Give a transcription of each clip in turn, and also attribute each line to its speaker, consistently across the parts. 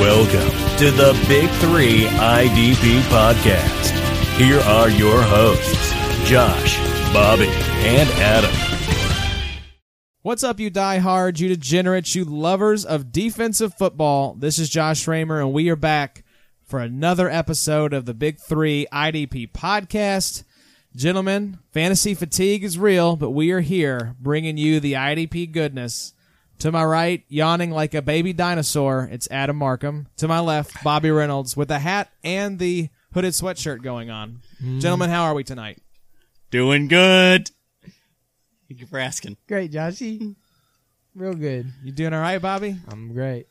Speaker 1: Welcome to the Big Three IDP Podcast. Here are your hosts, Josh, Bobby, and Adam.
Speaker 2: What's up, you diehards, you degenerates, you lovers of defensive football? This is Josh Schramer, and we are back for another episode of the Big Three IDP podcast. Gentlemen, fantasy fatigue is real, but we are here bringing you the IDP goodness. To my right, yawning like a baby dinosaur, it's Adam Markham. To my left, Bobby Reynolds with a hat and the hooded sweatshirt going on. Gentlemen, how are we tonight?
Speaker 3: Doing good. Thank you for asking.
Speaker 4: Great, Joshy. Real good.
Speaker 2: You doing all right, Bobby?
Speaker 4: I'm great.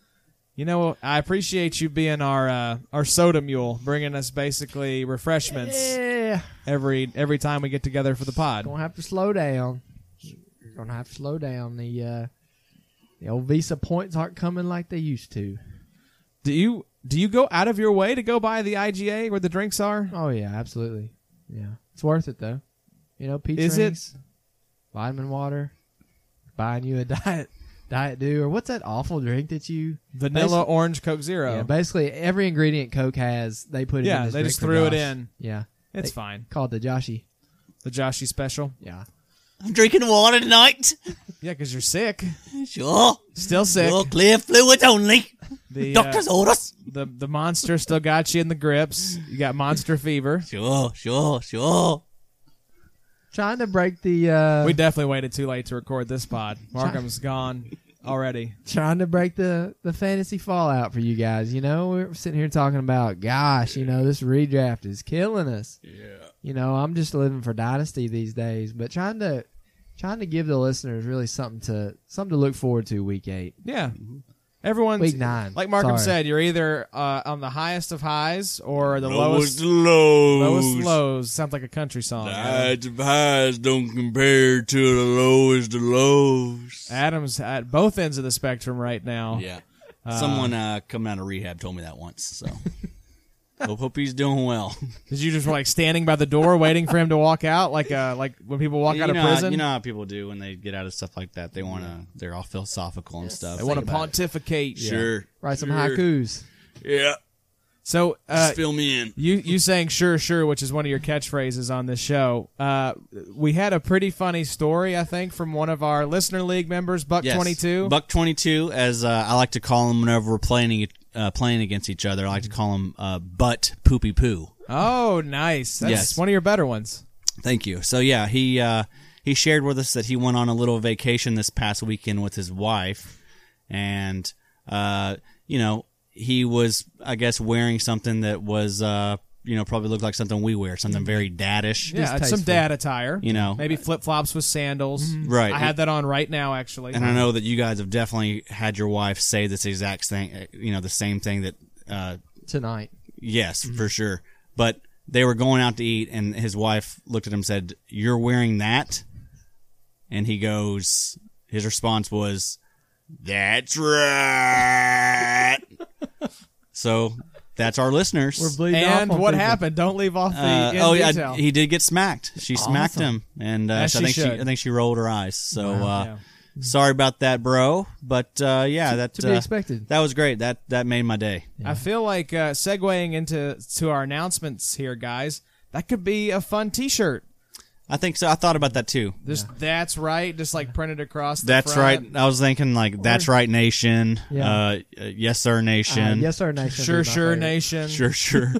Speaker 2: You know, I appreciate you being our uh, our soda mule, bringing us basically refreshments
Speaker 4: Yeah.
Speaker 2: every every time we get together for the pod.
Speaker 4: Gonna have to slow down. You're gonna have to slow down. The uh the old Visa points aren't coming like they used to.
Speaker 2: Do you do you go out of your way to go by the IGA where the drinks are?
Speaker 4: Oh yeah, absolutely. Yeah. It's worth it though. You know, peach
Speaker 2: Is it-
Speaker 4: rings, vitamin water, buying you a diet diet dew, or what's that awful drink that you
Speaker 2: Vanilla orange Coke Zero.
Speaker 4: Yeah, basically every ingredient Coke has, they put it
Speaker 2: Yeah,
Speaker 4: in this
Speaker 2: they
Speaker 4: drink
Speaker 2: just
Speaker 4: for
Speaker 2: threw it
Speaker 4: Josh.
Speaker 2: in.
Speaker 4: Yeah.
Speaker 2: it's
Speaker 4: They-
Speaker 2: fine.
Speaker 4: Called the Joshy.
Speaker 2: The Joshy special.
Speaker 4: Yeah.
Speaker 3: I'm drinking water tonight.
Speaker 2: Yeah, because you're sick,
Speaker 3: Sure.
Speaker 2: still sick.
Speaker 3: Sure, clear fluids only.
Speaker 2: The, uh,
Speaker 3: Doctor's orders.
Speaker 2: the the monster still got you in the grips. You got monster fever.
Speaker 3: Sure, sure, sure.
Speaker 4: Trying to break the uh
Speaker 2: We definitely waited too late to record this pod. Markham's gone already.
Speaker 4: trying to break the the fantasy fallout for you guys. You know, we're sitting here talking about, gosh, you know, this redraft is killing us. Yeah. You know, I'm just living for dynasty these days, but trying to trying to give the listeners really something to something to look forward to week eight.
Speaker 2: Yeah.
Speaker 3: Mm-hmm.
Speaker 2: Everyone's
Speaker 4: Week nine.
Speaker 2: Like Markham
Speaker 4: Sorry.
Speaker 2: said, you're either uh, on the highest of highs or the
Speaker 5: Lowest
Speaker 2: lowest
Speaker 5: lows.
Speaker 2: lowest lows. Sounds like a country song.
Speaker 5: The
Speaker 2: Adam.
Speaker 5: highs of highs don't compare to the lowest of lows.
Speaker 2: Adam's at both ends of the spectrum right now.
Speaker 3: Yeah. Someone uh, coming out of rehab told me that once, so. hope, hope he's doing well.
Speaker 2: Cause you just were like standing by the door waiting for him to walk out, like uh, like when people walk
Speaker 3: you,
Speaker 2: out of
Speaker 3: know,
Speaker 2: prison.
Speaker 3: you know how people do when they get out of stuff like that. They want to, they're all philosophical and stuff.
Speaker 2: they want to
Speaker 3: Think about it.
Speaker 2: pontificate.
Speaker 5: Sure.
Speaker 4: Write some
Speaker 5: sure.
Speaker 4: haikus.
Speaker 5: Yeah.
Speaker 2: So uh,
Speaker 5: Just fill me in.
Speaker 2: you you saying sure sure, which is one of your catchphrases on this show. Uh, we had a pretty funny story, I think, from one of our listener league members, Buck
Speaker 3: Yes.
Speaker 2: Twenty Two.
Speaker 3: Buck 22, as uh, I like to call him whenever we're playing, uh, playing against each other, I like to call him uh, Butt Poopy Poo.
Speaker 2: Oh, nice. That's
Speaker 3: Yes.
Speaker 2: one of your better ones.
Speaker 3: Thank you. So yeah, he uh, he shared with us that he went on a little vacation this past weekend with his wife, and uh, you know he was I guess wearing something that was uh, you know probably looked like something we wear, something very daddish.
Speaker 2: Yeah, it's some
Speaker 4: Distasteful.
Speaker 2: dad attire.
Speaker 3: You know.
Speaker 2: maybe flip flops with sandals.
Speaker 3: Right.
Speaker 2: I have that on right now, actually.
Speaker 3: And I know that you guys have definitely had your wife say this exact thing, you know, the same thing that uh,
Speaker 4: Tonight.
Speaker 3: Yes,
Speaker 4: Mm-hmm.
Speaker 3: for sure. But they were going out to eat, and his wife looked at him and said, You're wearing that? And he goes, His response was,
Speaker 5: That's right.
Speaker 3: So that's our listeners.
Speaker 4: We're bleeding off
Speaker 2: and
Speaker 4: on
Speaker 2: what
Speaker 4: people.
Speaker 2: happened? Don't leave off the
Speaker 3: Uh,
Speaker 2: end
Speaker 3: oh
Speaker 2: detail.
Speaker 3: yeah, he did get smacked. She smacked
Speaker 4: Awesome.
Speaker 3: him, and uh,
Speaker 2: As
Speaker 3: so
Speaker 2: she
Speaker 3: I think she,
Speaker 2: should.
Speaker 3: I think she rolled her eyes. So uh,
Speaker 2: Yeah.
Speaker 3: sorry about that, bro. But uh, yeah, that
Speaker 4: Mm-hmm. to be
Speaker 3: uh,
Speaker 4: expected.
Speaker 3: That was great. That that made my day.
Speaker 2: I feel like uh, segueing into to our announcements here, guys. That could be a fun T-shirt.
Speaker 3: I think so. I thought about that too.
Speaker 2: Just that's right. Just like printed across. The
Speaker 3: That's
Speaker 2: front.
Speaker 3: right. I was thinking like that's right, nation.
Speaker 4: Yeah.
Speaker 3: Uh, uh, yes, sir,
Speaker 4: Uh,
Speaker 3: nation.
Speaker 4: yes sir nation.
Speaker 2: Sure, sure,
Speaker 4: would be my favorite.
Speaker 2: nation.
Speaker 3: Sure, sure.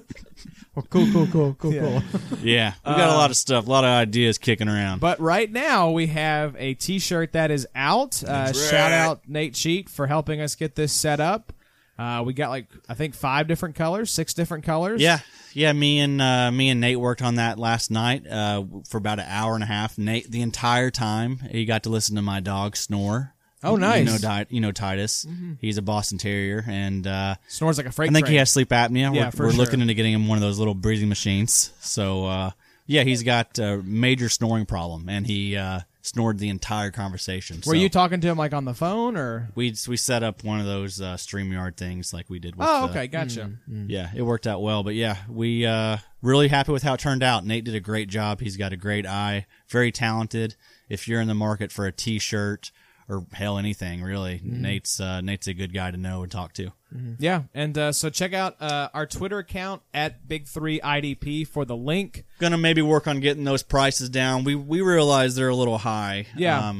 Speaker 4: Or cool, cool, cool, cool, cool.
Speaker 3: yeah, we got a lot of stuff, a lot of ideas kicking around.
Speaker 2: But right now we have a T-shirt that is out. Uh,
Speaker 5: right.
Speaker 2: Shout out Nate Cheat for helping us get this set up. Uh, we got like I think five different colors, six different colors.
Speaker 3: yeah, yeah, me and uh, me and Nate worked on that last night uh, for about an hour and a half. Nate, the entire time, he got to listen to my dog snore.
Speaker 2: Oh,
Speaker 3: You
Speaker 2: nice. Mm-hmm.
Speaker 3: know, Di- you know Titus. He's a Boston Terrier, and uh,
Speaker 2: Snores like a freight
Speaker 3: I think
Speaker 2: train.
Speaker 3: he has sleep apnea.
Speaker 2: Yeah,
Speaker 3: we're
Speaker 2: for
Speaker 3: we're
Speaker 2: sure.
Speaker 3: looking into getting him one of those little breathing machines. So uh, yeah, he's got a major snoring problem, and he uh, snored the entire conversation.
Speaker 2: Were
Speaker 3: so.
Speaker 2: you talking to him like on the phone or?
Speaker 3: we we set up one of those uh, Streamyard things like we did. With
Speaker 2: Oh,
Speaker 3: the-
Speaker 2: okay, gotcha.
Speaker 3: yeah, it worked out well. But yeah, we uh, really happy with how it turned out. Nate did a great job. He's got a great eye, very talented. If you're in the market for a T-shirt or hell anything really. Nate's uh, Nate's a good guy to know and talk to.
Speaker 2: Yeah, and uh, so check out uh, our Twitter account at Big Three IDP for the link.
Speaker 3: Gonna maybe work on getting those prices down. We we realize they're a little high. Um,
Speaker 2: Yeah.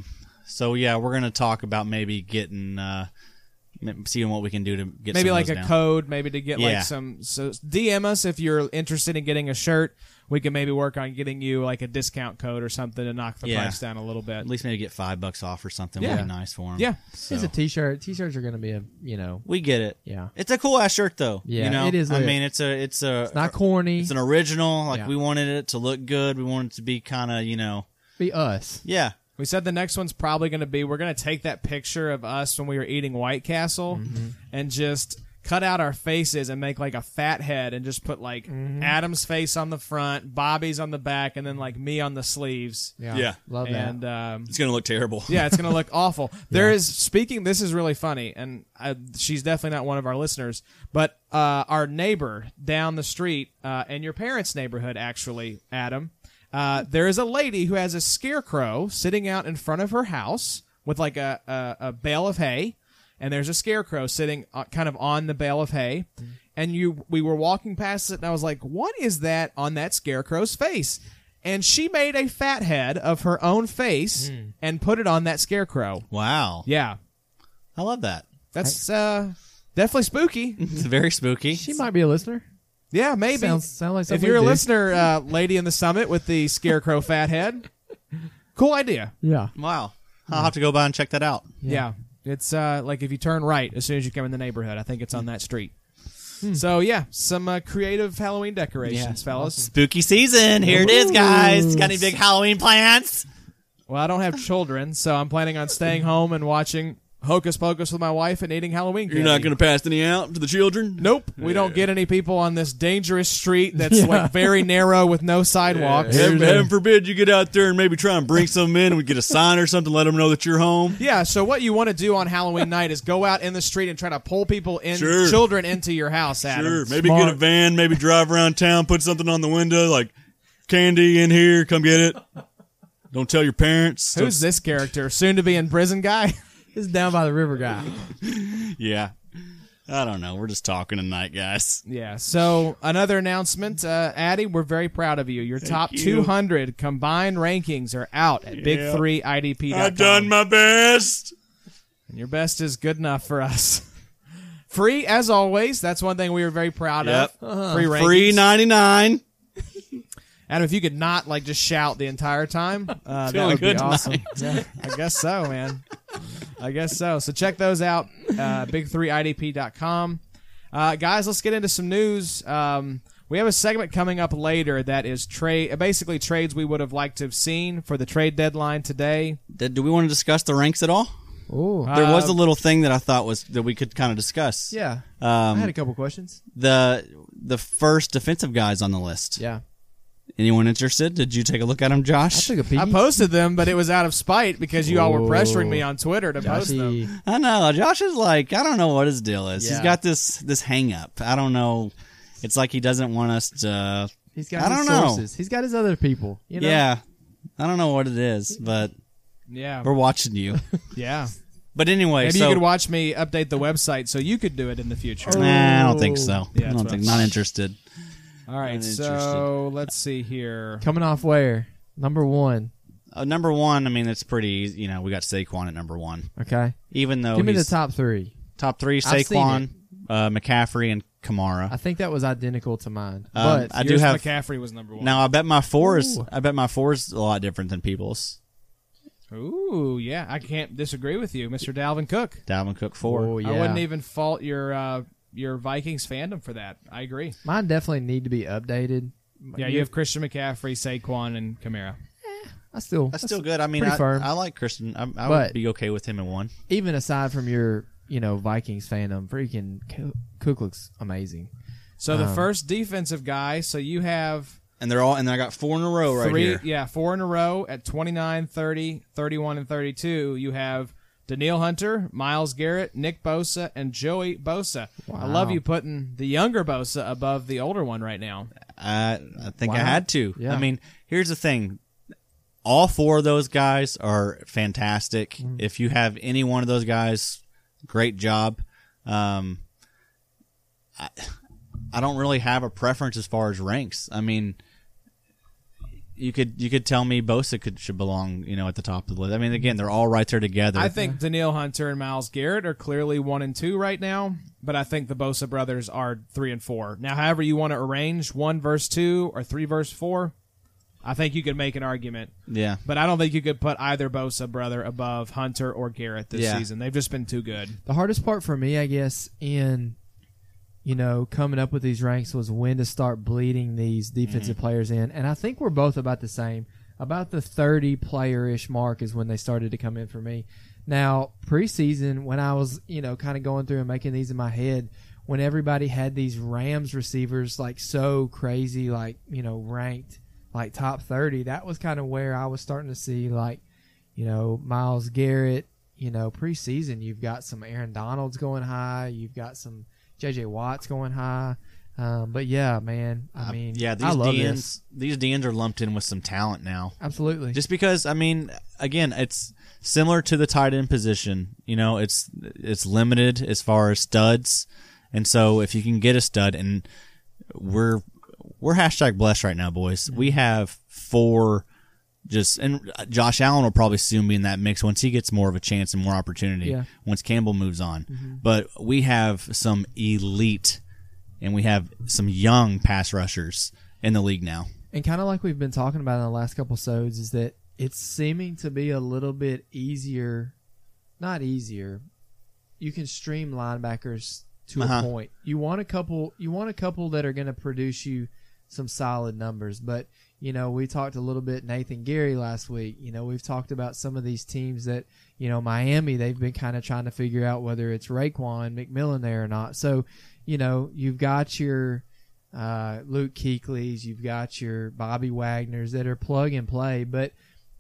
Speaker 3: so yeah, we're gonna talk about maybe getting uh, m- seeing what we can do to get
Speaker 2: Maybe
Speaker 3: some of
Speaker 2: like
Speaker 3: those
Speaker 2: a
Speaker 3: down.
Speaker 2: code, maybe to get
Speaker 3: Yeah.
Speaker 2: like some. So DM us if you're interested in getting a shirt. We can maybe work on getting you like a discount code or something to knock the
Speaker 3: Yeah.
Speaker 2: price down a little bit.
Speaker 3: At least maybe get five bucks off or something.
Speaker 2: Yeah.
Speaker 3: Would be nice for them.
Speaker 2: Yeah.
Speaker 3: So.
Speaker 4: It's a t-shirt. T-shirts are going to be a you know
Speaker 3: we get it.
Speaker 4: Yeah.
Speaker 3: It's a cool ass shirt though.
Speaker 4: Yeah,
Speaker 3: You know?
Speaker 4: it is
Speaker 3: I
Speaker 4: lit.
Speaker 3: mean, it's a it's a it's,
Speaker 4: not corny.
Speaker 3: an original. Like
Speaker 4: Yeah.
Speaker 3: we wanted it to look good. We wanted it to be kind of you know
Speaker 4: be us.
Speaker 3: yeah.
Speaker 2: We said the next one's probably going to be we're going to take that picture of us when we were eating White Castle
Speaker 4: Mm-hmm.
Speaker 2: and just cut out our faces and make like a fat head and just put like
Speaker 4: Mm-hmm.
Speaker 2: Adam's face on the front, Bobby's on the back, and then like me on the sleeves.
Speaker 4: Yeah,
Speaker 3: Yeah.
Speaker 4: love that.
Speaker 2: And um,
Speaker 3: It's gonna look terrible.
Speaker 2: yeah, it's going to look awful. There is speaking. This is really funny, and I, she's definitely not one of our listeners, but uh, our neighbor down the street uh, in your parents' neighborhood, actually, Adam. Uh, there is a lady who has a scarecrow sitting out in front of her house with like a a, a bale of hay, and there's a scarecrow sitting uh, kind of on the bale of hay. And you, we were walking past it, and I was like, "What is that on that scarecrow's face?" And she made a fat head of her own face
Speaker 4: Hmm.
Speaker 2: and put it on that scarecrow.
Speaker 3: Wow.
Speaker 2: Yeah,
Speaker 3: I love that.
Speaker 2: that's uh, definitely spooky.
Speaker 3: It's very spooky.
Speaker 4: She might be a listener.
Speaker 2: Yeah, maybe.
Speaker 4: Sounds sound like
Speaker 2: if
Speaker 4: something
Speaker 2: you're a
Speaker 4: we do.
Speaker 2: listener, uh, lady in the summit with the scarecrow fat head, cool idea.
Speaker 4: Yeah,
Speaker 3: Wow. I'll have to go by and check that out.
Speaker 2: Yeah. It's uh, like if you turn right as soon as you come in the neighborhood, I think it's on that street.
Speaker 4: Hmm.
Speaker 2: So yeah, some uh, creative Halloween decorations, fellas.
Speaker 3: Spooky season. Here it is, guys. Got any big Halloween plans?
Speaker 2: Well, I don't have children, so I'm planning on staying home and watching Hocus Pocus with my wife and eating Halloween.
Speaker 5: You're not
Speaker 2: candy.
Speaker 5: gonna pass any out to the children?
Speaker 2: Nope, we don't get any people on this dangerous street that's like very narrow with no sidewalks.
Speaker 5: Heaven, heaven forbid you get out there and maybe try and bring some in and we get a sign or something, let them know that you're home.
Speaker 2: Yeah, so what you want to do on Halloween night is go out in the street and try to pull people in,
Speaker 5: Sure.
Speaker 2: children into your house, Adam.
Speaker 5: Sure. Maybe get a van, maybe drive around town, put something on the window like candy in here, come get it. Don't tell your parents.
Speaker 2: Who's this character? Soon to be in prison guy?
Speaker 4: this is down by the river guy.
Speaker 3: Yeah. I don't know. We're just talking tonight, guys.
Speaker 2: yeah, so another announcement. Uh, Addy, we're very proud of you. Your top
Speaker 5: you.
Speaker 2: 200 combined rankings are out at big3idp.com.
Speaker 5: I've done my best.
Speaker 2: And your best is good enough for us. Free, as always. That's one thing we were very proud
Speaker 3: Yep.
Speaker 2: of. Uh-huh. Free rankings.
Speaker 3: Free ninety nine.
Speaker 2: Adam, if you could not like just shout the entire time, uh, that would be awesome. Yeah, I guess so, man. I guess so. So check those out, uh, big3idp.com. Uh, guys, let's get into some news. Um, we have a segment coming up later that is trade, basically trades we would have liked to have seen for the trade deadline today.
Speaker 3: Did, do we want to discuss the ranks at all?
Speaker 4: Oh,
Speaker 3: There was
Speaker 2: Uh,
Speaker 3: a little thing that I thought was that we could kind of discuss.
Speaker 4: yeah. I had
Speaker 3: Um,
Speaker 4: a couple questions.
Speaker 3: the the first defensive guys on the list.
Speaker 4: Yeah,
Speaker 3: Anyone interested? Did you take a look at them,
Speaker 4: I
Speaker 3: Josh?
Speaker 4: took a peek.
Speaker 2: I posted them, but it was out of spite because you all were
Speaker 4: Ooh.
Speaker 2: pressuring
Speaker 3: Oh.
Speaker 2: me on Twitter to post them.
Speaker 4: Joshy.
Speaker 3: I know. Josh is like, I don't know what his deal is. He's
Speaker 4: Yeah.
Speaker 3: got this this hang up. I don't know. It's like he doesn't want us to.
Speaker 4: He's got
Speaker 3: I
Speaker 4: his
Speaker 3: don't know.
Speaker 4: sources. He's got his other people. You know?
Speaker 3: Yeah. I don't know what it is, but
Speaker 2: Yeah,
Speaker 3: we're watching you.
Speaker 2: yeah.
Speaker 3: but anyway,
Speaker 2: Maybe
Speaker 3: so
Speaker 2: you could watch me update the website so you could do it in the future.
Speaker 3: nah, I don't think so.
Speaker 2: Yeah,
Speaker 3: I
Speaker 2: that's
Speaker 3: don't
Speaker 2: what
Speaker 3: think.
Speaker 2: I'm-
Speaker 3: Not interested.
Speaker 2: All right,
Speaker 3: Not
Speaker 2: so let's see here.
Speaker 4: Coming off where? Number one.
Speaker 3: Uh, number one, I mean, it's pretty. easy. You know, we got Saquon at number one,
Speaker 4: Okay.
Speaker 3: even though
Speaker 4: Give me the
Speaker 3: Oh, he's
Speaker 4: top three.
Speaker 3: top three:
Speaker 4: I've seen
Speaker 3: Saquon, uh, McCaffrey, and Kamara.
Speaker 4: I think that was identical to mine.
Speaker 3: Um,
Speaker 4: But
Speaker 3: I do
Speaker 2: Yours,
Speaker 3: have
Speaker 2: McCaffrey was number one.
Speaker 3: now. I bet my four is.
Speaker 4: Ooh.
Speaker 3: I bet my four is a lot different than people's.
Speaker 2: Ooh, yeah, I can't disagree with you, Mr. Dalvin Cook.
Speaker 3: Dalvin Cook four.
Speaker 4: oh, yeah.
Speaker 2: I wouldn't even fault your uh, your Vikings fandom for that. I agree.
Speaker 4: Mine definitely need to be updated.
Speaker 2: Yeah, you have Christian McCaffrey, Saquon, and Kamara.
Speaker 4: I still,
Speaker 3: That's still good. I mean,
Speaker 4: pretty
Speaker 3: I,
Speaker 4: firm.
Speaker 3: I like Christian. I, I would
Speaker 4: But-
Speaker 3: be okay with him in one.
Speaker 4: even aside from your, you know, Vikings fandom, freaking Cook- Cook looks amazing.
Speaker 2: So the
Speaker 4: Um,
Speaker 2: first defensive guy. So you have
Speaker 3: And they're all. And I got four in a row Oh, right
Speaker 2: three,
Speaker 3: here.
Speaker 2: yeah, four in a row at 29, 30, 31, and 32. You have Daniil Hunter, Miles Garrett, Nick Bosa, and Joey Bosa. I love
Speaker 4: Wow.
Speaker 2: you putting the younger Bosa above the older one right now.
Speaker 3: I, I think I
Speaker 4: Wow.
Speaker 3: had to.
Speaker 4: Yeah.
Speaker 3: I mean, here's the thing. all four of those guys are fantastic.
Speaker 4: Mm.
Speaker 3: If you have any one of those guys, great job. Um, I, I don't really have a preference as far as ranks. I mean, you could you could tell me Bosa could should belong, you know, at the top of the list. I mean, again, they're all right there together.
Speaker 2: I think Daniil Hunter and Miles Garrett are clearly one and two right now, but I think the Bosa brothers are three and four. Now, however you want to arrange one verse two or three verse four, I think you could make an argument.
Speaker 3: yeah.
Speaker 2: But I don't think you could put either Bosa brother above Hunter or Garrett this
Speaker 3: Yeah.
Speaker 2: season. They've just been too good.
Speaker 4: the hardest part for me, I guess, in you know coming up with these ranks was when to start bleeding these defensive players in, and I think we're both about the same. About the thirty player ish mark is when they started to come in for me. Now preseason, when I was you know kind of going through and making these in my head, when everybody had these Rams receivers like so crazy, like you know ranked like top thirty, that was kind of where I was starting to see like you know, Miles Garrett, you know, preseason you've got some Aaron Donalds going high, you've got some JJ Watts going high. Um, but yeah, man, I mean,
Speaker 3: Uh, yeah, these
Speaker 4: I love
Speaker 3: DNs
Speaker 4: this.
Speaker 3: these DNs are lumped in with some talent now.
Speaker 4: Absolutely.
Speaker 3: Just because, I mean, again, it's similar to the tight end position. You know, it's it's limited as far as studs, and so if you can get a stud, and we're we're hashtag blessed right now, boys. We have four. Just and Josh Allen will probably soon be in that mix once he gets more of a chance and more opportunity.
Speaker 4: Yeah.
Speaker 3: Once Campbell moves on, but we have some elite, and we have some young pass rushers in the league now.
Speaker 4: and kind of like we've been talking about in the last couple sodes is that it's seeming to be a little bit easier not easier you can stream linebackers to
Speaker 3: Uh-huh.
Speaker 4: a point you want a couple you want a couple that are going to produce you some solid numbers but you know we talked a little bit nathan gary last week you know we've talked about some of these teams that you know miami they've been kind of trying to figure out whether it's Raquan mcmillan there or not so you know you've got your uh, Luke Keekley's, you've got your Bobby Wagner's that are plug and play, but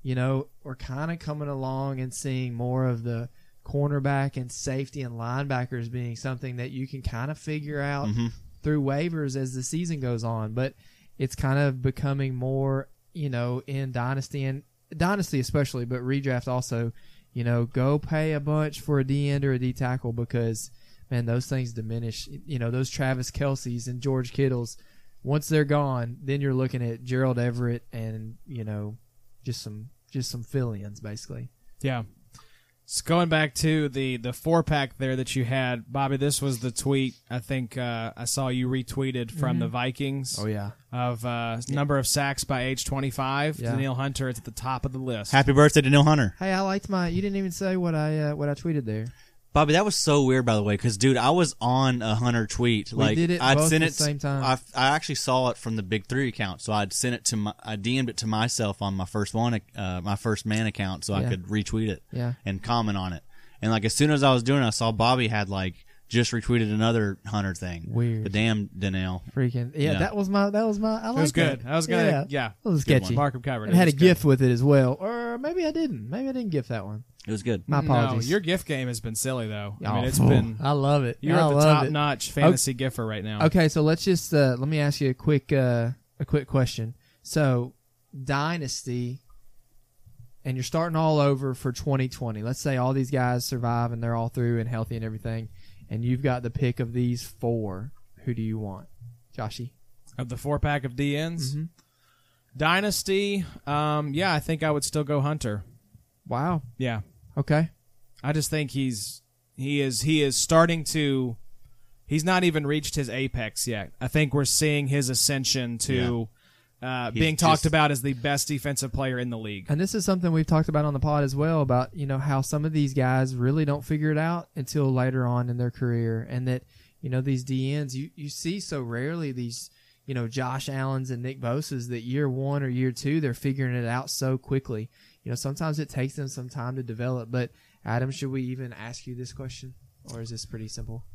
Speaker 4: you know we're kind of coming along and seeing more of the cornerback and safety and linebackers being something that you can kind of figure out through waivers as the season goes on, but it's kind of becoming more you know in dynasty and dynasty especially, but redraft also. You know, go pay a bunch for a D end or a D tackle because man, those things diminish. You know, those Travis Kelseys and George Kittles, once they're gone, then you're looking at Gerald Everett and you know, just some just some fill-ins basically.
Speaker 2: Yeah. So going back to the the four pack there that you had, Bobby. This was the tweet I think uh, I saw you retweeted from the Vikings
Speaker 4: Oh, yeah,
Speaker 2: of uh, number of sacks by age twenty five.
Speaker 4: Yeah.
Speaker 2: Daniil Hunter is at the top of the list.
Speaker 3: Happy birthday to Neil Hunter.
Speaker 4: Hey, I liked my. You didn't even say what I uh, what I tweeted there.
Speaker 3: Bobby, that was so weird, by the way, because dude, I was on a Hunter tweet. like
Speaker 4: did it
Speaker 3: I'd
Speaker 4: both
Speaker 3: sent
Speaker 4: at
Speaker 3: it
Speaker 4: the same time.
Speaker 3: I, I actually saw it from the Big Three account, so I'd sent it to my, I DM'd it to myself on my first one, uh, my first man account, so I
Speaker 4: Yeah.
Speaker 3: could retweet it
Speaker 4: Yeah.
Speaker 3: and comment on it. And like as soon as I was doing it, I saw Bobby had like just retweeted another Hunter thing.
Speaker 4: Weird.
Speaker 3: the damn Danelle.
Speaker 4: Freaking yeah,
Speaker 3: Yeah.
Speaker 4: that was my that was my. I liked
Speaker 2: That was good. That was good. Yeah.
Speaker 4: That was
Speaker 3: Good
Speaker 4: sketchy.
Speaker 2: Markham covered
Speaker 4: And
Speaker 2: it.
Speaker 4: had a
Speaker 2: It was good.
Speaker 4: gift with it as well, or maybe I didn't. Maybe I didn't gift that one.
Speaker 3: It was good.
Speaker 4: My apologies.
Speaker 2: No, your gift game has been silly though. I mean,
Speaker 4: Oh,
Speaker 2: it's
Speaker 4: phew.
Speaker 2: been
Speaker 4: I love it.
Speaker 2: you're
Speaker 4: I
Speaker 2: at the
Speaker 4: love
Speaker 2: top
Speaker 4: it.
Speaker 2: notch fantasy giffer right now.
Speaker 4: Okay, so let's just uh, let me ask you a quick uh, a quick question. So, dynasty, and you're starting all over for 2020. Let's say all these guys survive and they're all through and healthy and everything, and you've got the pick of these four. Who do you want, Joshy?
Speaker 2: Of the four pack of DNs,
Speaker 4: Mm-hmm.
Speaker 2: Dynasty. Um, yeah, I think I would still go Hunter.
Speaker 4: Wow.
Speaker 2: Yeah,
Speaker 4: Okay.
Speaker 2: I just think he's he is he is starting to he's not even reached his apex yet. I think we're seeing his ascension to uh, being talked
Speaker 3: just-
Speaker 2: about as the best defensive player in the league.
Speaker 4: And this is something we've talked about on the pod as well about, you know, how some of these guys really don't figure it out until later on in their career. And that, you know, these DNs, you, you see so rarely these, you know, Josh Allen's and Nick Bosa's that year one or year two, they're figuring it out so quickly. You know, sometimes it takes them some time to develop. But, Adam, should we even ask you this question? Or is this pretty simple?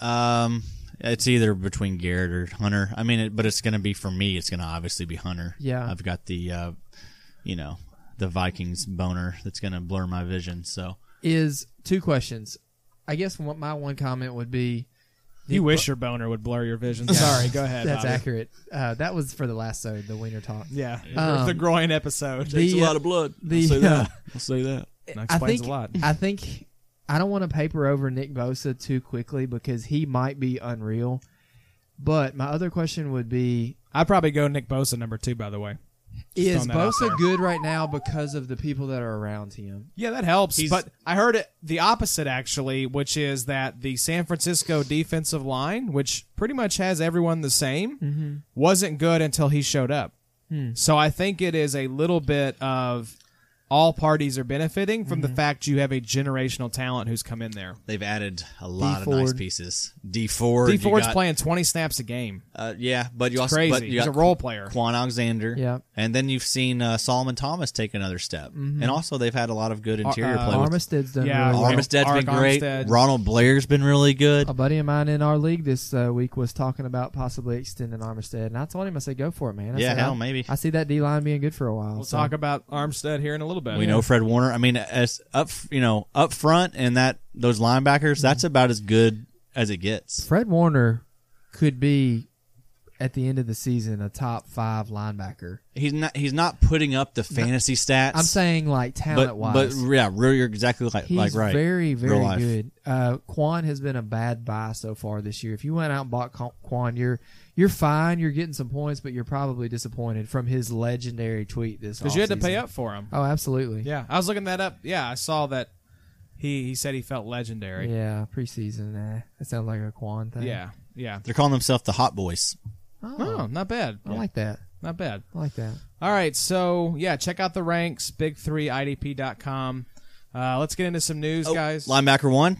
Speaker 3: Um, it's either between Garrett or Hunter. I mean, it, but it's going to be for me. It's going to obviously be Hunter.
Speaker 4: Yeah.
Speaker 3: I've got the, uh, you know, the Vikings boner that's going to blur my vision. So
Speaker 4: is two questions. I guess what my one comment would be
Speaker 2: You wish your boner would blur your vision. Sorry, go ahead.
Speaker 4: That's
Speaker 2: Bobby.
Speaker 4: accurate. Uh, that was for the last episode, the wiener talk.
Speaker 2: Yeah,
Speaker 4: Um,
Speaker 2: the groin episode.
Speaker 4: the-
Speaker 5: It's a lot of blood.
Speaker 4: the,
Speaker 5: I'll say that.
Speaker 4: uh,
Speaker 5: I'll say that.
Speaker 2: That
Speaker 4: I
Speaker 2: explains
Speaker 4: think
Speaker 2: a lot.
Speaker 4: I think I don't want to paper over Nick Bosa too quickly because he might be unreal. But my other question would be:
Speaker 2: I'd probably go Nick Bosa number two. By the way,
Speaker 4: Is
Speaker 2: throwing that out
Speaker 4: Bosa
Speaker 2: there.
Speaker 4: good right now because of the people that are around him?
Speaker 2: yeah, that helps.
Speaker 3: He's-
Speaker 2: but I heard it the opposite actually, which is that the San Francisco defensive line, which pretty much has everyone the same,
Speaker 3: Mm-hmm.
Speaker 2: wasn't good until he showed up.
Speaker 3: Hmm.
Speaker 2: So I think it is a little bit of all parties are benefiting from
Speaker 3: Mm-hmm.
Speaker 2: the fact you have a generational talent who's come in there.
Speaker 3: They've added a lot
Speaker 4: D
Speaker 3: of nice
Speaker 4: Ford.
Speaker 3: pieces. D Ford.
Speaker 2: D
Speaker 3: you
Speaker 2: Ford's
Speaker 3: got-
Speaker 2: playing twenty snaps a game.
Speaker 3: Uh, yeah, but you also
Speaker 2: Crazy.
Speaker 3: But you
Speaker 2: He's
Speaker 3: got
Speaker 2: a role player.
Speaker 3: Quan Alexander.
Speaker 4: Yeah.
Speaker 3: And then you've seen uh, Solomon Thomas take another step. And also they've had a lot of good interior
Speaker 2: Mm-hmm. uh,
Speaker 3: play. with-
Speaker 4: Armistead's done
Speaker 2: Yeah.
Speaker 4: really well.
Speaker 2: Arm-
Speaker 3: Armistead's
Speaker 2: Ark
Speaker 3: been great.
Speaker 2: Armstead.
Speaker 3: Ronald Blair's been really good.
Speaker 4: A buddy of mine in our league this uh, week was talking about possibly extending Armistead, and I told him, I said, "Go for it, man." I
Speaker 3: Yeah,
Speaker 4: said,
Speaker 3: hell,
Speaker 4: I-
Speaker 3: maybe.
Speaker 4: I see that D line being good for a while.
Speaker 2: We'll
Speaker 4: so-
Speaker 2: talk about Armstead here in a little bit.
Speaker 3: We know Fred Warner. I mean, as up you know up front and that those linebackers,
Speaker 4: Mm-hmm.
Speaker 3: that's about as good as it gets.
Speaker 4: Fred Warner could be at the end of the season a top five linebacker.
Speaker 3: He's not he's not putting up the fantasy stats.
Speaker 4: I'm saying like talent
Speaker 3: but
Speaker 4: wise,
Speaker 3: but yeah, really, you're exactly like
Speaker 4: he's
Speaker 3: like right.
Speaker 4: very very
Speaker 3: Real life.
Speaker 4: good. Uh, Quan has been a bad buy so far this year. If you went out and bought Quan- Quan, you're you're fine. You're getting some points, but you're probably disappointed from his legendary tweet this.
Speaker 2: because you had to pay
Speaker 4: offseason.
Speaker 2: up for him.
Speaker 4: Oh, absolutely.
Speaker 2: Yeah, I was looking that up. Yeah, I saw that he he said he felt legendary. Yeah,
Speaker 4: Yeah, preseason. Eh, that sounds like a Quan thing.
Speaker 2: yeah.
Speaker 3: They're calling themselves the Hot Boys.
Speaker 4: Oh,
Speaker 2: Oh, not bad.
Speaker 4: I like that.
Speaker 2: Not bad.
Speaker 4: I like that.
Speaker 2: All right, so yeah, check out the ranks, big3idp.com. Uh, let's get into some news,
Speaker 3: Oh,
Speaker 2: guys.
Speaker 3: linebacker one,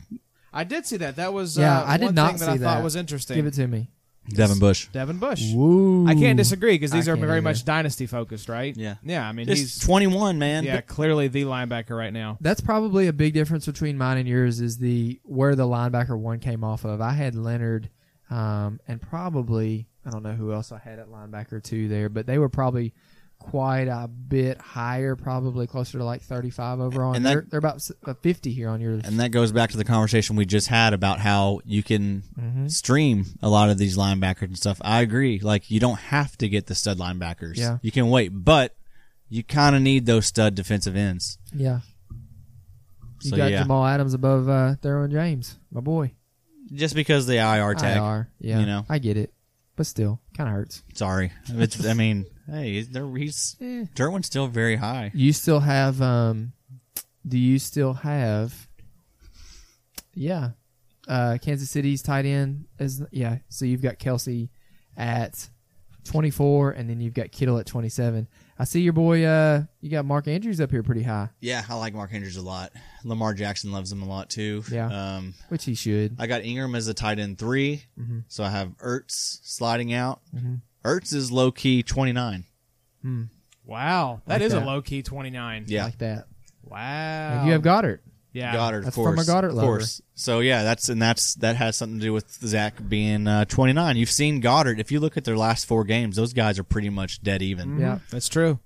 Speaker 2: I did see that. That was
Speaker 4: Yeah,
Speaker 2: uh,
Speaker 4: I did
Speaker 2: one
Speaker 4: not
Speaker 2: thing
Speaker 4: see
Speaker 2: that I thought
Speaker 4: that.
Speaker 2: was interesting.
Speaker 4: Give it to me.
Speaker 3: Devin Bush.
Speaker 2: Devin Bush.
Speaker 4: Woo.
Speaker 2: I can't disagree because
Speaker 4: I
Speaker 2: these are
Speaker 4: can't
Speaker 2: very
Speaker 4: either.
Speaker 2: much dynasty focused, right?
Speaker 3: Yeah.
Speaker 2: yeah. I mean,
Speaker 3: He's
Speaker 2: he's
Speaker 3: 21, man.
Speaker 2: yeah clearly the linebacker right now.
Speaker 4: That's probably a big difference between mine and yours is the where the linebacker one came off of. I had Leonard, um, and probably I don't know who else I had at linebacker two there, but they were probably quite a bit higher, probably closer to like thirty five overall. And
Speaker 3: And that-
Speaker 4: they're, they're about s- uh, fifty here on yours.
Speaker 3: And that goes back to the conversation we just had about how you can
Speaker 4: Mm-hmm.
Speaker 3: stream a lot of these linebackers and stuff. I agree. Like you don't have to get the stud linebackers.
Speaker 4: Yeah.
Speaker 3: You can wait, but you kind of need those stud defensive ends.
Speaker 4: yeah, you
Speaker 3: So
Speaker 4: got
Speaker 3: yeah,
Speaker 4: Jamal Adams above uh, Derwin James, my boy.
Speaker 3: just because the IR tag.
Speaker 4: IR, yeah,
Speaker 3: you know.
Speaker 4: I get it, but still, kind of hurts.
Speaker 3: Sorry, it's, I mean, hey, there, he's Derwin's still very high.
Speaker 4: You still have um do you still have Yeah. Uh Kansas City's tight end is yeah, so you've got Kelsey at twenty four and then you've got Kittle at twenty seven. I see your boy uh you got Mark Andrews up here pretty high,
Speaker 3: Yeah, I like Mark Andrews a lot. Lamar Jackson loves him a lot too.
Speaker 4: Yeah.
Speaker 3: Um,
Speaker 4: which he should.
Speaker 3: I got Ingram as a tight end 3
Speaker 4: Mm-hmm.
Speaker 3: so I have Ertz sliding out. Ertz is low key twenty nine.
Speaker 2: Wow, that
Speaker 4: Like
Speaker 2: is
Speaker 4: that.
Speaker 2: a low key twenty nine.
Speaker 3: Yeah,
Speaker 4: Like that.
Speaker 2: Wow.
Speaker 4: And you have Goddard.
Speaker 2: yeah.
Speaker 3: Goddard, of
Speaker 4: That's from
Speaker 3: course,
Speaker 4: a Goddard
Speaker 3: of
Speaker 4: lover.
Speaker 3: course. So yeah, that's and that's that has something to do with Zach being uh, twenty nine. You've seen Goddard. If you look at their last four games, those guys are pretty much dead even.
Speaker 4: Yeah.
Speaker 2: That's true.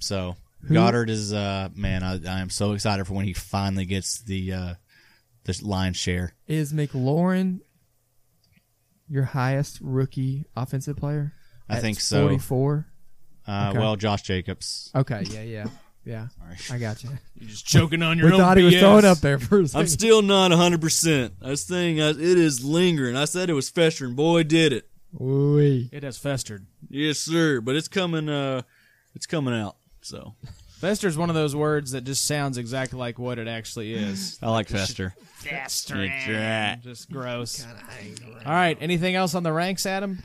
Speaker 3: So Goddard is uh, man. I, I am so excited for when he finally gets the uh, the lion's share.
Speaker 4: Is McLaurin your highest rookie offensive player?
Speaker 3: I think so.
Speaker 4: Forty four.
Speaker 3: Uh,
Speaker 4: Okay.
Speaker 3: Well, Josh Jacobs.
Speaker 4: Okay, yeah, yeah. Yeah. I got you.
Speaker 2: You're just choking on your
Speaker 4: We
Speaker 2: own
Speaker 4: thought he was
Speaker 2: BS.
Speaker 4: throwing up there for a second.
Speaker 5: I'm still not 100%. This thing, I, it is lingering. I said it was festering. Boy, did it.
Speaker 4: Ooh-wee.
Speaker 2: It has festered.
Speaker 5: Yes, sir. But it's coming, uh, it's coming out. So
Speaker 2: Fester's one of those words that just sounds exactly like what it actually is.
Speaker 3: I like Fester.
Speaker 2: Festering. Just gross. All right. Anything else on the ranks, Adam?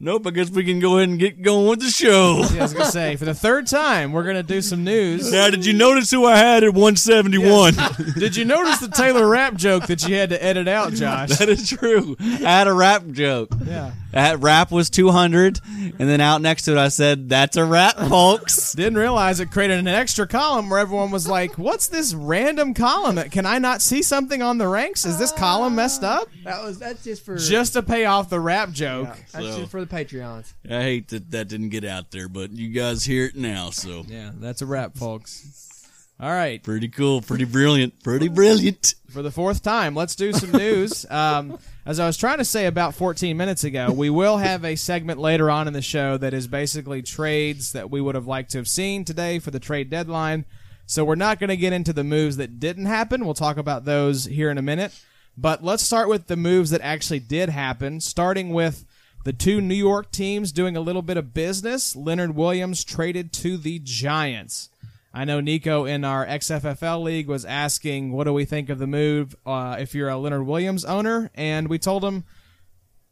Speaker 5: Nope, I guess we can go ahead and get going with the show.
Speaker 2: Yeah, I was going to say, for the third time, we're going to do some news.
Speaker 5: now, did you notice who I had at 171?
Speaker 2: Did you notice the Taylor rap joke that you had to edit out, Josh?
Speaker 3: That is true. I had a rap joke.
Speaker 2: Yeah.
Speaker 3: That rap was 200, and then out next to it, I said, "That's a rap, folks."
Speaker 2: Didn't realize it created an extra column where everyone was like, what's this random column? Can I not see something on the ranks? Is this column messed up?
Speaker 4: That was that's just for
Speaker 2: Just to pay off the rap joke.
Speaker 4: that's just for the Patreons.
Speaker 5: I hate that that didn't get out there, but you guys hear it now, so.
Speaker 2: Yeah, that's a wrap, folks. All right.
Speaker 3: Pretty cool. Pretty brilliant. Pretty brilliant.
Speaker 2: for the fourth time. Let's do some news. um, as I was trying to say about 14 minutes ago, we will have a segment later on in the show that is basically trades that we would have liked to have seen today for the trade deadline. So we're not going to get into the moves that didn't happen. We'll talk about those here in a minute. But let's start with the moves that actually did happen, starting with the two New York teams doing a little bit of business. Leonard Williams traded to the Giants. I know Nico in our XFFL league was asking, "What do we think of the move?" Uh, if you're a Leonard Williams owner, and we told him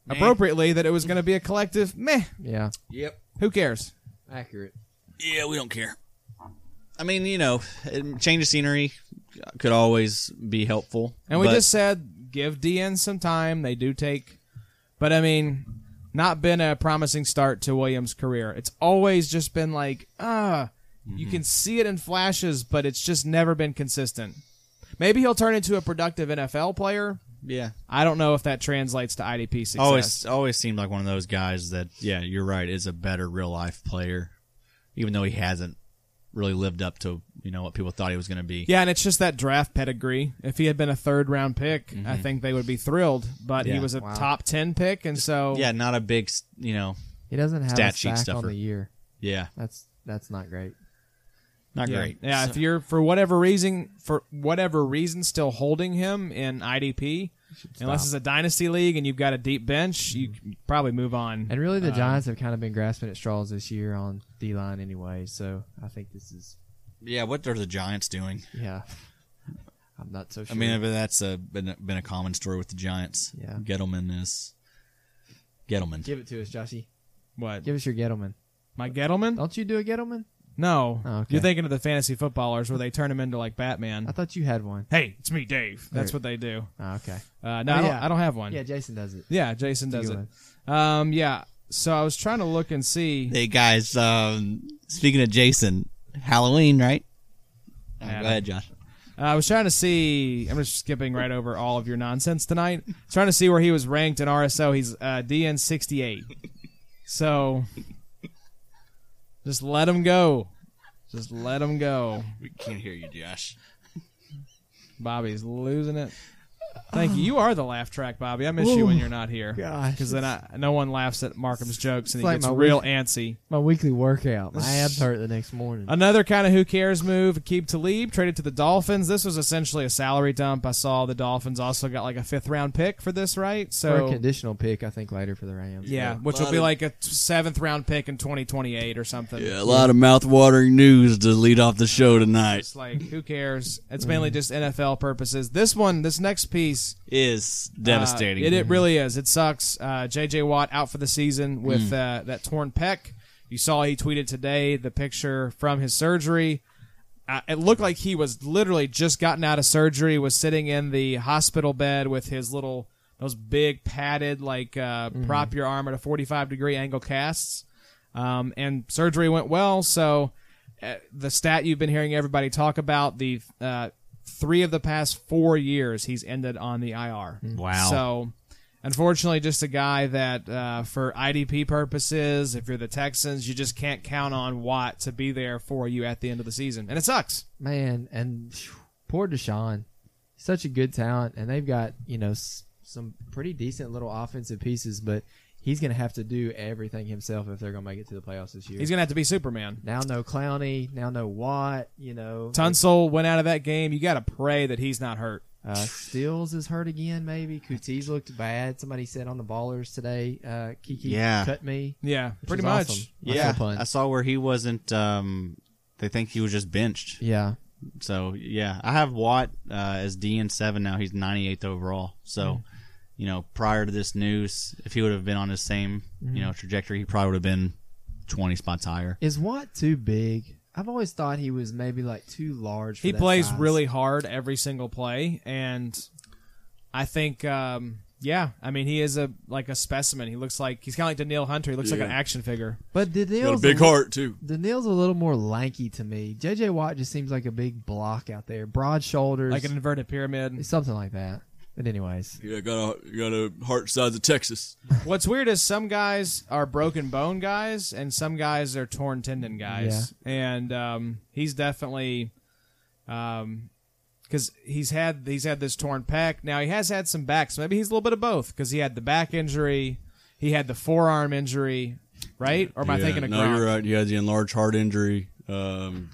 Speaker 2: appropriately that it was going to be a collective meh.
Speaker 4: Yeah.
Speaker 3: Yep.
Speaker 2: Who cares?
Speaker 4: Accurate.
Speaker 3: Yeah, we don't care. I mean, you know, it- change of scenery could always be helpful.
Speaker 2: And we
Speaker 3: but-
Speaker 2: just said, give DN some time. They do take, but I mean, not been a promising start to Williams' career. It's always just been like, ah, you can see it in flashes, but it's just never been consistent. Maybe he'll turn into a productive NFL player.
Speaker 3: yeah,
Speaker 2: I don't know if that translates to IDP success.
Speaker 3: always always seemed like one of those guys that yeah, you're right, is a better real life player, even though he hasn't really lived up to you know what people thought he was going to be.
Speaker 2: Yeah, and it's just that draft pedigree. If he had been a third round pick, I think they would be thrilled. But he
Speaker 3: Yeah.
Speaker 2: was a top ten pick, and so
Speaker 3: Yeah, not a big s- you know.
Speaker 4: He doesn't have
Speaker 3: Stat
Speaker 4: a
Speaker 3: sheet
Speaker 4: sack on
Speaker 3: stuffer.
Speaker 4: the year.
Speaker 3: Yeah,
Speaker 4: That's that's not great.
Speaker 3: not
Speaker 2: yeah,
Speaker 3: great.
Speaker 2: Yeah,
Speaker 3: So-
Speaker 2: if you're for whatever reason for whatever reason still holding him in IDP, unless it's a dynasty league and you've got a deep bench, you
Speaker 3: Mm-hmm.
Speaker 2: can probably move on.
Speaker 4: And really, the Giants have kind of been grasping at straws this year on D line anyway. So I think this is
Speaker 3: yeah, what are the Giants doing?
Speaker 4: yeah. I'm not so
Speaker 3: I
Speaker 4: sure.
Speaker 3: mean, but that's a, been a, been a common story with the Giants.
Speaker 4: Yeah.
Speaker 3: Gettleman is Gettleman.
Speaker 4: give it to us, Joshy.
Speaker 2: what
Speaker 4: Give us your Gettleman.
Speaker 2: my Gettleman?
Speaker 4: Don't you do a Gettleman?
Speaker 2: No,
Speaker 4: Oh, okay.
Speaker 2: you're thinking of the fantasy footballers where they turn him into like Batman.
Speaker 4: I thought you had one.
Speaker 2: hey, it's me, Dave. That's
Speaker 4: There-
Speaker 2: what they do.
Speaker 4: Oh, okay.
Speaker 2: Uh, no,
Speaker 4: Oh,
Speaker 2: I, don't,
Speaker 4: yeah.
Speaker 2: I don't have one.
Speaker 4: Yeah, Jason does it.
Speaker 2: Yeah, Jason
Speaker 4: Do
Speaker 2: does
Speaker 4: you
Speaker 2: it. Um, yeah. So I was trying to look and see.
Speaker 3: Hey guys, um, speaking of Jason, Halloween, right? Uh,
Speaker 2: Yeah.
Speaker 3: go ahead, Josh.
Speaker 2: Uh, I was trying to see. I'm just skipping right over all of your nonsense tonight. trying to see where he was ranked in RSO. He's uh, DN 68. So just let him go. Just let him go.
Speaker 3: We can't hear you, Josh.
Speaker 2: Bobby's losing it. Thank you. You are the laugh track, Bobby. I miss you when you're not here.
Speaker 4: Gosh,
Speaker 2: Because then I, no one laughs at Markham's jokes and he
Speaker 4: it's like
Speaker 2: gets
Speaker 4: my
Speaker 2: real
Speaker 4: week-
Speaker 2: antsy.
Speaker 4: My weekly workout. My abs hurt the next morning.
Speaker 2: Another kind of who cares move, Akib Talib traded to the Dolphins. This was essentially a salary dump. I saw the Dolphins also got like a fifth round pick for this, right?
Speaker 4: For a
Speaker 2: So
Speaker 4: conditional pick, I think later for the Rams.
Speaker 2: yeah, which will be like a t- seventh round pick in twenty twenty eight or something.
Speaker 5: a lot of mouth-watering news to lead off the show tonight.
Speaker 2: It's like who cares? It's mainly just NFL purposes. This one, this next piece,
Speaker 3: Is
Speaker 2: uh,
Speaker 3: devastating.
Speaker 2: it, it really is. It sucks. Uh, J.J. Watt out for the season with uh, that torn pec. You saw he tweeted today the picture from his surgery. Uh, it looked like he was literally just gotten out of surgery, was sitting in the hospital bed with his little those big padded like uh, prop your arm at a 45 degree angle casts. Um, and surgery went well, so uh, the stat you've been hearing everybody talk about the uh, three of the past four years he's ended on the IR.
Speaker 3: Wow.
Speaker 2: So unfortunately, just a guy that uh, for IDP purposes, if you're the Texans, you just can't count on Watt to be there for you at the end of the season, and it sucks.
Speaker 4: man, and phew, poor Deshaun, such a good talent, and they've got you know s- some pretty decent little offensive pieces, but he's going to have to do everything himself if they're going to make it to the playoffs this year.
Speaker 2: He's gonna have to be Superman.
Speaker 4: now no Clowney, now no Watt, you know.
Speaker 2: Tunsil went out of that game. You got to pray that he's not hurt.
Speaker 4: Uh, Stills is hurt again, maybe. Coutie's looked bad. Somebody said on the Ballers today, uh, Kiki
Speaker 3: Yeah.
Speaker 4: cut me.
Speaker 2: Yeah,
Speaker 4: which
Speaker 2: pretty
Speaker 4: is
Speaker 2: much.
Speaker 4: awesome. I
Speaker 3: Uh, Yeah,
Speaker 4: feel punt.
Speaker 3: I saw where he wasn't. Um, they think he was just benched.
Speaker 4: Yeah.
Speaker 3: So yeah, I have Watt uh, as DN seven now. He's 98th overall. So you know, prior to this news, if he would have been on his same you know trajectory, he probably would have been 20 spots higher.
Speaker 4: Is Watt too big? I've always thought he was maybe like too large. For
Speaker 2: He
Speaker 4: that
Speaker 2: plays
Speaker 4: size.
Speaker 2: really hard every single play, and I think, um, yeah, I mean, he is a like a specimen. He looks like he's kind of like Daniil Hunter. He looks like
Speaker 5: Yeah.
Speaker 2: an action figure.
Speaker 4: But Daniil's
Speaker 5: Got a big heart too.
Speaker 4: Daniil's a little more lanky to me. JJ Watt just seems like a big block out there, broad shoulders,
Speaker 2: like an inverted pyramid.
Speaker 4: something like that. But anyways,
Speaker 5: Yeah, got a got a heart size of Texas.
Speaker 2: What's weird is some guys are broken bone guys, and some guys are torn tendon guys, and um, he's definitely Um, because he's had he's had this torn pec. Now he has had some back, so maybe he's a little bit of both. Because he had the back injury, he had the forearm injury, right? Or am I
Speaker 5: Yeah,
Speaker 2: thinking of
Speaker 5: no,
Speaker 2: Gronk?
Speaker 5: you're right. You had the enlarged heart injury. Um,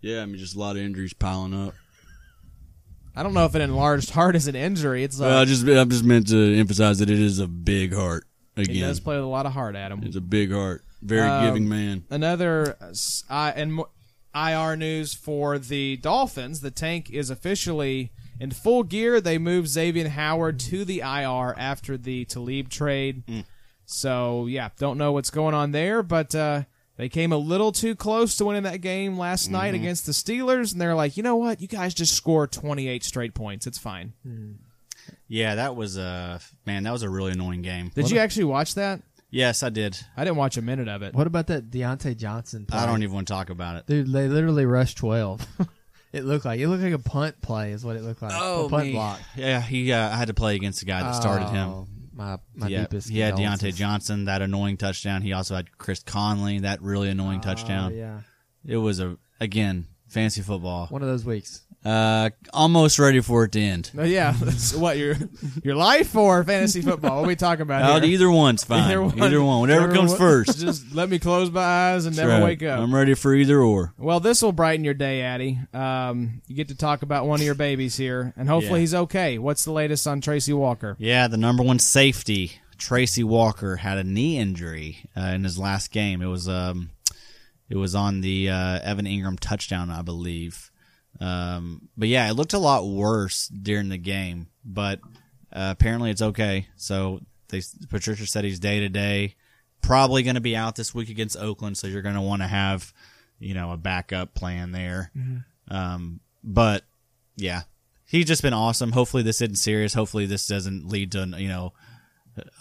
Speaker 5: yeah, I mean, just a lot of injuries piling up.
Speaker 2: I don't know if an enlarged heart is an injury. It's uh, like
Speaker 5: Well, I just I just meant to emphasize that it is a big heart.
Speaker 2: he
Speaker 5: Again,
Speaker 2: does play with a lot of heart, Adam.
Speaker 5: it's a big heart, very
Speaker 2: Um,
Speaker 5: giving man.
Speaker 2: Another uh, s- I and mo- IR news for the Dolphins. The tank is officially in full gear. They moved Xavier Howard to the IR after the Talib trade.
Speaker 5: Mm.
Speaker 2: So yeah, don't know what's going on there, but uh, they came a little too close to winning that game last
Speaker 5: Mm-hmm.
Speaker 2: night against the Steelers, and they're like, you know what, you guys just score twenty eight straight points. It's fine.
Speaker 3: Yeah, that was a man. That was a really annoying game.
Speaker 2: Did you actually watch that?
Speaker 3: Yes, I did.
Speaker 2: I didn't watch a minute of it.
Speaker 4: What about that Deontay Johnson play?
Speaker 3: I don't even want to talk about it.
Speaker 4: Dude, they literally rushed twelve. it looked like it looked like a punt play is what it looked like.
Speaker 2: Oh,
Speaker 4: a punt block.
Speaker 3: Yeah, he. Uh, I had to play against the guy that started him.
Speaker 4: Oh, My my
Speaker 3: yeah,
Speaker 4: deepest.
Speaker 3: he had Deontay
Speaker 4: condolences.
Speaker 3: Johnson that annoying touchdown. He also had Chris Conley that really annoying touchdown.
Speaker 4: Oh, yeah,
Speaker 3: It was a again fancy football.
Speaker 4: one of those weeks.
Speaker 3: Uh, almost ready for it to end.
Speaker 2: No, yeah, that's what your your life or fantasy football? What are we talking about?
Speaker 3: Out
Speaker 2: here?
Speaker 3: either one's fine.
Speaker 2: Either
Speaker 3: Either
Speaker 2: one.
Speaker 3: one, whatever
Speaker 2: Whatever
Speaker 3: comes
Speaker 2: one-
Speaker 3: first.
Speaker 2: Just let me close my eyes and
Speaker 5: That's
Speaker 2: never
Speaker 5: right.
Speaker 2: wake up.
Speaker 5: I'm ready for either or.
Speaker 2: well, this will brighten your day, Addy. Um, you get to talk about one of your babies here, and hopefully
Speaker 3: Yeah.
Speaker 2: he's okay. What's the latest on Tracy Walker?
Speaker 3: Yeah, the number one safety, Tracy Walker, had a knee injury uh, in his last game. It was um, it was on the uh, Evan Ingram touchdown, I believe. Um, but yeah, it looked a lot worse during the game, but uh, apparently it's okay. So they Patricia said he's day to day, probably going to be out this week against Oakland. So you're going to want to have, you know, a backup plan there. Um, but yeah, he's just been awesome. Hopefully this isn't serious. Hopefully this doesn't lead to you know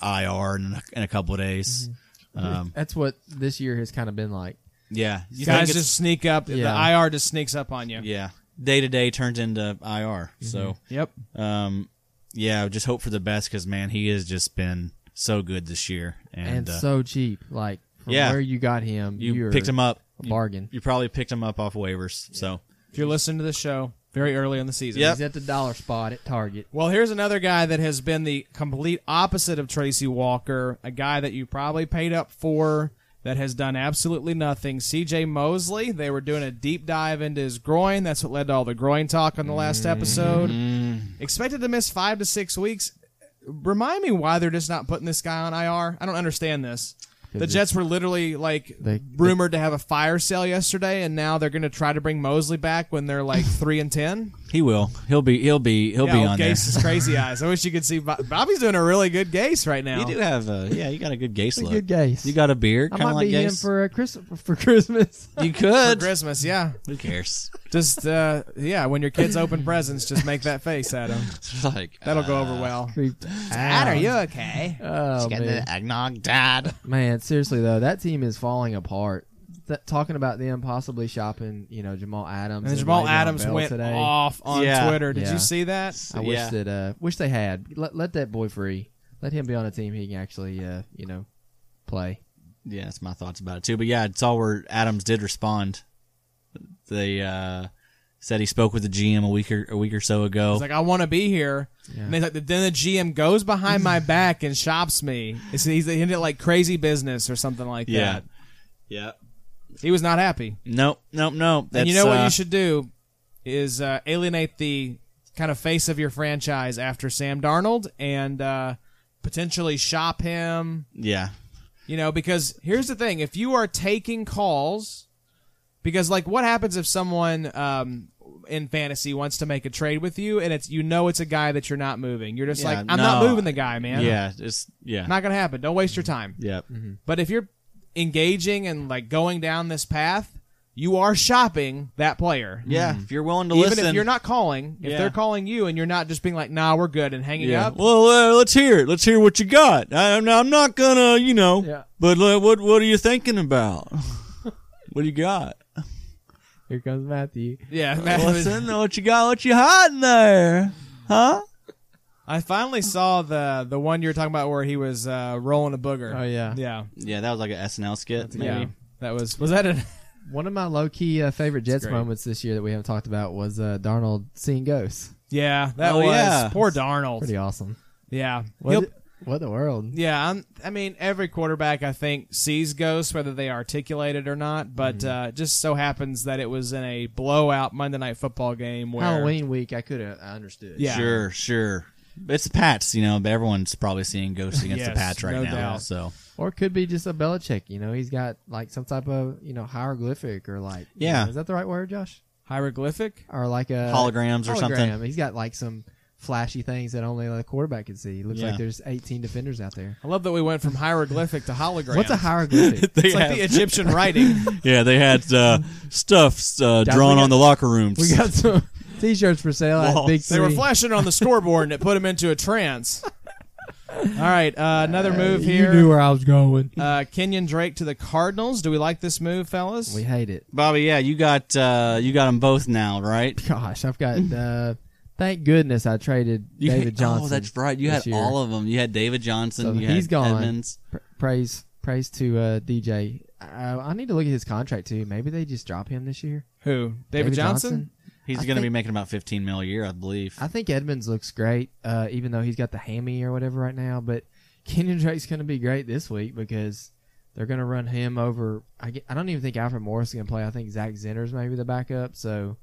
Speaker 3: IR in, in a couple of days.
Speaker 4: Mm-hmm.
Speaker 3: Um,
Speaker 4: That's what this year has kind of been like.
Speaker 3: yeah, you think
Speaker 2: Guys
Speaker 3: it's-
Speaker 2: just sneak up.
Speaker 4: Yeah.
Speaker 2: The IR just sneaks up on you.
Speaker 3: yeah day to day turns into IR.
Speaker 4: Mm-hmm.
Speaker 3: So
Speaker 2: Yep.
Speaker 3: um, yeah, just hope for the best because man, he has just been so good this year, and,
Speaker 4: and
Speaker 3: uh,
Speaker 4: so cheap. Like from
Speaker 3: yeah.
Speaker 4: where you got him,
Speaker 3: you
Speaker 4: are
Speaker 3: picked him up.
Speaker 4: a bargain.
Speaker 3: You probably picked him up off waivers. So
Speaker 2: If you're listening to the show very early in the season,
Speaker 3: Yep.
Speaker 4: He's at the dollar spot at Target.
Speaker 2: Well, here's another guy that has been the complete opposite of Tracy Walker, a guy that you probably paid up for that has done absolutely nothing. CJ Mosley, they were doing a deep dive into his groin. That's what led to all the groin talk on the
Speaker 4: Mm-hmm.
Speaker 2: last episode. Expected to miss five to six weeks. Remind me why they're just not putting this guy on IR. I don't understand this. The Jets were literally like
Speaker 4: They-
Speaker 2: rumored to have a fire sale yesterday, and now they're going to try to bring Mosley back when they're like three and ten.
Speaker 3: he will. He'll be. He'll be. He'll
Speaker 2: Yeah,
Speaker 3: be
Speaker 2: old
Speaker 3: on
Speaker 2: Gase is crazy eyes. I wish you could see Bob- Bobby's doing a really good Gase right now.
Speaker 3: there. You do have a yeah. You got a good Gase
Speaker 4: A
Speaker 3: look.
Speaker 4: good Gase.
Speaker 3: You got a beard,
Speaker 4: I
Speaker 3: kind of
Speaker 4: might
Speaker 3: like
Speaker 4: be him
Speaker 3: Gase.
Speaker 4: for a Christmas. For Christmas.
Speaker 3: you
Speaker 2: for
Speaker 3: could.
Speaker 2: Christmas, yeah.
Speaker 3: Who cares?
Speaker 2: Just uh, yeah, when your kids open presents, just make that face at them.
Speaker 3: like uh,
Speaker 2: That'll go over well.
Speaker 4: Creeped
Speaker 2: Dad, are
Speaker 4: out.
Speaker 2: you okay?
Speaker 4: Oh, man.
Speaker 3: eggnog, Dad.
Speaker 4: Man, seriously though, that team is falling apart. That, talking about them possibly shopping, you know, Jamal Adams.
Speaker 2: And Jamal
Speaker 4: Le'Veon
Speaker 2: Adams
Speaker 4: Bell
Speaker 2: went
Speaker 4: today.
Speaker 2: off on
Speaker 3: Yeah.
Speaker 2: Twitter. Did
Speaker 4: Yeah.
Speaker 2: you see that?
Speaker 4: I wish
Speaker 3: Yeah.
Speaker 4: that uh wish they had. Let, let that boy free. Let him be on a team he can actually uh, you know, play.
Speaker 3: Yeah, that's my thoughts about it too. But yeah, it's all where Adams did respond. They uh, said he spoke with the GM a week or a week or so ago.
Speaker 2: He's like, I want to be here.
Speaker 4: Yeah.
Speaker 2: And he's like, then the GM goes behind my back and shops me. It's, he's he did it like crazy business or something like
Speaker 3: yeah,
Speaker 2: that.
Speaker 3: yeah.
Speaker 2: He was not happy.
Speaker 3: Nope, nope, nope.
Speaker 2: And you
Speaker 3: That's,
Speaker 2: know what
Speaker 3: uh,
Speaker 2: you should do is uh, alienate the kind of face of your franchise after Sam Darnold and uh, potentially shop him.
Speaker 3: Yeah,
Speaker 2: You know, because here's the thing: if you are taking calls, because like, what happens if someone um, in fantasy wants to make a trade with you, and it's you know it's a guy that you're not moving. You're just
Speaker 3: Yeah,
Speaker 2: like, I'm not
Speaker 3: no.
Speaker 2: moving the guy, man.
Speaker 3: yeah. It's yeah,
Speaker 2: not gonna happen. Don't waste your time.
Speaker 3: yeah.
Speaker 2: But if you're engaging and like going down this path, you are shopping that player
Speaker 3: Yeah, if you're willing to
Speaker 2: Mm. even
Speaker 3: listen,
Speaker 2: if you're not calling, if
Speaker 3: Yeah.
Speaker 2: they're calling you and you're not just being like, "Nah, we're good," and hanging
Speaker 3: Yeah.
Speaker 2: up.
Speaker 5: Well, uh, let's hear it. Let's hear what you got. I, I'm, I'm not gonna, you know.
Speaker 4: Yeah.
Speaker 5: But uh, what what are you thinking about? what do you got?
Speaker 4: Here comes Matthew.
Speaker 2: yeah, that
Speaker 5: What's
Speaker 2: was-
Speaker 5: in there? What you got? What you hiding there? Huh?
Speaker 2: I finally saw the the one you were talking about where he was uh, rolling a booger.
Speaker 4: Oh yeah.
Speaker 2: yeah,
Speaker 3: yeah, that was like an SNL skit. Maybe.
Speaker 2: yeah. That was was that an
Speaker 4: One of my low key uh, favorite Jets
Speaker 2: great.
Speaker 4: moments this year that we haven't talked about was uh, Darnold seeing ghosts.
Speaker 2: Yeah, that
Speaker 3: Oh,
Speaker 2: was
Speaker 3: yeah.
Speaker 2: poor Darnold.
Speaker 4: Pretty awesome.
Speaker 2: yeah,
Speaker 4: What,
Speaker 2: He'll-
Speaker 4: what the world?
Speaker 2: yeah. I'm, I mean, every quarterback I think sees ghosts, whether they articulate it or not. But uh, it just so happens that it was in a blowout Monday Night Football game where
Speaker 4: Halloween week, I could have I understood.
Speaker 2: Yeah.
Speaker 3: Sure, sure. It's the Pats, you know. but Everyone's probably seeing ghosts against
Speaker 2: Yes,
Speaker 3: the Pats right
Speaker 2: no
Speaker 3: now.
Speaker 2: doubt.
Speaker 3: So
Speaker 4: Or it could be just a Belichick. You know, he's got like some type of you know hieroglyphic or like you
Speaker 3: Yeah.
Speaker 4: know, is that the right word, Josh?
Speaker 2: hieroglyphic.
Speaker 4: Or like
Speaker 2: Uh,
Speaker 4: a
Speaker 3: holograms or something.
Speaker 4: hologram. He's got like some flashy things that only the quarterback can see. Looks
Speaker 3: Yeah.
Speaker 4: like there's 18 defenders out there.
Speaker 2: I love that we went from hieroglyphic to hologram.
Speaker 4: What's a hieroglyphic?
Speaker 3: They
Speaker 2: It's like
Speaker 3: have-
Speaker 2: the Egyptian writing.
Speaker 5: Yeah, they had uh, stuff uh,
Speaker 4: Guys,
Speaker 5: drawn
Speaker 4: we got-
Speaker 5: on the locker rooms.
Speaker 4: we got some t-shirts for sale at
Speaker 5: Walls.
Speaker 4: Big
Speaker 2: They were
Speaker 4: Three.
Speaker 2: flashing on the scoreboard, and it put him into a trance. All right, uh, another move
Speaker 4: You knew
Speaker 2: here.
Speaker 4: where I was going.
Speaker 2: Uh, Kenyon Drake to the Cardinals. Do we like this move, fellas?
Speaker 4: We hate it.
Speaker 3: Bobby, yeah, you got uh, you got them both now, right?
Speaker 4: Gosh, I've got. Uh, thank goodness I traded
Speaker 3: You
Speaker 4: David Johnson.
Speaker 3: Oh, that's right. You had
Speaker 4: this year.
Speaker 3: all of them. You had David Johnson.
Speaker 4: So
Speaker 3: you
Speaker 4: he's
Speaker 3: had
Speaker 4: gone.
Speaker 3: Evans.
Speaker 4: Pr- praise, praise to uh, DJ. I, I need to look at his contract too. Maybe they just drop him this year.
Speaker 2: Who? David, Johnson?
Speaker 3: He's
Speaker 4: I
Speaker 3: going to be
Speaker 4: think-
Speaker 3: making about fifteen mil a year, I believe.
Speaker 4: I think Edmonds looks great, uh, even though he's got the hammy or whatever right now. But Kenyon Drake's going to be great this week because they're going to run him over. I, ge- I don't even think Alfred Morris is going to play. I think Zach Zinner's maybe the backup. So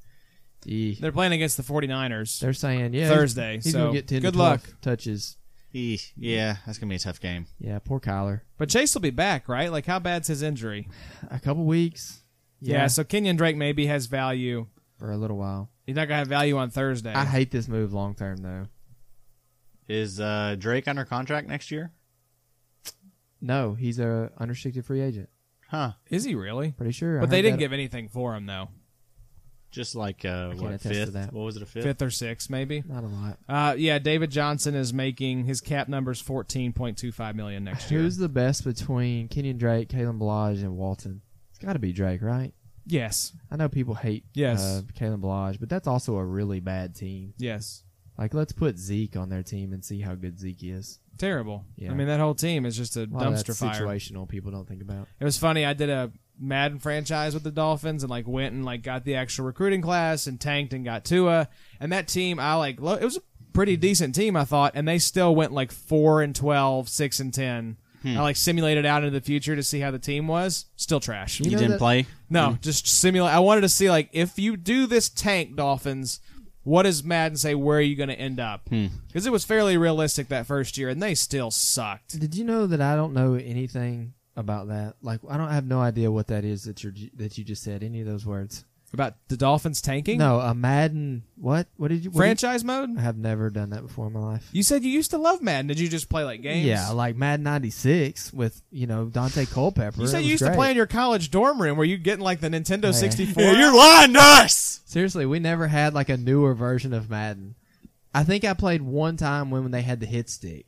Speaker 4: eh.
Speaker 2: They're playing against the 49ers.
Speaker 4: they're saying, yeah,
Speaker 2: Thursday,
Speaker 4: He's, he's
Speaker 2: so
Speaker 4: going to get ten. to
Speaker 2: good
Speaker 4: 12
Speaker 2: luck.
Speaker 4: touches.
Speaker 3: Eh, yeah, that's going to be a tough game.
Speaker 4: Yeah, poor Kyler.
Speaker 2: But Chase will be back, right? Like, how bad's his injury?
Speaker 4: A couple weeks.
Speaker 2: Yeah. so Kenyon Drake maybe has value.
Speaker 4: for a little while.
Speaker 2: He's not going to have value on Thursday.
Speaker 4: I hate this move long term though.
Speaker 3: Is uh, Drake under contract next year?
Speaker 4: No, he's a unrestricted free agent.
Speaker 3: Huh?
Speaker 2: Is he really?
Speaker 4: Pretty sure. I
Speaker 2: But they
Speaker 4: heard
Speaker 2: didn't
Speaker 4: that-
Speaker 2: give anything for him, though.
Speaker 3: Just like uh,
Speaker 4: can't
Speaker 3: what
Speaker 4: attest to
Speaker 3: fifth?
Speaker 4: that.
Speaker 3: What was it? A fifth?
Speaker 2: Fifth or sixth, maybe.
Speaker 4: not a lot.
Speaker 2: Uh, yeah, David Johnson is making his cap numbers fourteen point two five million next year.
Speaker 4: Who's the best between Kenyon Drake, Kalen Balaj, and Walton? It's got to be Drake, right?
Speaker 2: yes,
Speaker 4: I know people hate
Speaker 2: Yes.
Speaker 4: uh, Kalen Balaj, but that's also a really bad team.
Speaker 2: yes,
Speaker 4: Like, let's put Zeke on their team and see how good Zeke is.
Speaker 2: terrible.
Speaker 4: Yeah.
Speaker 2: I mean, that whole team is just a
Speaker 4: A lot of
Speaker 2: dumpster
Speaker 4: that's
Speaker 2: fire.
Speaker 4: situational. People don't think about.
Speaker 2: It was funny. I did a Madden franchise with the Dolphins and like went and like got the actual recruiting class and tanked and got Tua. And that team, I like lo- it was a pretty
Speaker 4: Hmm.
Speaker 2: decent team, I thought, and they still went like four and 12, 6 and ten.
Speaker 4: Hmm.
Speaker 2: I like simulated out into the future to see how the team was. Still trash.
Speaker 3: You
Speaker 4: know
Speaker 3: didn't
Speaker 4: that-
Speaker 3: play.
Speaker 2: No,
Speaker 4: Mm-hmm.
Speaker 2: just simulate. I wanted to see like if you do this tank Dolphins, what does Madden say? Where are you going to end up?
Speaker 4: Hmm.
Speaker 2: Because it was fairly realistic that first year, and they still sucked.
Speaker 4: Did you know that I don't know anything about that? Like, I don't I have no idea what that is that you are that you just said. Any of those words?
Speaker 2: About the Dolphins tanking?
Speaker 4: No, a Madden. What? What did you? what did you-
Speaker 2: franchise mode.
Speaker 4: I have never done that before in my life.
Speaker 2: You said you used to love Madden. Did you just play like games?
Speaker 4: Yeah, like Mad '96 with you know Dante Culpepper.
Speaker 2: You
Speaker 4: It
Speaker 2: said
Speaker 4: was
Speaker 2: you used to
Speaker 4: great. Oh,
Speaker 2: play in your college dorm room. Were you getting like the Nintendo 64?
Speaker 5: Yeah, you're lying to us.
Speaker 4: Seriously, we never had like a newer version of Madden. I think I played one time when they had the hit stick,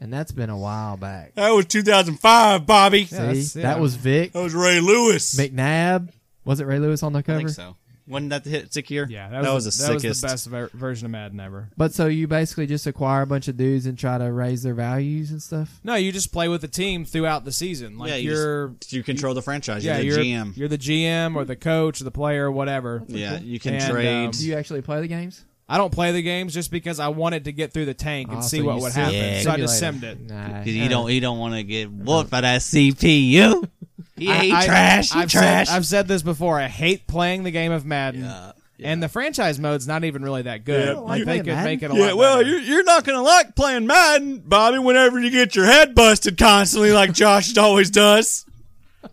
Speaker 4: and that's been a while back.
Speaker 5: That was 2005, Bobby.
Speaker 2: Yeah, that's-
Speaker 4: See,
Speaker 2: yeah.
Speaker 4: that was Vic
Speaker 5: That was Ray Lewis.
Speaker 4: McNabb. Was it Ray Lewis on the cover?
Speaker 3: I think so. Wasn't that the hit sick year?
Speaker 2: Yeah,
Speaker 3: that was,
Speaker 2: the,
Speaker 3: the
Speaker 2: that was
Speaker 3: sickest.
Speaker 2: the best ver- version of Madden ever.
Speaker 4: But so you basically just acquire a bunch of dudes and try to raise their values and stuff.
Speaker 2: No, you just play with the team throughout the season. Like
Speaker 3: yeah, you
Speaker 2: you're,
Speaker 3: just- you control the franchise.
Speaker 2: yeah,
Speaker 3: you're
Speaker 2: you're
Speaker 3: the GM.
Speaker 2: You're the GM or the coach or the player, whatever.
Speaker 3: yeah, you can
Speaker 2: And,
Speaker 3: trade.
Speaker 2: um,
Speaker 4: Do you actually play the games?
Speaker 2: I don't play the games just because I wanted to get through the tank and
Speaker 4: Oh,
Speaker 2: see
Speaker 4: so
Speaker 2: what
Speaker 4: you
Speaker 2: would
Speaker 4: sim-
Speaker 2: happen.
Speaker 3: Yeah.
Speaker 2: So I just
Speaker 4: simulated.
Speaker 2: simmed it.
Speaker 4: Nah,
Speaker 3: Because you
Speaker 4: uh,
Speaker 3: don't you don't want to get whooped by that CPU. Yeah, he trash. He
Speaker 2: I've
Speaker 3: trash.
Speaker 2: Said, I've said this before. I hate playing the game of Madden.
Speaker 3: Yeah,
Speaker 2: And the franchise mode's not even really that good. like
Speaker 5: Yeah. I don't like
Speaker 2: they
Speaker 4: playing
Speaker 2: could
Speaker 4: Madden.
Speaker 2: make it a
Speaker 5: Yeah,
Speaker 2: lot
Speaker 5: well,
Speaker 2: better.
Speaker 5: you're, you're not going to like playing Madden, Bobby, whenever you get your head busted constantly like Josh always does.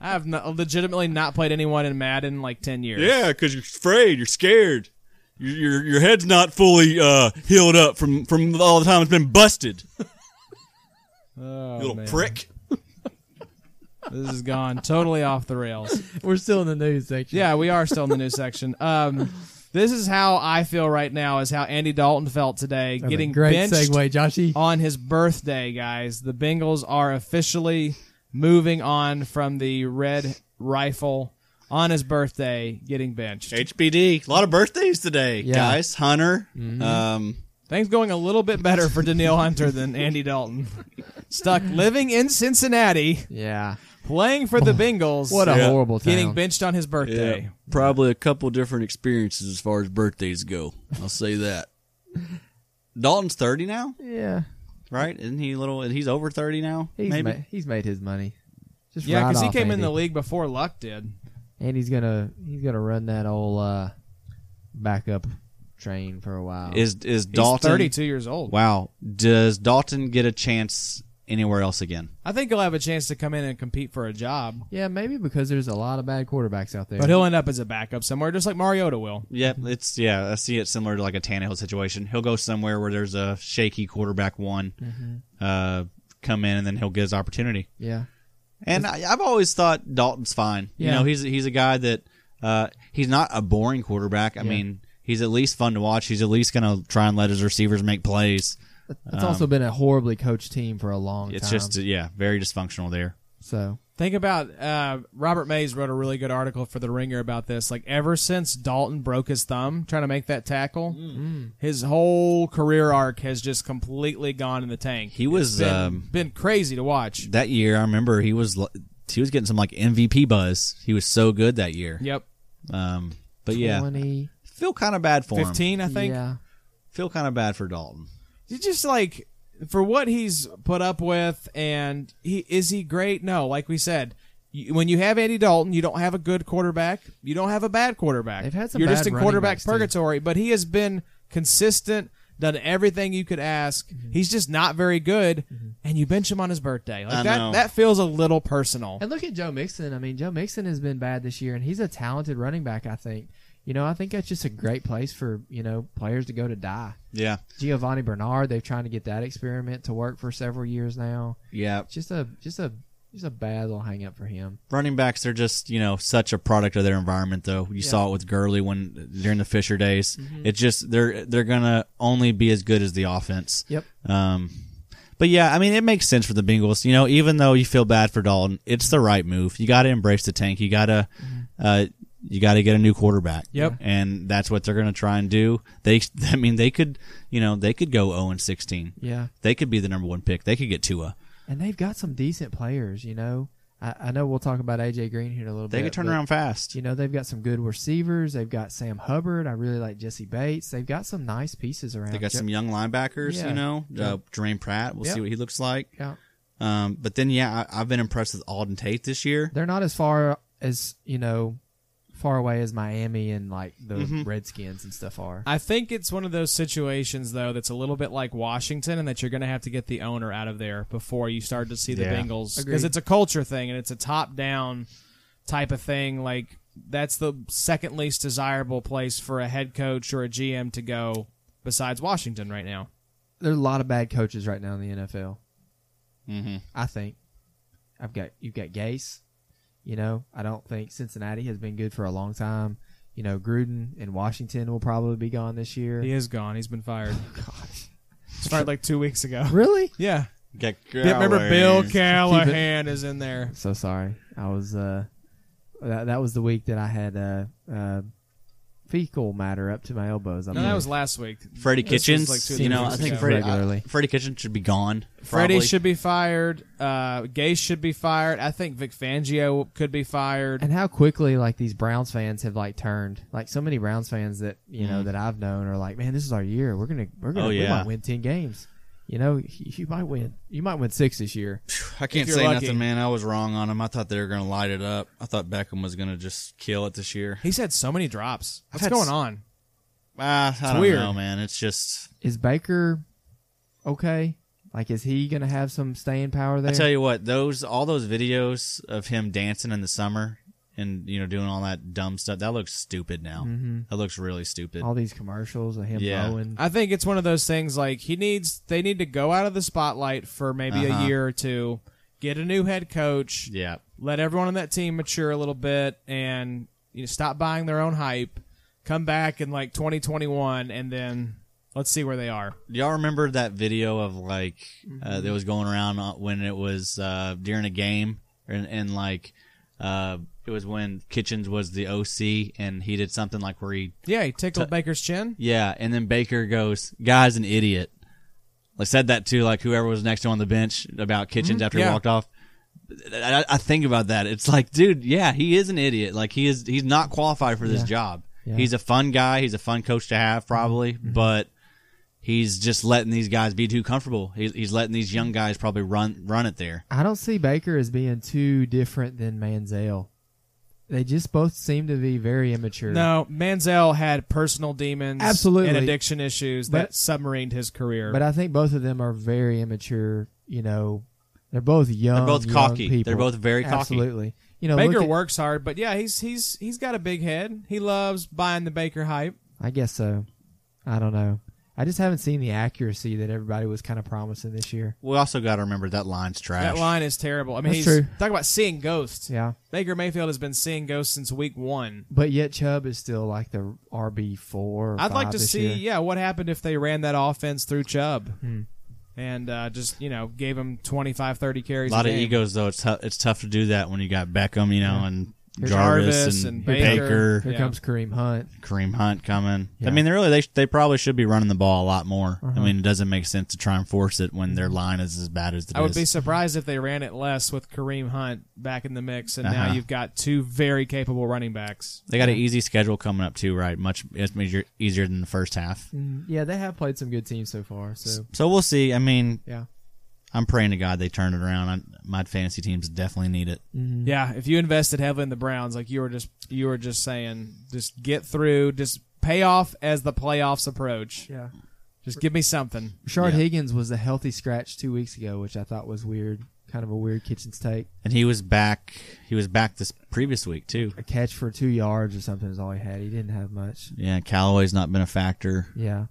Speaker 2: I have no, legitimately not played anyone in Madden in like 10 years.
Speaker 5: Yeah, because you're afraid, you're scared. Your, your, your head's not fully uh, healed up from, from all the time it's been busted.
Speaker 2: Oh,
Speaker 5: you little
Speaker 2: man.
Speaker 5: prick.
Speaker 2: This is gone totally off the rails.
Speaker 4: We're still in the news section.
Speaker 2: Yeah, we are still in the news section. Um, this is how I feel right now is how Andy Dalton felt today
Speaker 4: That was a
Speaker 2: getting
Speaker 4: great
Speaker 2: benched
Speaker 4: segue, Joshy.
Speaker 2: on his birthday, guys. The Bengals are officially moving on from the red rifle on his birthday getting benched.
Speaker 3: HBD. A lot of birthdays today,
Speaker 4: Yeah.
Speaker 3: guys. Hunter. Um,
Speaker 2: Things going a little bit better for Daniil Hunter than Andy Dalton. Stuck living in Cincinnati
Speaker 4: Yeah.
Speaker 2: playing for the Bengals.
Speaker 4: What a
Speaker 5: Yeah.
Speaker 4: horrible town.
Speaker 2: getting benched on his birthday.
Speaker 5: Probably a couple different experiences as far as birthdays go.
Speaker 3: I'll say that. Dalton's thirty now,
Speaker 4: yeah,
Speaker 3: right? Isn't he a little? He's over thirty now.
Speaker 4: he's
Speaker 3: maybe.
Speaker 4: ma- he's made his money. Just
Speaker 2: Yeah,
Speaker 4: because
Speaker 2: because he came in the league before Luck did.
Speaker 4: and he's gonna he's gonna run that old uh, backup train for a while.
Speaker 3: Is
Speaker 2: He's
Speaker 3: is Dalton?
Speaker 2: 32 years old.
Speaker 3: Wow. Does Dalton get a chance anywhere else again?
Speaker 2: I think he'll have a chance to come in and compete for a job,
Speaker 4: yeah, maybe because there's a lot of bad quarterbacks out there.
Speaker 2: but he'll end up as a backup somewhere, just like Mariota will.
Speaker 3: Yep, it's yeah. I see it similar to like a Tannehill situation. He'll go somewhere where there's a shaky quarterback one, uh, come in and then he'll get his opportunity.
Speaker 4: yeah,
Speaker 3: And I, I've always thought Dalton's fine. You
Speaker 4: Yeah.
Speaker 3: know, he's he's a guy that uh, he's not a boring quarterback. I
Speaker 4: Yeah.
Speaker 3: mean, he's at least fun to watch. He's at least gonna try and let his receivers make plays.
Speaker 4: it's also been a horribly coached team for a long
Speaker 3: It's
Speaker 4: time.
Speaker 3: just yeah, very dysfunctional there.
Speaker 4: so
Speaker 2: Think about uh, Robert Mays wrote a really good article for The Ringer about this. Like ever since Dalton broke his thumb trying to make that tackle, his whole career arc has just completely gone in the tank.
Speaker 3: He was
Speaker 2: been,
Speaker 3: um,
Speaker 2: been crazy to watch.
Speaker 3: that year. I remember he was l- he was getting some like MVP buzz. He was so good that year.
Speaker 2: Yep,
Speaker 3: Um, but yeah,
Speaker 4: 20,
Speaker 3: feel kind of bad for him.
Speaker 2: fifteen, I think.
Speaker 4: yeah,
Speaker 3: Feel kind of bad for Dalton.
Speaker 2: He's just like for what he's put up with, and he is he great? No, like we said. you- When you have Andy Dalton, you don't have a good quarterback. You don't have a bad quarterback.
Speaker 4: They've had some
Speaker 2: You're
Speaker 4: bad
Speaker 2: just in
Speaker 4: running
Speaker 2: quarterback
Speaker 4: backs, too.
Speaker 2: purgatory. But he has been consistent, done everything you could ask.
Speaker 4: Mm-hmm.
Speaker 2: He's just not very good, and you bench him on his birthday. Like
Speaker 3: I
Speaker 2: that,
Speaker 3: know.
Speaker 2: that feels a little personal.
Speaker 4: And look at Joe Mixon. I mean, Joe Mixon has been bad this year, and he's a talented running back. I think. You know, I think that's just a great place for you know players to go to die.
Speaker 3: Yeah,
Speaker 4: Giovanni Bernard, they've trying to get that experiment to work for several years now.
Speaker 3: yeah.
Speaker 4: Just a just a just a bad little hang up for him.
Speaker 3: Running backs are just you know such a product of their environment, though. You saw it with Gurley when during the Fisher days.
Speaker 4: Mm-hmm.
Speaker 3: It's just they're they're gonna only be as good as the offense.
Speaker 4: Yep.
Speaker 3: Um, but yeah, I mean, it makes sense for the Bengals. You know, even though you feel bad for Dalton, it's the right move. You got to embrace the tank. You gotta,
Speaker 4: Mm-hmm.
Speaker 3: uh, you got to get a new quarterback.
Speaker 2: Yep.
Speaker 3: And that's what they're going to try and do. They, I mean, they could, you know, they could go zero and sixteen.
Speaker 4: Yeah.
Speaker 3: They could be the number one pick. They could get Tua.
Speaker 4: And they've got some decent players, you know. I, I know we'll talk about AJ Green here in a little
Speaker 3: They
Speaker 4: bit.
Speaker 3: could turn
Speaker 4: but,
Speaker 3: around fast.
Speaker 4: You know, they've got some good receivers. They've got Sam Hubbard. I really like Jesse Bates. They've got some nice pieces around.
Speaker 3: They got
Speaker 4: Ju-
Speaker 3: some young linebackers.
Speaker 4: Yeah.
Speaker 3: You know,
Speaker 4: Yeah.
Speaker 3: uh, Jermaine Pratt. We'll
Speaker 4: Yeah.
Speaker 3: see what he looks like.
Speaker 4: Yeah.
Speaker 3: Um, but then, yeah, I, I've been impressed with Alden Tate this year.
Speaker 4: They're not as far as, you know, far away as Miami and like the
Speaker 3: Mm-hmm.
Speaker 4: Redskins and stuff are.
Speaker 2: I think it's one of those situations though that's a little bit like Washington, and that you're going to have to get the owner out of there before you start to see the
Speaker 3: Yeah.
Speaker 2: Bengals because
Speaker 4: Agreed.
Speaker 2: it's a culture thing and it's a top down type of thing. Like that's the second least desirable place for a head coach or a GM to go besides Washington right now.
Speaker 4: There are a lot of bad coaches right now in the NFL.
Speaker 3: Mm-hmm.
Speaker 4: I think. I've got you've got Gase. You know, I don't think Cincinnati has been good for a long time. You know, Gruden and Washington will probably be gone this year.
Speaker 2: He is gone. He's been fired. Started like two weeks ago.
Speaker 4: Really?
Speaker 2: Yeah. Remember Bill Callahan is in there.
Speaker 4: So sorry. I was uh that, that was the week that I had uh uh fecal matter up to my elbows. I
Speaker 2: No, that was last week.
Speaker 3: Freddie
Speaker 2: This was
Speaker 3: Kitchens.
Speaker 2: like two or
Speaker 3: you
Speaker 2: three
Speaker 3: know, I
Speaker 2: weeks
Speaker 3: think
Speaker 2: ago.
Speaker 3: Freddie,
Speaker 4: Regularly.
Speaker 3: I- Freddie Kitchens should be gone.
Speaker 2: Freddie
Speaker 3: probably.
Speaker 2: should be fired. Uh, Gase should be fired. I think Vic Fangio could be fired.
Speaker 4: and how quickly like these Browns fans have like turned. Like so many Browns fans that you know that I've known are like, man, this is our year. We're gonna we're gonna
Speaker 3: Mm-hmm. Oh,
Speaker 4: we
Speaker 3: yeah.
Speaker 4: might win ten games. You know, you might win. You might win six this year.
Speaker 3: I
Speaker 2: if
Speaker 3: can't
Speaker 2: you're
Speaker 3: say
Speaker 2: lucky.
Speaker 3: nothing, man. I was wrong on him. I thought they were going to light it up. I thought Beckham was going to just kill it this year.
Speaker 2: He's had so many drops. What's
Speaker 3: had
Speaker 2: going
Speaker 3: s-
Speaker 2: on?
Speaker 3: Ah, I don't
Speaker 2: weird.
Speaker 3: know, man. It's just.
Speaker 4: Is Baker okay? Like, is he gonna have some staying power there?
Speaker 3: I tell you what, those all those videos of him dancing in the summer and you know doing all that dumb stuff that looks stupid now.
Speaker 2: Mm-hmm.
Speaker 3: That looks really stupid.
Speaker 4: All these commercials of him
Speaker 3: Yeah.
Speaker 4: blowing.
Speaker 2: I think it's one of those things like he needs they need to go out of the spotlight for maybe a year or two, get a new head coach,
Speaker 3: Uh-huh. yeah,
Speaker 2: let everyone on that team mature a little bit and you know, stop buying their own hype, come back in like 2021 and then let's see where they are.
Speaker 3: Do y'all remember that video of like uh, that was going around uh, when it was uh, during a game and, and like uh, it was when Kitchens was the OC and he did something like where he
Speaker 2: Yeah, he tickled Baker's chin.
Speaker 3: Yeah, and then Baker goes, "Guy's an idiot." Like said that to like whoever was next to him on the bench about Kitchens after
Speaker 2: yeah.
Speaker 3: he walked off. I, I think about that. It's like, dude, yeah, he is an idiot. Like he is, he's not qualified for this job.
Speaker 4: Yeah.
Speaker 3: He's a fun guy. He's a fun coach to have, probably, but he's just letting these guys be too comfortable. He's, he's letting these young guys probably run run it there.
Speaker 4: I don't see Baker as being too different than Manziel. They just both seem to be very immature.
Speaker 2: No, Manziel had personal demons,
Speaker 4: Absolutely.
Speaker 2: and addiction issues that
Speaker 4: But-
Speaker 2: submarined his career.
Speaker 4: But I think both of them are very immature. You know, they're both young.
Speaker 3: They're both
Speaker 4: young
Speaker 3: cocky.
Speaker 4: people.
Speaker 3: They're both very cocky.
Speaker 4: Absolutely. You know,
Speaker 2: Baker
Speaker 4: look at-
Speaker 2: works hard, but yeah, he's he's he's got a big head. He loves buying the Baker hype.
Speaker 4: I guess so. I don't know. I just haven't seen the accuracy that everybody was kind of promising this year.
Speaker 3: We also got to remember that line's trash.
Speaker 2: That line is terrible. I mean, he's
Speaker 4: That's true.
Speaker 2: talking about seeing ghosts.
Speaker 4: Yeah.
Speaker 2: Baker Mayfield has been seeing ghosts since week one.
Speaker 4: But yet Chubb is still like the RB four.
Speaker 2: I'd like to see, yeah, what happened if they ran that offense through Chubb
Speaker 4: Hmm.
Speaker 2: and uh, just you know gave him 25, 30 carries.
Speaker 3: a lot of
Speaker 2: game.
Speaker 3: egos, though. It's tough. It's tough to do that when you got Beckham, you know, and
Speaker 4: Here's
Speaker 3: Jarvis,
Speaker 2: Jarvis
Speaker 3: and,
Speaker 2: and Baker.
Speaker 3: Baker.
Speaker 4: Here
Speaker 2: Yeah.
Speaker 4: comes Kareem Hunt.
Speaker 3: Kareem Hunt coming.
Speaker 4: Yeah.
Speaker 3: I mean, they really they they probably should be running the ball a lot more.
Speaker 2: Uh-huh.
Speaker 3: I mean, it doesn't make sense to try and force it when their line is as bad as it is.
Speaker 2: I would be surprised if they ran it less with Kareem Hunt back in the mix, and now
Speaker 3: Uh-huh.
Speaker 2: you've got two very capable running backs.
Speaker 3: They got an easy schedule coming up too, right? Much it's major, easier than the first half.
Speaker 4: Mm, Yeah, they have played some good teams so far. So
Speaker 3: So we'll see. I mean,
Speaker 4: yeah,
Speaker 3: I'm praying to God they turn it around. I, my fantasy teams definitely need it.
Speaker 2: Yeah, if you invested heavily in the Browns, like you were just you were just saying, just get through, just pay off as the playoffs approach.
Speaker 4: yeah.
Speaker 2: Just give me something.
Speaker 4: Rashard
Speaker 3: Yeah.
Speaker 4: Higgins was a healthy scratch two weeks ago, which I thought was weird. Kind of a weird kitchen's take.
Speaker 3: And he was back. He was back this previous week too.
Speaker 4: A catch for two yards or something is all he had. He didn't have much.
Speaker 3: Yeah, Callaway's not been a factor.
Speaker 4: Yeah,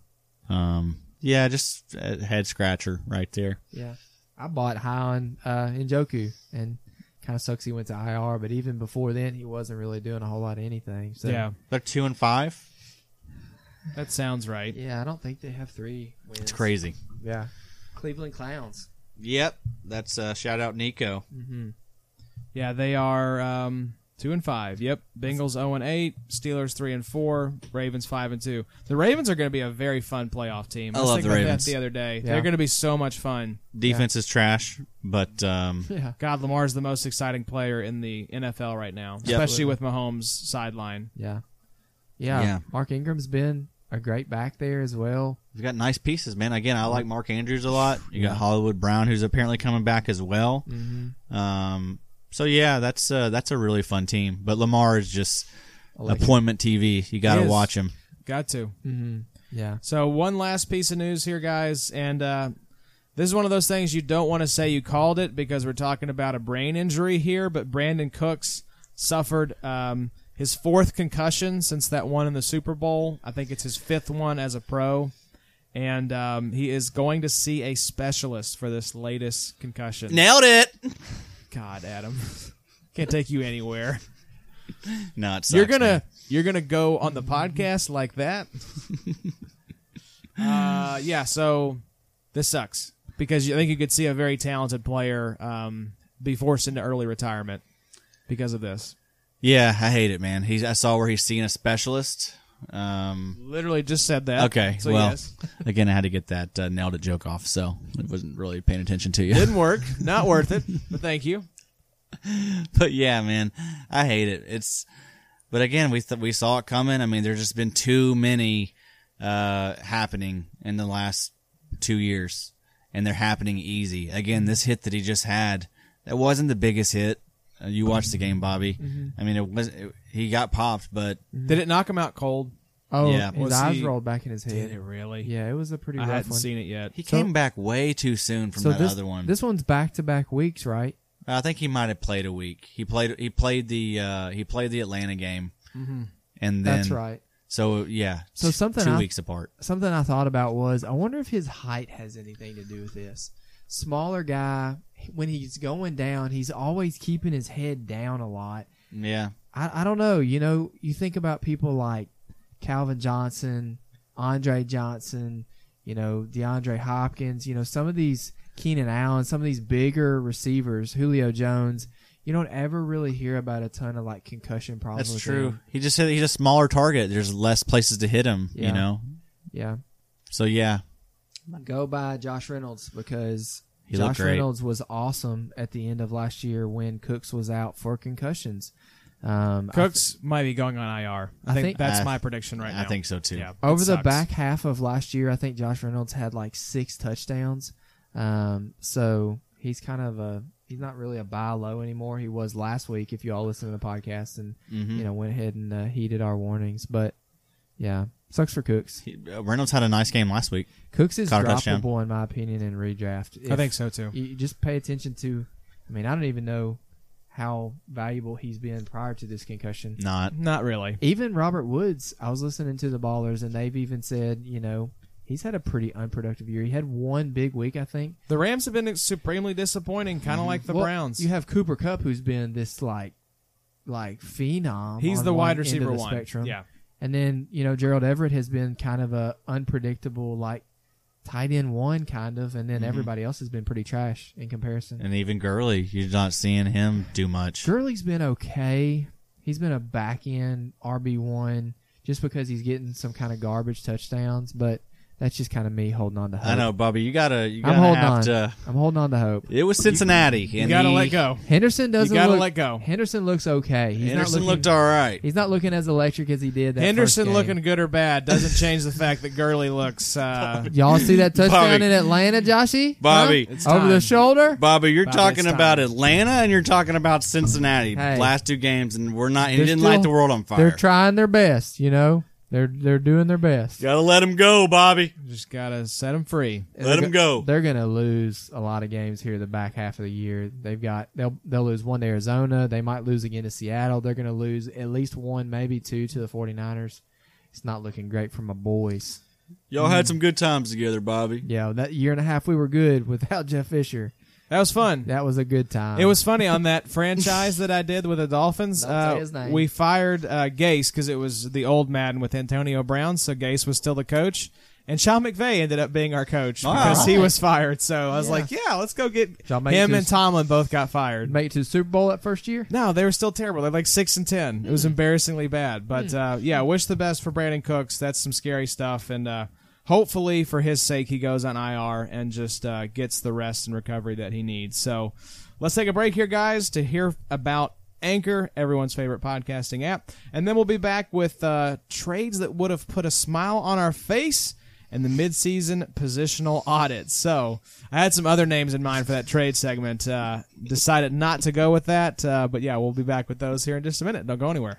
Speaker 3: Um, yeah, just a head scratcher right there.
Speaker 4: yeah. I bought high on uh, Njoku, and kind of sucks he went to IR. But even before then, he wasn't really doing a whole lot of anything. So
Speaker 2: Yeah,
Speaker 3: They're two and five.
Speaker 2: that sounds right.
Speaker 4: yeah. I don't think they have three. Wins.
Speaker 3: It's crazy.
Speaker 4: Yeah, Cleveland Clowns.
Speaker 3: Yep, that's uh, shout out Nico.
Speaker 4: Mm-hmm.
Speaker 2: Yeah, they are um, two and five. Yep, Bengals zero and eight, Steelers three and four, Ravens five and two. The Ravens are going to be a very fun playoff team.
Speaker 3: I
Speaker 2: was
Speaker 3: love the
Speaker 2: thinking about
Speaker 3: Ravens.
Speaker 2: That the other day,
Speaker 4: Yeah.
Speaker 2: they're going to be so much fun.
Speaker 3: Defense is trash, but um,
Speaker 4: Yeah.
Speaker 2: God, Lamar's the most exciting player in the NFL right now,
Speaker 3: Yeah.
Speaker 2: especially with Mahomes sideline.
Speaker 4: Yeah. Yeah.
Speaker 3: Yeah.
Speaker 4: Mark Ingram's been a great back there as well.
Speaker 3: we've got nice pieces, man. Again, I like Mark Andrews a lot. You
Speaker 4: Yeah.
Speaker 3: got Hollywood Brown, who's apparently coming back as well.
Speaker 4: Mm-hmm.
Speaker 3: Um, so yeah, that's uh, that's a really fun team. But Lamar is just appointment TV. You got
Speaker 2: He
Speaker 3: to
Speaker 2: is.
Speaker 3: watch him.
Speaker 2: Got to.
Speaker 4: Mm-hmm. Yeah.
Speaker 2: So one last piece of news here, guys, and uh, this is one of those things you don't want to say you called it because we're talking about a brain injury here. But Brandon Cooks suffered um, his fourth concussion since that one in the Super Bowl. I think it's his fifth one as a pro, and um, he is going to see a specialist for this latest concussion.
Speaker 3: Nailed it.
Speaker 2: God, Adam, can't take you anywhere.
Speaker 3: No, it's
Speaker 2: you're gonna you're gonna go on the podcast like that. uh, yeah. So this sucks because you- I think you could see a very talented player um, be forced into early retirement because of this.
Speaker 3: Yeah, I hate it, man. He's I saw where he's seeing a specialist. Um,
Speaker 2: Literally just said that.
Speaker 3: okay,
Speaker 2: So
Speaker 3: well,
Speaker 2: yes,
Speaker 3: again, I had to get that uh, nailed it joke off, so I wasn't really paying attention to you.
Speaker 2: didn't work. Not worth it. But thank you.
Speaker 3: but yeah, man, I hate it. It's, but again, we th- we saw it coming. I mean, there's just been too many uh, happening in the last two years, and they're happening easy. Again, this hit that he just had, that wasn't the biggest hit. Uh, you watched the game, Bobby.
Speaker 4: Mm-hmm.
Speaker 3: I mean, it was it, he got popped, but
Speaker 2: Did it knock him out cold?
Speaker 4: Oh,
Speaker 3: Yeah.
Speaker 4: his
Speaker 2: Was
Speaker 4: eyes
Speaker 2: he-
Speaker 4: rolled back in his head.
Speaker 2: Did it really?
Speaker 4: Yeah, it was a pretty
Speaker 2: I
Speaker 4: rough
Speaker 2: hadn't
Speaker 4: one.
Speaker 2: seen it yet.
Speaker 3: he
Speaker 4: So-
Speaker 3: came back way too soon from
Speaker 4: so
Speaker 3: that
Speaker 4: this
Speaker 3: other one.
Speaker 4: this one's back to back weeks, right?
Speaker 3: I think he might have played a week. He played he played the uh, he played the Atlanta game, and then
Speaker 4: Mm-hmm. That's right.
Speaker 3: So yeah,
Speaker 4: So something
Speaker 3: two
Speaker 4: I-
Speaker 3: weeks apart.
Speaker 4: Something I thought about was I wonder if his height has anything to do with this. Smaller guy, when he's going down, he's always keeping his head down a lot.
Speaker 3: Yeah.
Speaker 4: I, I don't know. You know, you think about people like Calvin Johnson, Andre Johnson, you know, DeAndre Hopkins, you know, some of these Keenan Allen, some of these bigger receivers, Julio Jones. You don't ever really hear about a ton of like concussion problems.
Speaker 3: That's
Speaker 4: with
Speaker 3: true.
Speaker 4: them.
Speaker 3: He just hit, he's a smaller target. There's less places to hit him.
Speaker 4: Yeah.
Speaker 3: You know.
Speaker 4: Yeah.
Speaker 3: So yeah,
Speaker 4: Go by Josh Reynolds because
Speaker 3: He
Speaker 4: Josh
Speaker 3: looked great.
Speaker 4: Reynolds was awesome at the end of last year when Cooks was out for concussions. Um, I
Speaker 2: Cooks might be going on IR. I,
Speaker 4: I
Speaker 2: think,
Speaker 4: think-
Speaker 2: that's
Speaker 3: I-
Speaker 2: my prediction right now.
Speaker 3: I think so too.
Speaker 2: Yeah,
Speaker 4: over
Speaker 2: it
Speaker 4: the
Speaker 2: sucks.
Speaker 4: back half of last year, I think Josh Reynolds had like six touchdowns. Um, so he's kind of a he's not really a buy low anymore. He was last week. If you all listened to the podcast and
Speaker 3: Mhm.
Speaker 4: you know went ahead and uh, heeded our warnings, but yeah, sucks for Cooks.
Speaker 3: He- uh, Reynolds had a nice game last week.
Speaker 4: Cooks is
Speaker 3: Caught a
Speaker 4: droppable
Speaker 3: touchdown.
Speaker 4: in my opinion in redraft.
Speaker 2: I
Speaker 4: If
Speaker 2: think so too.
Speaker 4: You you just pay attention to. I mean, I don't even know how valuable he's been prior to this concussion
Speaker 3: Not
Speaker 2: Not really.
Speaker 4: even Robert Woods, I was listening to the Ballers, and they've even said, you know, he's had a pretty unproductive year. He had one big week, I think.
Speaker 2: The Rams have been supremely disappointing, kind of like the
Speaker 4: Mm-hmm. Well,
Speaker 2: Browns.
Speaker 4: You have Cooper Cup, who's been this like, like phenom.
Speaker 2: He's
Speaker 4: on
Speaker 2: the
Speaker 4: one
Speaker 2: wide
Speaker 4: end of
Speaker 2: receiver
Speaker 4: the
Speaker 2: one.
Speaker 4: Spectrum.
Speaker 2: Yeah,
Speaker 4: and then you know Gerald Everett has been kind of a unpredictable like tight end one kind of, and then
Speaker 2: Mm-hmm.
Speaker 4: everybody else has been pretty trash in comparison.
Speaker 3: and even Gurley, you're not seeing him do much.
Speaker 4: Gurley's been okay. He's been a back end RB one just because he's getting some kind of garbage touchdowns, but that's just kind of me holding on to hope.
Speaker 3: I know, Bobby. You gotta, you
Speaker 4: I'm
Speaker 3: gotta
Speaker 4: holding
Speaker 3: have
Speaker 4: on.
Speaker 3: to.
Speaker 4: I'm holding on to hope.
Speaker 3: It was Cincinnati.
Speaker 2: you gotta let go.
Speaker 4: Henderson doesn't
Speaker 2: gotta
Speaker 4: look-
Speaker 2: let go.
Speaker 4: Henderson looks okay. He's
Speaker 3: Anderson
Speaker 4: not looking,
Speaker 3: looked all right.
Speaker 4: He's not looking as electric as he did. That
Speaker 2: Henderson
Speaker 4: first game.
Speaker 2: looking good or bad doesn't change the fact that Gurley looks. Uh,
Speaker 4: Y'all see that touchdown
Speaker 3: Bobby.
Speaker 4: in Atlanta, Joshy?
Speaker 3: Bobby.
Speaker 4: Huh?
Speaker 2: It's
Speaker 4: over
Speaker 2: time.
Speaker 4: the shoulder.
Speaker 3: Bobby, you're
Speaker 2: Bobby,
Speaker 3: talking
Speaker 2: it's
Speaker 3: about
Speaker 2: time.
Speaker 3: Atlanta and you're talking about Cincinnati.
Speaker 4: Hey.
Speaker 3: Last two games, and we're not. He
Speaker 4: They're
Speaker 3: didn't
Speaker 4: still-
Speaker 3: light the world on fire.
Speaker 4: They're trying their best. You know, they're they're doing their best.
Speaker 5: Gotta let him go, Bobby.
Speaker 2: just gotta set him free.
Speaker 5: Let him go.
Speaker 4: They're going to lose a lot of games here the back half of the year. They've got they'll they'll lose one to Arizona. They might lose again to Seattle. They're going to lose at least one, maybe two to the 49ers. It's not looking great for my boys.
Speaker 5: Y'all
Speaker 4: Mm.
Speaker 5: had some good times together, Bobby.
Speaker 4: Yeah, that year and a half we were good without Jeff Fisher.
Speaker 2: That was fun.
Speaker 4: That was a good time.
Speaker 2: It was funny on that franchise that I did with the Dolphins.
Speaker 4: Don't say
Speaker 2: uh,
Speaker 4: his name.
Speaker 2: We fired uh, Gase because it was the old Madden with Antonio Brown, so Gase was still the coach. And Sean McVay ended up being our coach because he was fired. So I was like, yeah, let's go get
Speaker 4: Y'all make
Speaker 2: him
Speaker 4: this-
Speaker 2: and Tomlin both got fired.
Speaker 4: make it to the Super Bowl that first year.
Speaker 2: No, they were still terrible. They're like six and ten. It was embarrassingly bad. But uh, yeah, wish the best for Brandon Cooks. That's some scary stuff, and uh, hopefully for his sake, he goes on IR and just uh, gets the rest and recovery that he needs. So let's take a break here, guys, to hear about Anchor, everyone's favorite podcasting app, and then we'll be back with uh, trades that would have put a smile on our face. And the midseason positional audit. So I had some other names in mind for that trade segment. Uh, decided not to go with that, uh, but yeah, we'll be back with those here in just a minute. Don't go anywhere.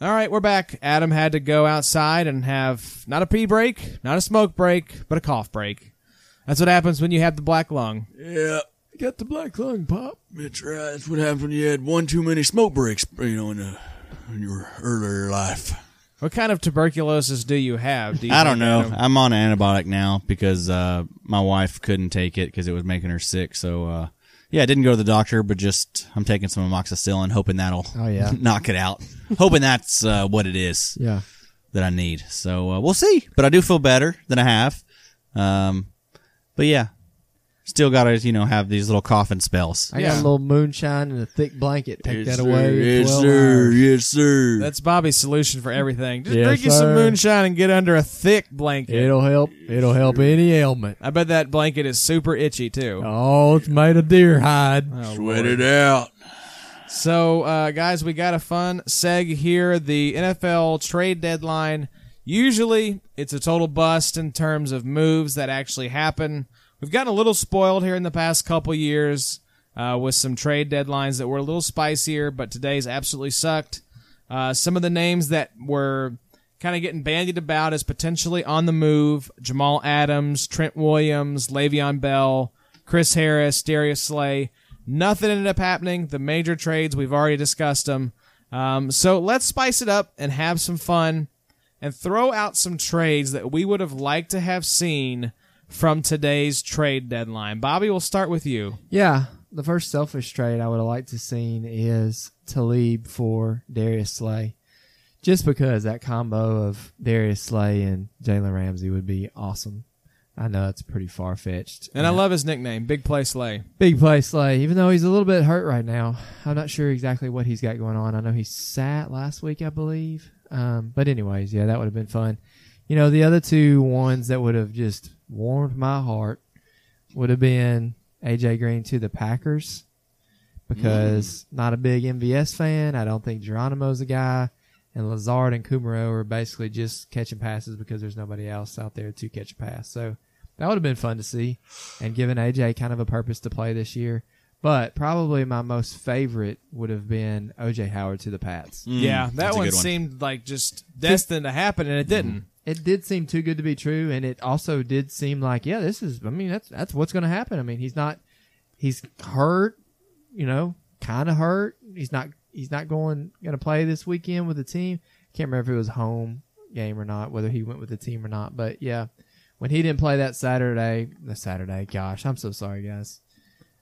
Speaker 2: All right, we're back. Adam had to go outside and have not a pee break, not a smoke break, but a cough break. That's what happens when you have the black lung.
Speaker 5: Yeah.
Speaker 4: Got the black lung pop.
Speaker 5: That's right. That's what happens when you had one too many smoke breaks, you know, in, uh in your earlier life.
Speaker 2: What kind of tuberculosis do you have? Do you
Speaker 3: I don't
Speaker 2: think,
Speaker 3: know.
Speaker 2: Adam?
Speaker 3: I'm on an antibiotic now because uh, my wife couldn't take it because it was making her sick. So uh, yeah, I didn't go to the doctor, but just I'm taking some amoxicillin, hoping that'll
Speaker 4: Oh, yeah.
Speaker 3: knock it out. hoping that's uh, what it is
Speaker 4: Yeah.
Speaker 3: that I need. So uh, we'll see. But I do feel better than I have. Um, but yeah, still got to you know have these little coughing spells.
Speaker 4: I
Speaker 2: Yeah.
Speaker 4: got a little moonshine and a thick blanket. Take
Speaker 5: Yes,
Speaker 4: that
Speaker 5: sir.
Speaker 4: away.
Speaker 5: Yes,
Speaker 4: 12
Speaker 5: sir.
Speaker 4: hours.
Speaker 5: Yes, sir.
Speaker 2: That's Bobby's solution for everything. Just
Speaker 4: Yes,
Speaker 2: drink you some
Speaker 4: sir.
Speaker 2: moonshine and get under a thick blanket.
Speaker 4: It'll help. It'll help any ailment.
Speaker 2: I bet that blanket is super itchy too.
Speaker 4: Oh, it's made of deer
Speaker 5: Uh,
Speaker 4: hide.
Speaker 5: Sweat it out.
Speaker 2: So, uh, guys, we got a fun seg here. The NFL trade deadline. Usually, it's a total bust in terms of moves that actually happen. We've gotten a little spoiled here in the past couple years uh, with some trade deadlines that were a little spicier, but today's absolutely sucked. Uh, some of the names that were kind of getting bandied about as potentially on the move Jamal Adams, Trent Williams, Le'Veon Bell, Chris Harris, Darius Slay. Nothing ended up happening. The major trades, we've already discussed them. Um, so let's spice it up and have some fun and throw out some trades that we would have liked to have seen from today's trade deadline. Bobby, we'll start with you.
Speaker 4: Yeah, the first selfish trade I would have liked to seen is Talib for Darius Slay, just because that combo of Darius Slay and Jalen Ramsey would be awesome. I know that's pretty far fetched.
Speaker 2: And I love his nickname, Big Play Slay.
Speaker 4: Big play Slay, even though he's a little bit hurt right now. I'm not sure exactly what he's got going on. I know he sat last week, I believe. Um, but anyways, yeah, that would have been fun. You know, the other two ones that would have just warmed my heart would have been AJ Green to the Packers because not a big MVS fan. I don't think Geronimo's a guy. And Lazard and Kumaro are basically just catching passes because there's nobody else out there to catch a pass. So that would have been fun to see and given AJ kind of a purpose to play this year. But probably my most favorite would have been OJ Howard to the Pats.
Speaker 2: yeah, that
Speaker 3: that's a
Speaker 2: one,
Speaker 3: good one.
Speaker 2: seemed like just destined to happen, and it didn't.
Speaker 4: It Hmm, did seem too good to be true, and it also did seem like, yeah, this is. I mean, that's that's what's going to happen. I mean, he's not, he's hurt, you know, kind of hurt. He's not he's not going going to play this weekend with the team. Can't remember if it was home game or not, whether he went with the team or not. But yeah, when he didn't play that Saturday, the Saturday, gosh, I'm so sorry, guys.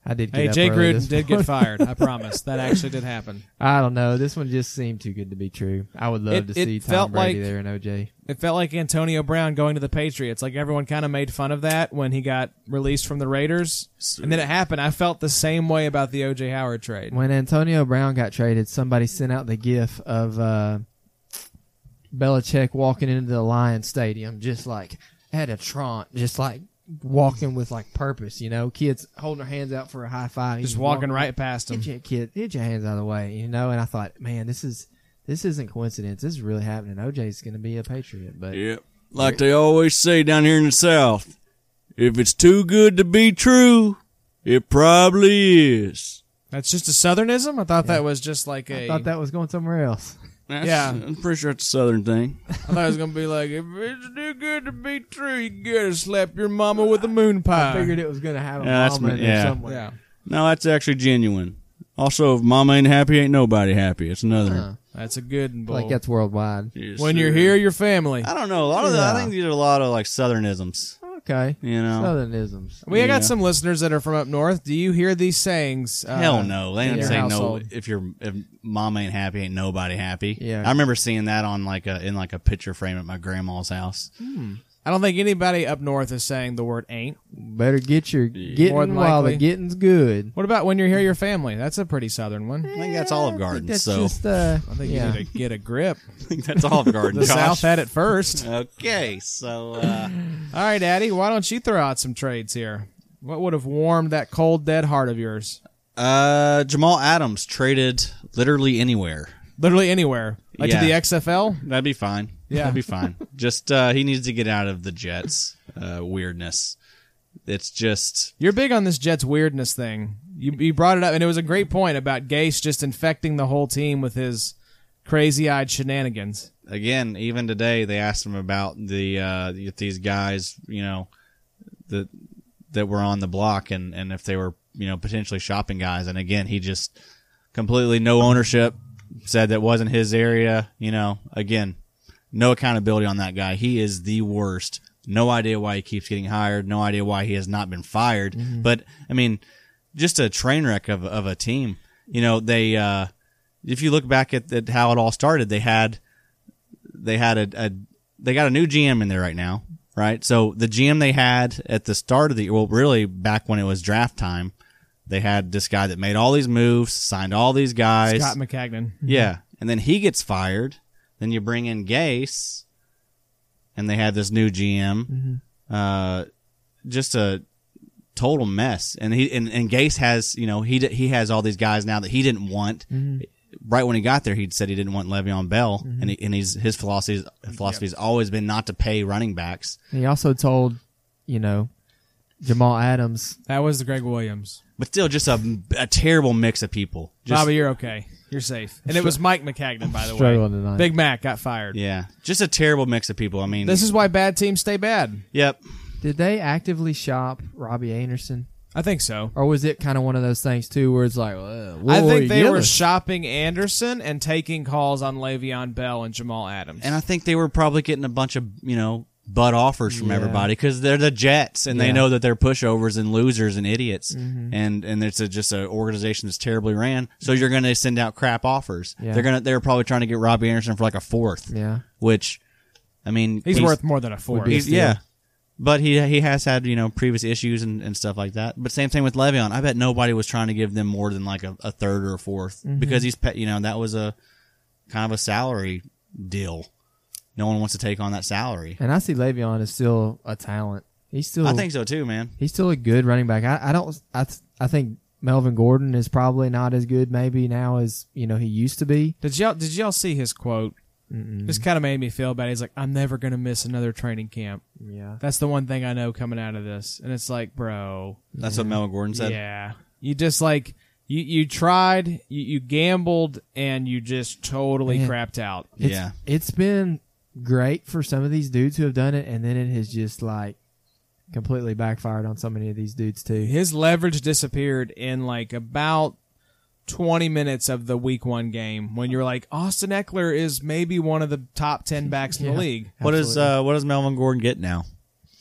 Speaker 4: I did. Get
Speaker 2: Hey,
Speaker 4: up
Speaker 2: Jay
Speaker 4: early
Speaker 2: Gruden
Speaker 4: this
Speaker 2: did
Speaker 4: morning.
Speaker 2: get fired. I promise that actually did happen.
Speaker 4: I don't know. This one just seemed too good to be true. I would love
Speaker 2: It-
Speaker 4: to
Speaker 2: it
Speaker 4: see Tom
Speaker 2: felt
Speaker 4: Brady
Speaker 2: like-
Speaker 4: there and OJ.
Speaker 2: It felt like Antonio Brown going to the Patriots. Like everyone kind of made fun of that when he got released from the Raiders, and then it happened. I felt the same way about the OJ Howard trade.
Speaker 4: When Antonio Brown got traded, somebody sent out the gif of uh, Belichick walking into the Lions Stadium, just like at a trot, just like walking with like purpose. You know, kids holding their hands out for a high five,
Speaker 2: Just walking right past him.
Speaker 4: Get your kid, get your hands out of the way. You know, and I thought, man, this is this isn't coincidence. This is really happening. OJ's going to be a Patriot, but
Speaker 5: Yep. Like they always say down here in the South, if it's too good to be true, it probably is.
Speaker 2: That's just a Southernism. I thought that was just like a.
Speaker 4: I thought that was going somewhere else.
Speaker 5: That's-
Speaker 2: Yeah.
Speaker 5: I'm pretty sure it's a Southern thing.
Speaker 2: I thought it was gonna be like if it's too good to be true, you gotta slap your mama with a moon pie.
Speaker 4: Figured it was going to have a
Speaker 5: Yeah, that's
Speaker 4: mama
Speaker 5: me-
Speaker 4: in there
Speaker 5: yeah.
Speaker 4: somewhere.
Speaker 2: Yeah.
Speaker 5: No, that's actually genuine. Also, if mama ain't happy, ain't nobody happy. It's another.
Speaker 2: That's a good and
Speaker 4: Like that's worldwide.
Speaker 5: Yes,
Speaker 2: When
Speaker 5: sir.
Speaker 2: you're here, your family.
Speaker 5: I don't know. A lot of the, I think these are a lot of like Southernisms.
Speaker 4: Okay.
Speaker 5: You know.
Speaker 4: Southernisms.
Speaker 2: We
Speaker 5: Yeah.
Speaker 2: got some listeners that are from up north. Do you hear these sayings? Uh,
Speaker 3: Hell no. They
Speaker 2: in
Speaker 3: don't
Speaker 2: your
Speaker 3: say no
Speaker 2: household.
Speaker 3: if your if mom ain't happy, ain't nobody happy.
Speaker 4: Yeah.
Speaker 3: I remember seeing that on like a in like a picture frame at my grandma's house.
Speaker 2: I don't think anybody up north is saying the word ain't.
Speaker 4: Better get your
Speaker 2: More
Speaker 4: getting
Speaker 2: than
Speaker 4: while the
Speaker 2: likely.
Speaker 4: getting's good.
Speaker 2: What about when you're here, your family? That's a pretty southern one.
Speaker 3: I think that's Olive Garden.
Speaker 4: That's
Speaker 3: so
Speaker 4: just uh,
Speaker 2: I think
Speaker 4: yeah.
Speaker 2: you need to get a grip.
Speaker 3: I think that's Olive Garden.
Speaker 2: The South
Speaker 3: Josh.
Speaker 2: had it first.
Speaker 3: Uh. Okay, so uh,
Speaker 2: All right, Addy, why don't you throw out some trades here? What would have warmed that cold, dead heart of yours?
Speaker 3: uh, Jamal Adams traded literally anywhere.
Speaker 2: Literally anywhere, like
Speaker 3: Yeah.
Speaker 2: to the XFL.
Speaker 3: That'd be fine.
Speaker 2: Yeah.
Speaker 3: that'd be fine. just uh, he needs to get out of the Jets uh, weirdness. It's just
Speaker 2: You're big on this Jets weirdness thing. You, you brought it up, and it was a great point about Gase just infecting the whole team with his crazy eyed shenanigans.
Speaker 3: again, even today they asked him about the uh, if these guys, you know, that that were on the block and and if they were, you know, potentially shopping guys. And again, he just completely no ownership. Said that wasn't his area. You know, again, no accountability on that guy. He is the worst. No idea why he keeps getting hired. No idea why he has not been fired. But I mean, just a train wreck of of a team. You know, they. Uh, if you look back at, at how it all started, they had they had a, a they got a new GM in there right now, right? So the GM they had at the start of the well, really back when it was draft time, they had this guy that made all these moves, signed all these guys,
Speaker 2: Scott McCagnon.
Speaker 3: yeah, and then he gets fired. Then you bring in Gase, and they had this new GM. Uh, just a total mess. And he and, and Gase has you know he d- he has all these guys now that he didn't want. Right when he got there, he'd said he didn't want Le'Veon Bell, and he, and he's his philosophy philosophy's always been not to pay running backs.
Speaker 4: He also told, you know, Jamal Adams.
Speaker 2: That was the Greg Williams.
Speaker 3: But still, just a, a terrible mix of people. Just,
Speaker 2: Bobby, you're okay. You're safe. And it was Mike McCagnon, by the way.
Speaker 4: Struggling tonight.
Speaker 2: Big Mac got fired.
Speaker 3: yeah, just a terrible mix of people. I mean,
Speaker 2: This is why bad teams stay bad.
Speaker 3: yep.
Speaker 4: Did they actively shop Robbie Anderson?
Speaker 2: I think so.
Speaker 4: Or was it kind of one of those things too, where it's like, uh,
Speaker 2: I
Speaker 4: Roy
Speaker 2: think they were
Speaker 4: Gillis?
Speaker 2: shopping Anderson and taking calls on Le'Veon Bell and Jamal Adams.
Speaker 3: And I think they were probably getting a bunch of, you know, butt offers from
Speaker 4: Yeah.
Speaker 3: everybody everybody because they're the Jets and they
Speaker 4: Yeah. Mm-hmm.
Speaker 3: know that they're pushovers and losers and idiots. And and it's a, just an organization that's terribly ran. So you're going to send out crap offers.
Speaker 4: Yeah.
Speaker 3: They're going to, they're probably trying to get Robbie Anderson for like a fourth.
Speaker 4: Yeah.
Speaker 3: Which, I mean,
Speaker 2: he's, worth more than a four.
Speaker 4: be-
Speaker 3: he's-
Speaker 4: steal.
Speaker 3: yeah. But he he has had you know previous issues and, and stuff like that. But same thing with Le'Veon. I bet nobody was trying to give them more than like a, a third or a 4th because he's pe- you know that was a kind of a salary deal. No one wants to take on that salary.
Speaker 4: And I see Le'Veon is still a talent. He's still,
Speaker 3: I think so too, man.
Speaker 4: he's still a good running back. I, I don't, I, th- I think Melvin Gordon is probably not as good maybe now as you know he used to be.
Speaker 2: Did y'all did y'all see his quote? This kind of made me feel bad. He's like, "I'm never gonna miss another training camp.
Speaker 4: Yeah.
Speaker 2: That's the one thing I know coming out of this." And it's like, bro,
Speaker 3: That's what Mel Gordon said.
Speaker 2: yeah, you just like you you tried, you, you gambled, and you just totally
Speaker 4: Man.
Speaker 2: crapped out.
Speaker 4: It's,
Speaker 3: Yeah.
Speaker 4: It's been great for some of these dudes who have done it, and then it has just like completely backfired on so many of these dudes too.
Speaker 2: His leverage disappeared in like about. 20 minutes of the week one game when you're like, Austin Eckler is maybe one of the top 10 backs in the
Speaker 4: Yeah.
Speaker 2: league.
Speaker 3: What does uh, what does Melvin Gordon get now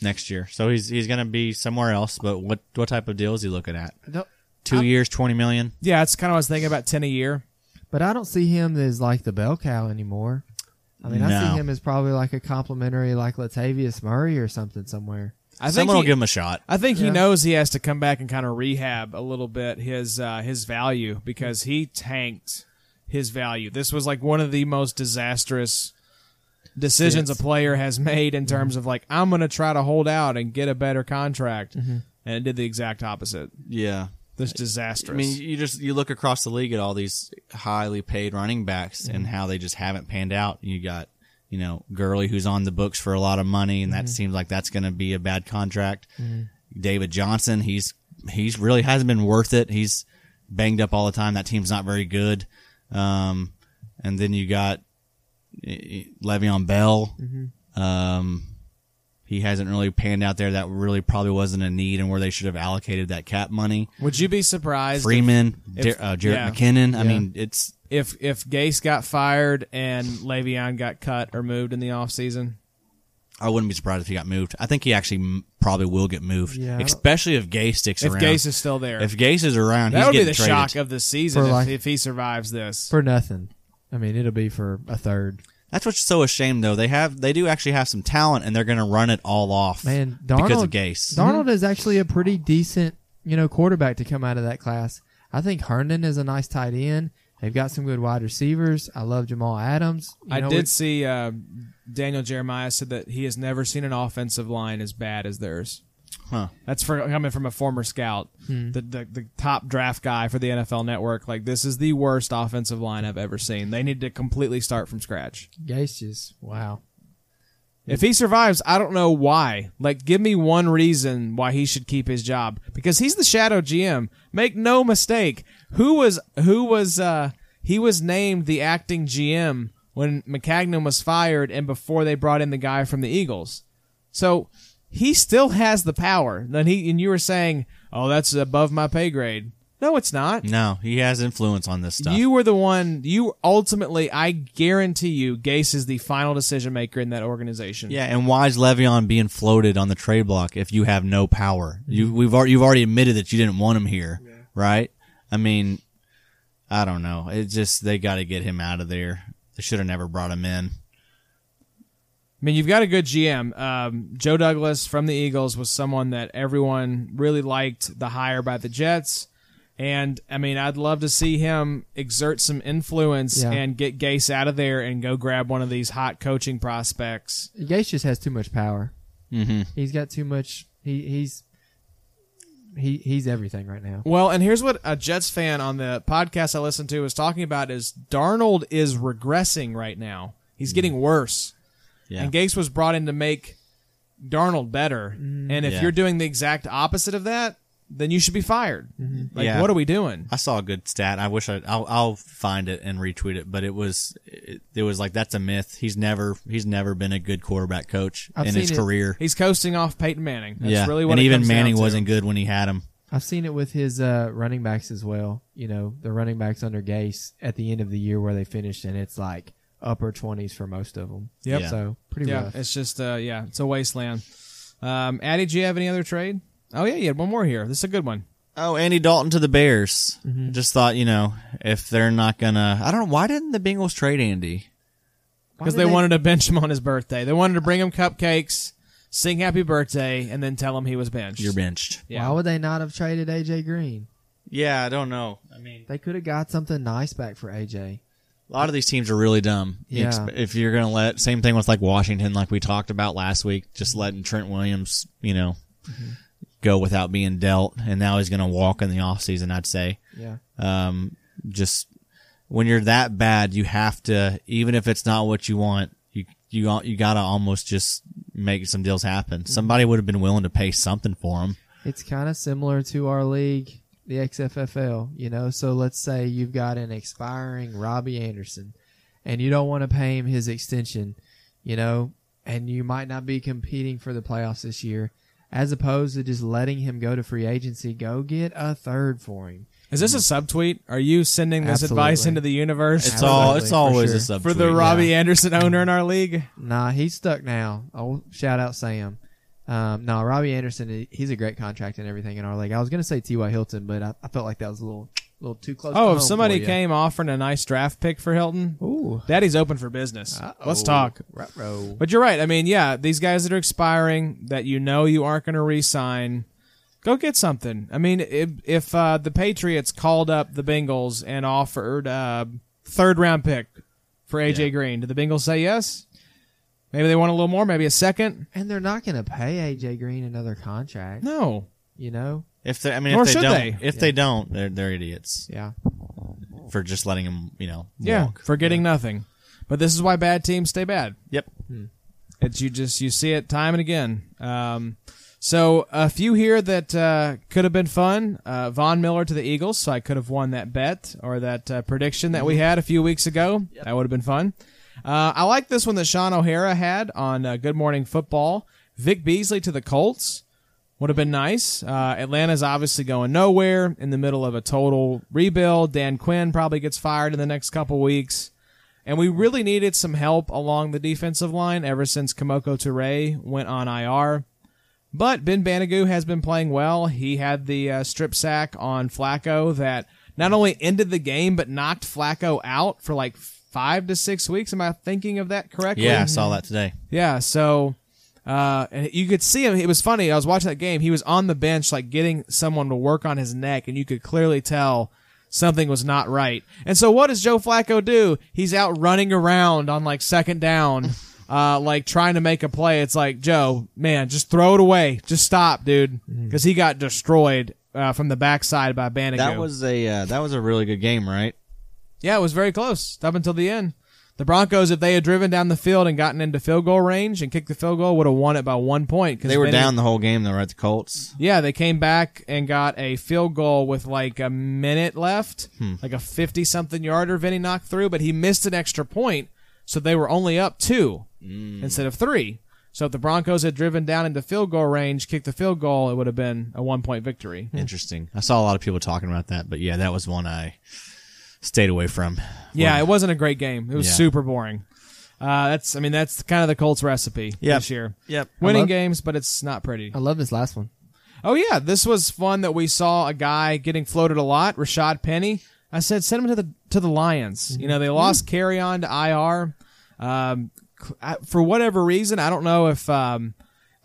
Speaker 3: next year? So he's he's going to be somewhere else. But what what type of deal is he looking at?
Speaker 4: Don't-
Speaker 3: 2 years, twenty million.
Speaker 2: Yeah, that's kind of what I was thinking about 10 a year.
Speaker 4: But I don't see him as like the bell cow anymore. I mean, I
Speaker 3: No.
Speaker 4: see him as probably like a complimentary, like Latavius Murray or something somewhere.
Speaker 2: I think
Speaker 3: Someone will
Speaker 2: he-
Speaker 3: give him a shot.
Speaker 2: I think he knows he has to come back and kind of rehab a little bit his uh, his value because he tanked his value. This was like one of the most disastrous decisions a player has made in terms of like I'm going to try to hold out and get a better contract, and it did the exact opposite.
Speaker 3: Yeah.
Speaker 2: This disastrous.
Speaker 3: Mm-hmm. I mean, you just you look across the league at all these highly paid running backs and how they just haven't panned out. You got you know Gurley who's on the books for a lot of money, and that seems like that's going to be a bad contract. David Johnson, he's he's really hasn't been worth it. He's banged up all the time. That team's not very good. Um, and then you got eh, eh, Le'Veon Bell. Um, he hasn't really panned out there. That really probably wasn't a need, and where they should have allocated that cap money.
Speaker 2: Would you be surprised
Speaker 3: Freeman,
Speaker 2: if-
Speaker 3: Dar- uh, Jarrett
Speaker 2: yeah.
Speaker 3: McKinnon. I mean, it's
Speaker 2: if if Gase got fired and Le'Veon got cut or moved in the offseason?
Speaker 3: I wouldn't be surprised if he got moved. I think he actually m- probably will get moved,
Speaker 4: Yeah, I don't-
Speaker 3: especially if Gay sticks
Speaker 2: If
Speaker 3: around.
Speaker 2: Gase is still there,
Speaker 3: if Gase is around,
Speaker 2: that
Speaker 3: he's
Speaker 2: would be
Speaker 3: getting
Speaker 2: the
Speaker 3: traded.
Speaker 2: shock of the season
Speaker 4: For
Speaker 2: if,
Speaker 4: like-
Speaker 2: if he survives this.
Speaker 4: For nothing. I mean, it'll be for a third.
Speaker 3: That's what's so ashamed though. They have they do actually have some talent, and they're going to run it all off,
Speaker 4: Man, Darnold,
Speaker 3: because of Gase.
Speaker 4: Darnold is actually a pretty decent, you know, quarterback to come out of that class. I think Herndon is a nice tight end. They've got some good wide receivers. I love Jamal Adams. You
Speaker 2: I
Speaker 4: know,
Speaker 2: did
Speaker 4: we-
Speaker 2: see uh, Daniel Jeremiah said that he has never seen an offensive line as bad as theirs.
Speaker 3: Huh.
Speaker 2: That's for coming from a former scout,
Speaker 4: Hmm.
Speaker 2: the, the the top draft guy for the NFL Network. Like this is the worst offensive line I've ever seen. They need to completely start from scratch.
Speaker 4: Gase just wow.
Speaker 2: If he survives, I don't know why. Like, give me one reason why he should keep his job because he's the shadow GM. Make no mistake. Who was who was uh he was named the acting GM when McCagnon was fired and before they brought in the guy from the Eagles. So he still has the power. Then he and you were saying, oh, that's above my pay grade. No, it's not.
Speaker 3: No, he has influence on this stuff.
Speaker 2: You were the one. You ultimately, I guarantee you, Gase is the final decision maker in that organization.
Speaker 3: yeah, and why is Le'Veon being floated on the trade block if you have no power? You we've already, you've already admitted that you didn't want him here, right? I mean, I don't know. It's just they got to get him out of there. They should have never brought him in.
Speaker 2: I mean, you've got a good GM. Um, Joe Douglas from the Eagles was someone that everyone really liked the hire by the Jets. And I mean, I'd love to see him exert some influence
Speaker 4: Yeah.
Speaker 2: and get Gase out of there and go grab one of these hot coaching prospects.
Speaker 4: Gase just has too much power.
Speaker 3: Mm-hmm.
Speaker 4: He's got too much. He he's he he's everything right now.
Speaker 2: Well, and here's what a Jets fan on the podcast I listened to was talking about is Darnold is regressing right now. He's getting worse.
Speaker 3: Mm. Yeah.
Speaker 2: And Gase was brought in to make Darnold better. And if
Speaker 3: Mm. Yeah.
Speaker 2: you're doing the exact opposite of that, then you should be fired. Like,
Speaker 3: Mm-hmm. Yeah.
Speaker 2: what are we doing?
Speaker 3: I saw a good stat. I wish I, I'll, I'll find it and retweet it, but it was it, it was like that's a myth. He's never he's never been a good quarterback coach
Speaker 4: I've
Speaker 3: in his
Speaker 4: seen it.
Speaker 3: career.
Speaker 2: He's coasting off Peyton Manning. That's
Speaker 3: yeah,
Speaker 2: really what
Speaker 3: and
Speaker 2: it
Speaker 3: even
Speaker 2: comes
Speaker 3: Manning
Speaker 2: down to.
Speaker 3: wasn't good when he had him.
Speaker 4: I've seen it with his uh, running backs as well. You know, the running backs under Gase at the end of the year where they finished, and it's like upper 20s for most of them.
Speaker 2: Yep.
Speaker 3: Yeah.
Speaker 4: So pretty
Speaker 2: Yeah,
Speaker 4: rough.
Speaker 2: it's just uh, yeah, it's a wasteland. Um, Addy, do you have any other trade? Oh yeah, you had one more here. This is a good one.
Speaker 3: Oh, Andy Dalton to the Bears. Just thought, you know, if they're not gonna, I don't. know, Why didn't the Bengals trade Andy?
Speaker 4: Why
Speaker 2: because
Speaker 4: did
Speaker 2: they, wanted to bench him on his birthday. They wanted to bring him cupcakes, sing happy birthday, and then tell him he was benched.
Speaker 3: You're benched.
Speaker 2: Yeah.
Speaker 4: Why would they not have traded AJ Green?
Speaker 3: Yeah, I don't know. I mean,
Speaker 4: They could have got something nice back for AJ.
Speaker 3: a lot of these teams are really dumb. You
Speaker 4: Yeah.
Speaker 3: If you're gonna let, same thing with like Washington, like we talked about last week, just letting Trent Williams, you know, Mm-hmm. go without being dealt, and now he's gonna walk in the offseason, I'd say.
Speaker 4: Yeah.
Speaker 3: um, just when you're that bad, you have to, even if it's not what you want, you you al- you gotta almost just make some deals
Speaker 2: Mm-hmm.
Speaker 3: happen. Somebody would have been willing to pay something for him.
Speaker 4: It's kind of similar to our league, the XFFL, you know. So let's say you've got an expiring Robbie Anderson and you don't want to pay him his extension, you know, and you might not be competing for the playoffs this year, as opposed to just letting him go to free agency, go get a third for him.
Speaker 2: Is this a subtweet? Are you sending this advice
Speaker 4: Absolutely.
Speaker 2: into the universe
Speaker 3: It's
Speaker 4: Absolutely,
Speaker 3: all it's
Speaker 4: for
Speaker 3: always a
Speaker 4: sure.
Speaker 3: sub
Speaker 2: for the Robbie Anderson owner in our league?
Speaker 4: Nah, he's stuck now. Oh, shout out Sam. Um, no, Robbie Anderson, he- he's a great contract and everything in our league. I was gonna say T.Y. Hilton, but I, I felt like that was a little, little too close. to
Speaker 2: Oh,
Speaker 4: home
Speaker 2: if
Speaker 4: for
Speaker 2: somebody
Speaker 4: ya.
Speaker 2: came offering a nice draft pick for Hilton,
Speaker 4: Ooh.
Speaker 2: Daddy's open for business. Let's
Speaker 4: Uh-oh.
Speaker 2: talk.
Speaker 4: Ruh-roh.
Speaker 2: But you're right. I mean, yeah, these guys that are expiring that you know you aren't going to re-sign, go get something. I mean, if, if uh, the Patriots called up the Bengals and offered uh, third round pick for AJ Green, did the Bengals say yes? Maybe they want a little more, maybe a second.
Speaker 4: And they're not going to pay AJ Green another contract,
Speaker 2: No,
Speaker 4: you know?
Speaker 3: If they, I mean,
Speaker 2: Nor
Speaker 3: if they
Speaker 2: should
Speaker 3: don't,
Speaker 2: they.
Speaker 3: if they don't, they're they're idiots
Speaker 4: Yeah.
Speaker 3: for just letting him, you know,
Speaker 2: yeah,
Speaker 3: walk.
Speaker 2: for getting nothing. But this is why bad teams stay bad.
Speaker 3: Yep.
Speaker 2: It's you just you see it time and again. Um, so a few here that uh, could have been fun. Uh, Von Miller to the Eagles, so I could have won that bet or that uh, prediction that we had a few weeks ago. That would have been fun. Uh, I like this one that Sean O'Hara had on uh, Good Morning Football. Vic Beasley to the Colts would have been nice. Uh, Atlanta's obviously going nowhere in the middle of a total rebuild. Dan Quinn probably gets fired in the next couple weeks. And we really needed some help along the defensive line ever since Kamoko Toure went on IR. But Ben Banigou has been playing well. He had the uh, strip sack on Flacco that not only ended the game, but knocked Flacco out for like five to six weeks. Am I thinking of that correctly?
Speaker 3: Yeah, I saw that today.
Speaker 2: Yeah, so uh, and you could see him. It was funny. I was watching that game. He was on the bench, like getting someone to work on his neck, and you could clearly tell something was not right. And so, what does Joe Flacco do? He's out running around on like second down, uh, like trying to make a play. It's like Joe, man, just throw it away. Just stop, dude, because he got destroyed uh, from the backside by Banigou.
Speaker 3: That was a uh, that was a really good game, right?
Speaker 2: Yeah, it was very close up until the end. The Broncos, if they had driven down the field and gotten into field goal range and kicked the field goal, would have won it by one point. 'cause
Speaker 3: They were
Speaker 2: Benny-
Speaker 3: down the whole game, though, right? The Colts.
Speaker 2: Yeah, they came back and got a field goal with like a minute left,
Speaker 3: Hmm.
Speaker 2: like a fifty-something yarder. Vinny knocked through, but he missed an extra point, so they were only up two
Speaker 3: Mm.
Speaker 2: instead of three. So if the Broncos had driven down into field goal range, kicked the field goal, it would have been a one-point victory.
Speaker 3: Interesting. I saw a lot of people talking about that, but yeah, that was one I stayed away from.
Speaker 2: Yeah, it wasn't a great game. It was
Speaker 3: Yeah.
Speaker 2: super boring. Uh, that's I mean that's kind of the Colts recipe
Speaker 3: Yep.
Speaker 2: this year.
Speaker 3: Yep.
Speaker 2: Winning
Speaker 4: I love-
Speaker 2: games, but it's not pretty.
Speaker 4: I love this last one.
Speaker 2: Oh yeah, this was fun that we saw a guy getting floated a lot, Rashad Penny. I said send him to the to the Lions. You know, they
Speaker 3: Mm-hmm.
Speaker 2: lost carry on to IR. Um, cl- I- for whatever reason, I don't know if um,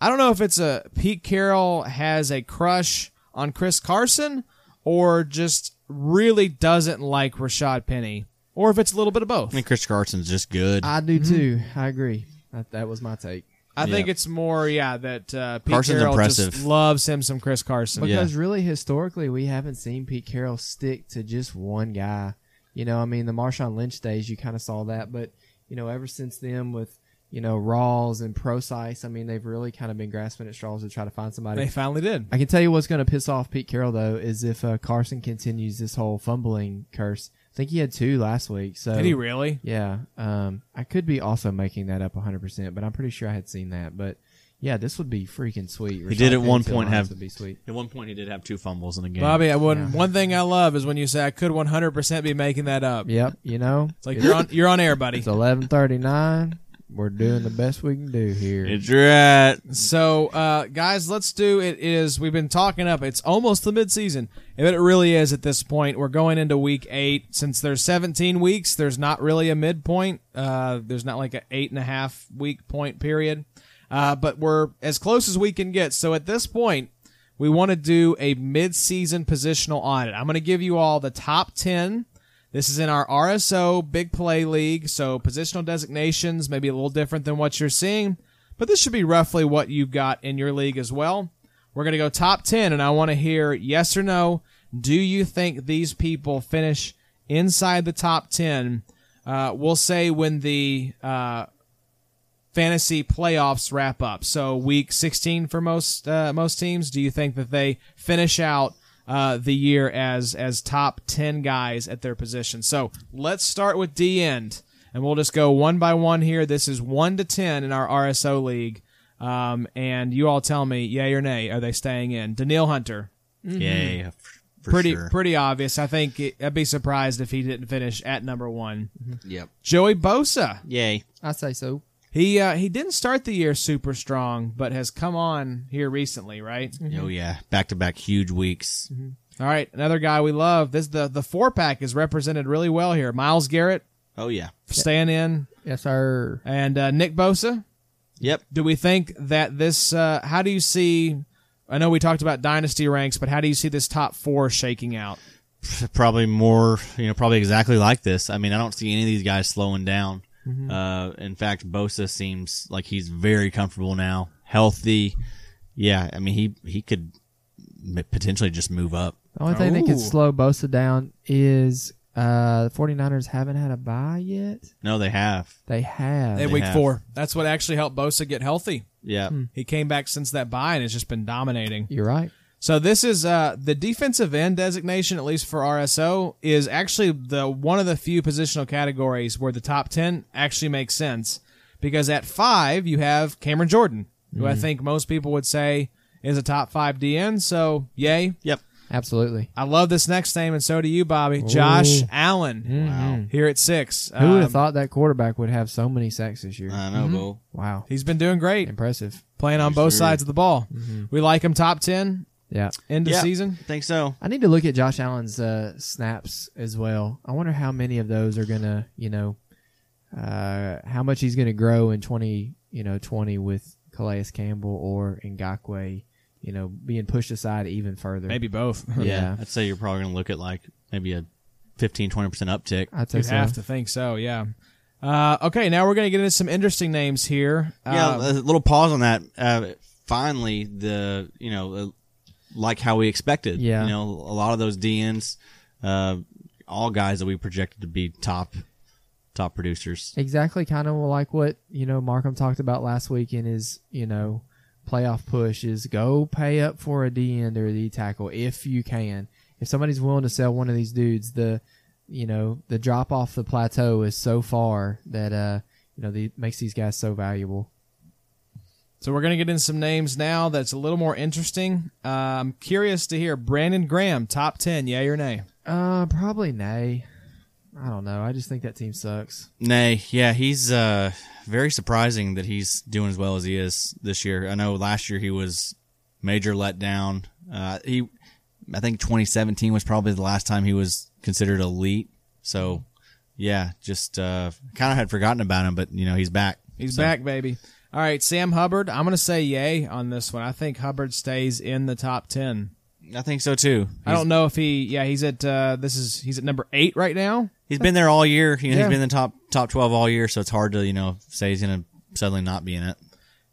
Speaker 2: I don't know if it's a Pete Carroll has a crush on Chris Carson or just really doesn't like Rashad Penny. Or if it's a little bit of both.
Speaker 3: I mean, Chris Carson's just good.
Speaker 4: I do
Speaker 2: Mm-hmm.
Speaker 4: too. I agree. That, that was my take.
Speaker 2: I think
Speaker 3: Yeah.
Speaker 2: it's more, yeah, that uh, Pete
Speaker 3: Carson's
Speaker 2: Carroll just
Speaker 3: impressive.
Speaker 2: loves him some Chris Carson.
Speaker 3: Yeah.
Speaker 4: Because really, historically, we haven't seen Pete Carroll stick to just one guy. You know, I mean, the Marshawn Lynch days, you kind of saw that. But, you know, ever since then with, you know, Rawls and Procyse, I mean, they've really kind of been grasping at straws to try to find somebody.
Speaker 2: They finally did.
Speaker 4: I can tell you what's going to piss off Pete Carroll though is if uh, Carson continues this whole fumbling curse. I think he had two last week. So
Speaker 2: Did he really?
Speaker 4: yeah, um, I could be also making that up 100, percent but I'm pretty sure I had seen that. But Yeah, this would be freaking sweet.
Speaker 3: He did at
Speaker 4: Rashad
Speaker 3: one
Speaker 4: Penny
Speaker 3: point
Speaker 4: Lines
Speaker 3: have-
Speaker 4: would be sweet.
Speaker 3: At one point, he did have two fumbles in a game.
Speaker 2: Bobby, I wouldn't, one thing I love is when you say I could 100% be making that up.
Speaker 4: Yep, you know,
Speaker 2: It's like you're on you're on air, buddy.
Speaker 4: it's eleven thirty nine. We're doing the best we can do here.
Speaker 3: It's right.
Speaker 2: So, uh, guys, let's do it. Is we've been talking up. It's almost the midseason, but it really is at this point. We're going into week eight. Since there's 17 weeks, there's not really a midpoint. Uh, there's not like an eight and a half week point period. Uh, but we're as close as we can get. So at this point, we want to do a midseason positional audit. I'm going to give you all the top 10. This is in our RSO Big Play League, so positional designations may be a little different than what you're seeing, but this should be roughly what you've got in your league as well. We're going to go top 10, and I want to hear yes or no. Do you think these people finish inside the top 10? Uh, we'll say when the uh, fantasy playoffs wrap up. So week 16 for most uh, most teams. Do you think that they finish out uh, the year as as top 10 guys at their position? So let's start with D end, and we'll just go one by one here. This is one to 10 in our RSO league. Um, and you all tell me, yay or nay, are they staying in? Daniil Hunter,
Speaker 3: Yeah, f- for
Speaker 2: pretty
Speaker 3: sure.
Speaker 2: pretty obvious. I think it, I'd be surprised if he didn't finish at number one.
Speaker 3: Yep.
Speaker 2: Joey Bosa,
Speaker 3: Yay.
Speaker 4: I say so.
Speaker 2: he uh, he didn't start the year super strong, but has come on here recently, right?
Speaker 3: Oh yeah, back to back huge weeks.
Speaker 2: All right, another guy we love. This the the four pack is represented really well here. Miles Garrett
Speaker 3: Oh yeah.
Speaker 2: staying in,
Speaker 4: Yes, sir.
Speaker 2: and uh, Nick Bosa.
Speaker 3: Yep.
Speaker 2: Do we think that this? Uh, how do you see? I know we talked about dynasty ranks, but how do you see this top four shaking out?
Speaker 3: Probably more. You know, probably exactly like this. I mean, I don't see any of these guys slowing down.
Speaker 2: Mm-hmm.
Speaker 3: Uh, in fact, Bosa seems like he's very comfortable now, healthy. Yeah, I mean, he he could m- potentially just move up.
Speaker 4: The only thing that could
Speaker 2: Ooh.
Speaker 4: slow Bosa down is uh, the 49ers haven't had a bye yet.
Speaker 3: No, they have.
Speaker 4: They have.
Speaker 2: At week
Speaker 3: have.
Speaker 2: four, that's what actually helped Bosa get healthy.
Speaker 3: Yeah.
Speaker 2: He came back since that bye and has just been dominating.
Speaker 4: You're right.
Speaker 2: So this is uh, the defensive end designation, at least for RSO, is actually the one of the few positional categories where the top ten actually makes sense because at five you have Cameron Jordan, who
Speaker 4: Mm-hmm.
Speaker 2: I think most people would say is a top five DN. So yay!
Speaker 3: Yep.
Speaker 4: Absolutely.
Speaker 2: I love this next name, and so do you, Bobby. Josh Allen here at six.
Speaker 4: Mm-hmm. Mm. Who would have
Speaker 2: Um,
Speaker 4: thought that quarterback would have so many sacks this year?
Speaker 3: I know,
Speaker 2: Mm-hmm.
Speaker 3: Bo.
Speaker 4: wow.
Speaker 2: He's been doing great,
Speaker 4: Impressive.
Speaker 2: playing on both sides of the ball.
Speaker 4: Mm-hmm.
Speaker 2: We like him top ten
Speaker 4: Yeah.
Speaker 2: end of
Speaker 3: Yeah,
Speaker 2: season.
Speaker 3: I think so.
Speaker 4: I need to look at Josh Allen's uh, snaps as well. I wonder how many of those are gonna, you know, uh, how much he's gonna grow in twenty, you know, twenty with Calais Campbell or Ngakwe, you know, being pushed aside even further.
Speaker 2: Maybe both.
Speaker 3: Yeah.
Speaker 4: Yeah.
Speaker 3: I'd say you're probably going to look at like maybe a 15, 20% uptick.
Speaker 4: I'd say
Speaker 2: You'd
Speaker 4: so.
Speaker 2: have to think so, yeah. Uh, okay, now we're going to get into some interesting names here.
Speaker 3: yeah.
Speaker 2: Uh,
Speaker 3: a little pause on that. Uh, finally, the, you know, uh, like how we expected.
Speaker 4: Yeah.
Speaker 3: You know, a lot of those DNs, uh, all guys that we projected to be top, top producers.
Speaker 4: Exactly, kind of like what you know Markham talked about last week in his you know playoff push is go pay up for a D end or a D tackle if you can. If somebody's willing to sell one of these dudes, the you know the drop off the plateau is so far that uh you know the makes these guys so valuable.
Speaker 2: so we're going to get into some names now that's a little more interesting. Uh, I'm curious to hear Brandon Graham, top 10, yay or nay?
Speaker 4: Uh, probably nay. I don't know. I just think that team sucks.
Speaker 3: Nay, yeah, he's uh, very surprising that he's doing as well as he is this year. I know last year he was major letdown. Uh, he, I think 2017 was probably the last time he was considered elite. So, yeah, just uh, kind of had forgotten about him, but you know he's back.
Speaker 2: He's
Speaker 3: So,
Speaker 2: back, baby. All right, Sam Hubbard. I'm going to say yay on this one. I think Hubbard stays in the top 10.
Speaker 3: I think so too.
Speaker 2: I don't know if he, yeah, he's at, uh, this is, he's at number eight right now.
Speaker 3: He's been there all year. You know,
Speaker 2: Yeah.
Speaker 3: He's been in the top top 12 all year, so it's hard to you know say he's gonna suddenly not be in it.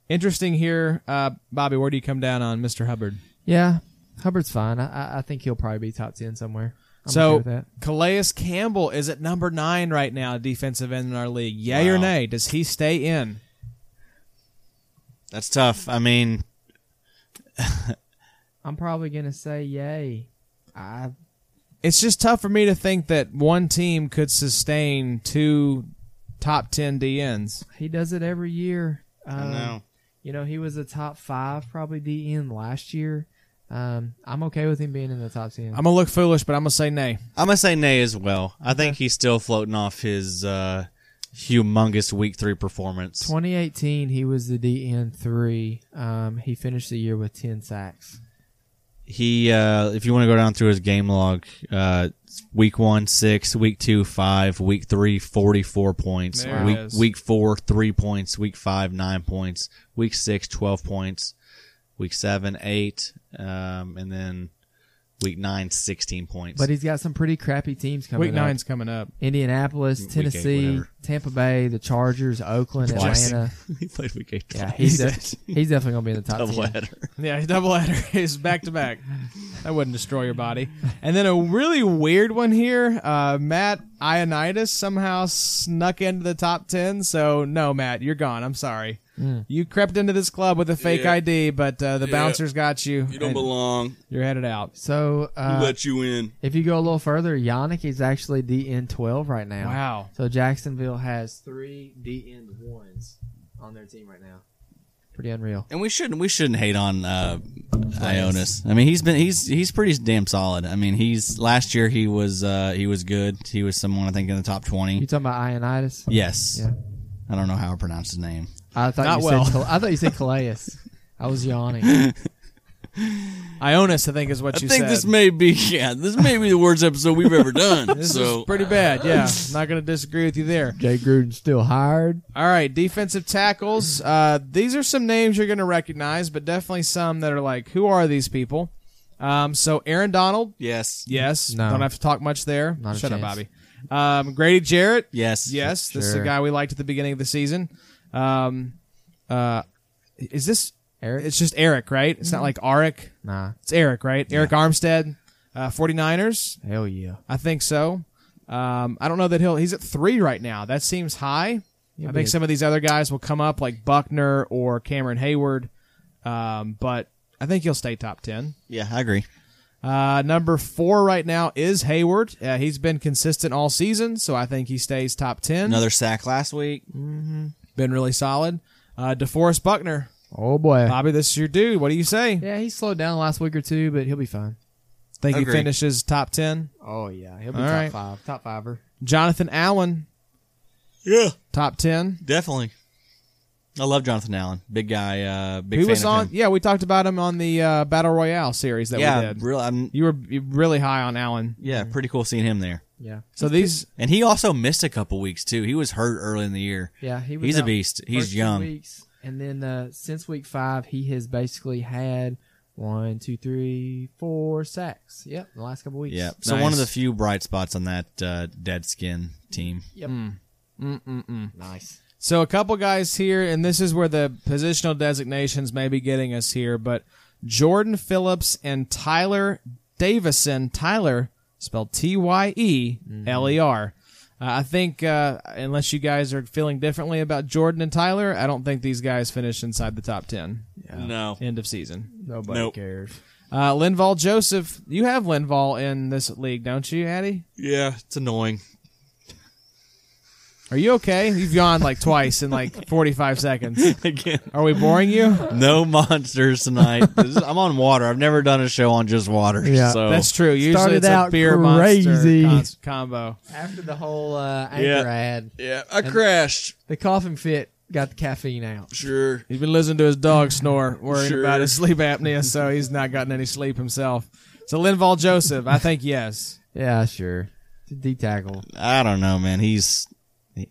Speaker 2: Interesting here. Uh, Bobby, where do you come down on Mr. Hubbard?
Speaker 4: Yeah, Hubbard's fine. I I- I think he'll probably be top ten somewhere. I'm okay
Speaker 2: so
Speaker 4: with that.
Speaker 2: Calais Campbell is at number nine right now, defensive end in our league. Yay or
Speaker 3: Wow.
Speaker 2: nay? Does he stay in?
Speaker 3: That's tough. I mean,
Speaker 4: I'm probably gonna say yay. I
Speaker 2: It's just tough for me to think that one team could sustain two top ten DNs.
Speaker 4: He does it every year. Um,
Speaker 3: know.
Speaker 4: You know, he was a top five probably DN last year. Um, I'm okay with him being in the top ten.
Speaker 2: I'm gonna look foolish, but I'm gonna say nay.
Speaker 3: I'm gonna say nay as well. I think he's still floating off his uh, humongous week three performance.
Speaker 4: 2018, he was the DN three. Um, he finished the year with ten sacks.
Speaker 3: He, uh, if you want to go down through his game log, uh, week one six, week two five, week three 44 points,
Speaker 2: There it
Speaker 3: week
Speaker 2: is.
Speaker 3: week four three points, week five nine points, week six 12 points, week seven eight, um, and then week nine 16 points.
Speaker 4: But he's got some pretty crappy teams coming.
Speaker 2: Week
Speaker 4: up.
Speaker 2: nine's coming up.
Speaker 4: Indianapolis,
Speaker 3: Week eight,
Speaker 4: Tennessee,
Speaker 3: whatever.
Speaker 4: Tampa Bay, the Chargers, Oakland,
Speaker 3: Twice.
Speaker 4: Atlanta.
Speaker 3: he played week eight
Speaker 4: Yeah,
Speaker 3: twice.
Speaker 4: he's def- he's definitely gonna be in the top ten.
Speaker 3: doubleheader.
Speaker 2: Yeah, double header is back to back. That wouldn't destroy your body. And then a really weird one here. Uh, Matt Ioannidis somehow snuck into the top ten. So no, Matt, you're gone. I'm sorry. You crept into this club with a fake
Speaker 5: Yeah.
Speaker 2: ID, but uh, the bouncers got you.
Speaker 5: You don't
Speaker 2: and
Speaker 5: belong.
Speaker 2: You're headed out.
Speaker 4: So
Speaker 5: Who
Speaker 4: uh,
Speaker 5: let you in?
Speaker 4: if you go a little further, Yannick is actually DN twelve right now.
Speaker 2: Wow.
Speaker 4: So Jacksonville has three DN ones on their team right now. Pretty unreal.
Speaker 3: And we shouldn't we shouldn't hate on uh, Ionis. I mean, he's been he's he's pretty damn solid. I mean, he's last year he was uh, he was good. He was someone I think in the top
Speaker 4: You
Speaker 3: twenty.
Speaker 4: talking about Ionitis?
Speaker 3: Yes,
Speaker 4: Yeah.
Speaker 3: I don't know how I pronounce his name.
Speaker 4: I thought
Speaker 2: Not
Speaker 4: you
Speaker 2: well.
Speaker 4: said Cal- I thought you said Calais. I was yawning.
Speaker 2: Ionis, I think, is what
Speaker 3: I
Speaker 2: you
Speaker 3: think
Speaker 2: said.
Speaker 3: this may be yeah this may be the worst episode we've ever done.
Speaker 2: This
Speaker 3: so
Speaker 2: is pretty bad. Yeah, not going to disagree with you there.
Speaker 4: Jay Gruden's still hired.
Speaker 2: All right, defensive tackles. Uh, these are some names you're going to recognize, but definitely some that are like, who are these people? Um, so Aaron Donald,
Speaker 3: yes,
Speaker 2: yes.
Speaker 4: No.
Speaker 2: Don't have to talk much there.
Speaker 4: Not a
Speaker 2: Shut up, Bobby.
Speaker 4: chance.
Speaker 2: Um, Grady Jarrett,
Speaker 3: yes,
Speaker 2: yes. This is the
Speaker 4: Sure.
Speaker 2: guy we liked at the beginning of the season. Um, uh, is this
Speaker 4: Eric? Mm-hmm.
Speaker 2: It's just Eric, right? It's not like Arik.
Speaker 4: Nah,
Speaker 2: It's Eric, right? Eric Armstead, uh, 49ers.
Speaker 4: hell yeah.
Speaker 2: I think so. Um, I don't know that he'll. He's at three right now. That seems high. I think
Speaker 4: but-
Speaker 2: some of these other guys will come up like Buckner or Cameron Hayward, um, but I think he'll stay top ten.
Speaker 3: Yeah, I agree.
Speaker 2: Uh, number four right now is Hayward. Uh, he's been consistent all season, so I think he stays top ten.
Speaker 3: Another sack last week.
Speaker 2: Been really solid. Uh, DeForest Buckner,
Speaker 4: Oh boy.
Speaker 2: Bobby, this is your dude. What do you say?
Speaker 4: Yeah, he slowed down the last week or two, but he'll be fine.
Speaker 2: Think
Speaker 3: Agree.
Speaker 2: he finishes top ten.
Speaker 4: Oh yeah, he'll be
Speaker 2: All
Speaker 4: top
Speaker 2: right.
Speaker 4: five, top fiver.
Speaker 2: Jonathan Allen,
Speaker 5: Yeah,
Speaker 2: top ten.
Speaker 3: Definitely, I love Jonathan Allen. Big guy. Uh, big
Speaker 2: He
Speaker 3: fan
Speaker 2: was
Speaker 3: of
Speaker 2: on.
Speaker 3: him.
Speaker 2: Yeah, we talked about him on the uh, Battle Royale series that we
Speaker 3: Yeah,
Speaker 2: did.
Speaker 3: real. I'm,
Speaker 2: You were really high on Allen.
Speaker 3: yeah, pretty cool seeing him there.
Speaker 4: Yeah.
Speaker 2: So these
Speaker 3: And he also missed a couple weeks too. He was hurt early in the year.
Speaker 4: Yeah, he was
Speaker 3: He's a
Speaker 4: out
Speaker 3: beast. He's
Speaker 4: first two
Speaker 3: young.
Speaker 4: Weeks, and then uh, since week five, he has basically had one, two, three, four sacks. Yep, the last couple weeks.
Speaker 3: Yeah. So
Speaker 2: Nice.
Speaker 3: one of the few bright spots on that uh, dead skin team.
Speaker 4: Yep. Nice.
Speaker 2: So a couple guys here, and this is where the positional designations may be getting us here, but Jordan Phillips and Tyler Davison. Tyler spelled T Y E
Speaker 3: Mm-hmm.
Speaker 2: L E R. Uh, I think uh, unless you guys are feeling differently about Jordan and Tyler, I don't think these guys finish inside the top ten.
Speaker 3: No.
Speaker 2: End of season.
Speaker 4: Nobody
Speaker 5: Nope.
Speaker 4: cares.
Speaker 2: Uh, Linval Joseph, you have Linval in this league, don't you, Addy?
Speaker 5: yeah.
Speaker 3: It's annoying.
Speaker 2: Are you okay? You've yawned like twice in like forty five seconds.
Speaker 3: Again.
Speaker 2: Are we boring you?
Speaker 3: No monsters tonight. This is- I'm on water. I've never done a show on just water.
Speaker 4: Yeah.
Speaker 3: So
Speaker 2: That's true. Usually
Speaker 4: Started
Speaker 2: it's a
Speaker 4: out
Speaker 2: beer
Speaker 4: crazy.
Speaker 2: monster con- combo.
Speaker 4: After the whole uh, anchor
Speaker 5: Yeah.
Speaker 4: ad,
Speaker 5: Yeah, I crashed.
Speaker 4: the coughing fit got the caffeine out.
Speaker 5: Sure.
Speaker 2: He's been listening to his dog snore, worrying
Speaker 5: Sure.
Speaker 2: about his sleep apnea, so he's not gotten any sleep himself. So Linval Joseph, I think yes.
Speaker 4: Yeah, sure. D tackle.
Speaker 3: I don't know, man. He's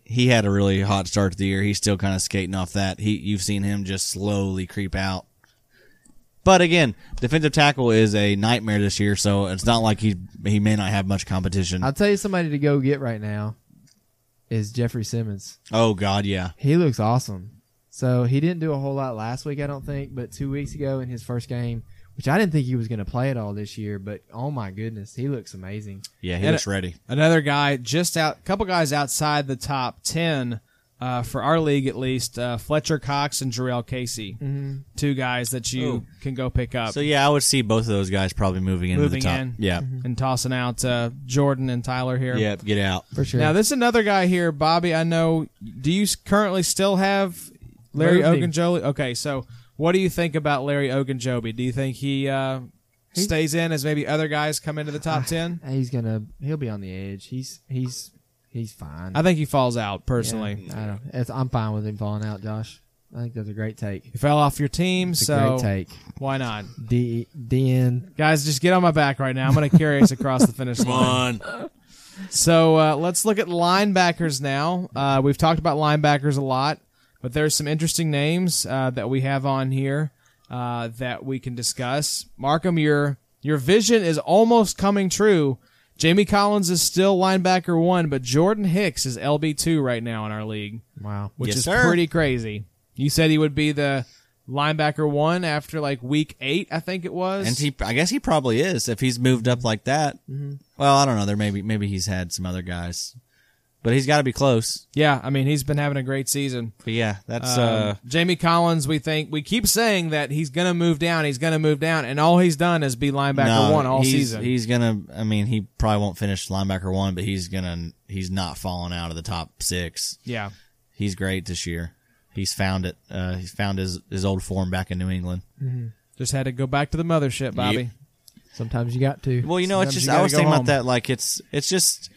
Speaker 3: he had a really hot start to the year. He's still kind of skating off that. He you've seen him just slowly creep out. But again, defensive tackle is a nightmare this year, so it's not like he he may not have much competition.
Speaker 4: I'll tell you somebody to go get right now is Jeffrey Simmons.
Speaker 3: oh God, yeah.
Speaker 4: He looks awesome. So he didn't do a whole lot last week, I don't think, but two weeks ago in his first game, which I didn't think he was going to play at all this year, but oh my goodness, he looks amazing.
Speaker 3: Yeah, he
Speaker 2: And
Speaker 3: looks ready.
Speaker 2: Another guy just out, couple guys outside the top ten uh, for our league at least. Uh, Fletcher Cox and Jarrell Casey, mm-hmm. two guys that you can go pick up
Speaker 3: Oh. So yeah, I would see both of those guys probably moving into
Speaker 2: uh, Moving
Speaker 3: the top.
Speaker 2: in.
Speaker 3: Yeah,
Speaker 2: and tossing out uh, Jordan and Tyler here.
Speaker 3: yeah, get out.
Speaker 4: For sure.
Speaker 2: Now, this is another guy here, Bobby. I know. Do you s- currently still have Larry
Speaker 4: Moved him.
Speaker 2: Ogunjobi. Okay, so what do you think about Larry Ogunjobi? Do you think he uh, stays in as maybe other guys come into the top ten?
Speaker 4: He's gonna. He'll be on the edge. He's he's he's fine.
Speaker 2: I think he falls out personally.
Speaker 4: Yeah, I don't, it's, I'm fine with him falling out, Josh. I think that's a great take.
Speaker 2: He fell off your team,
Speaker 4: It's
Speaker 2: so
Speaker 4: a great take.
Speaker 2: why not?
Speaker 4: D DN.
Speaker 2: Guys, just get on my back right now. I'm going to carry us across the finish
Speaker 5: Come
Speaker 2: line.
Speaker 5: on.
Speaker 2: So uh, let's look at linebackers now. Uh, we've talked about linebackers a lot, but there's some interesting names uh, that we have on here uh, that we can discuss. Markham, your your vision is almost coming true. Jamie Collins is still linebacker one, but Jordan Hicks is LB two right now in our league,
Speaker 4: Wow.
Speaker 2: which
Speaker 3: Yes,
Speaker 2: is
Speaker 3: sir.
Speaker 2: pretty crazy. You said he would be the linebacker one after like week eight, I think it was.
Speaker 3: And he, I guess he probably is if he's moved
Speaker 2: Mm-hmm.
Speaker 3: up like that. Well, I don't know. There maybe maybe he's had some other guys, but he's got to be close.
Speaker 2: yeah, I mean he's been having a great season.
Speaker 3: But yeah, that's
Speaker 2: Um,
Speaker 3: uh,
Speaker 2: Jamie Collins, we think we keep saying that he's going to move down. He's going to move down, and all he's done is be linebacker
Speaker 3: no,
Speaker 2: one all
Speaker 3: he's,
Speaker 2: season.
Speaker 3: He's gonna. I mean, he probably won't finish linebacker one, but he's gonna. He's not falling out of the top six.
Speaker 2: yeah,
Speaker 3: He's great this year. He's found it. Uh, he's found his his old form back in New England.
Speaker 2: just had to go back to the mothership, Bobby.
Speaker 4: Sometimes you got to.
Speaker 3: Well, you know,
Speaker 2: Sometimes
Speaker 3: it's just
Speaker 2: you
Speaker 3: I
Speaker 2: gotta
Speaker 3: was
Speaker 2: go
Speaker 3: thinking
Speaker 2: home.
Speaker 3: about that. Like, it's it's just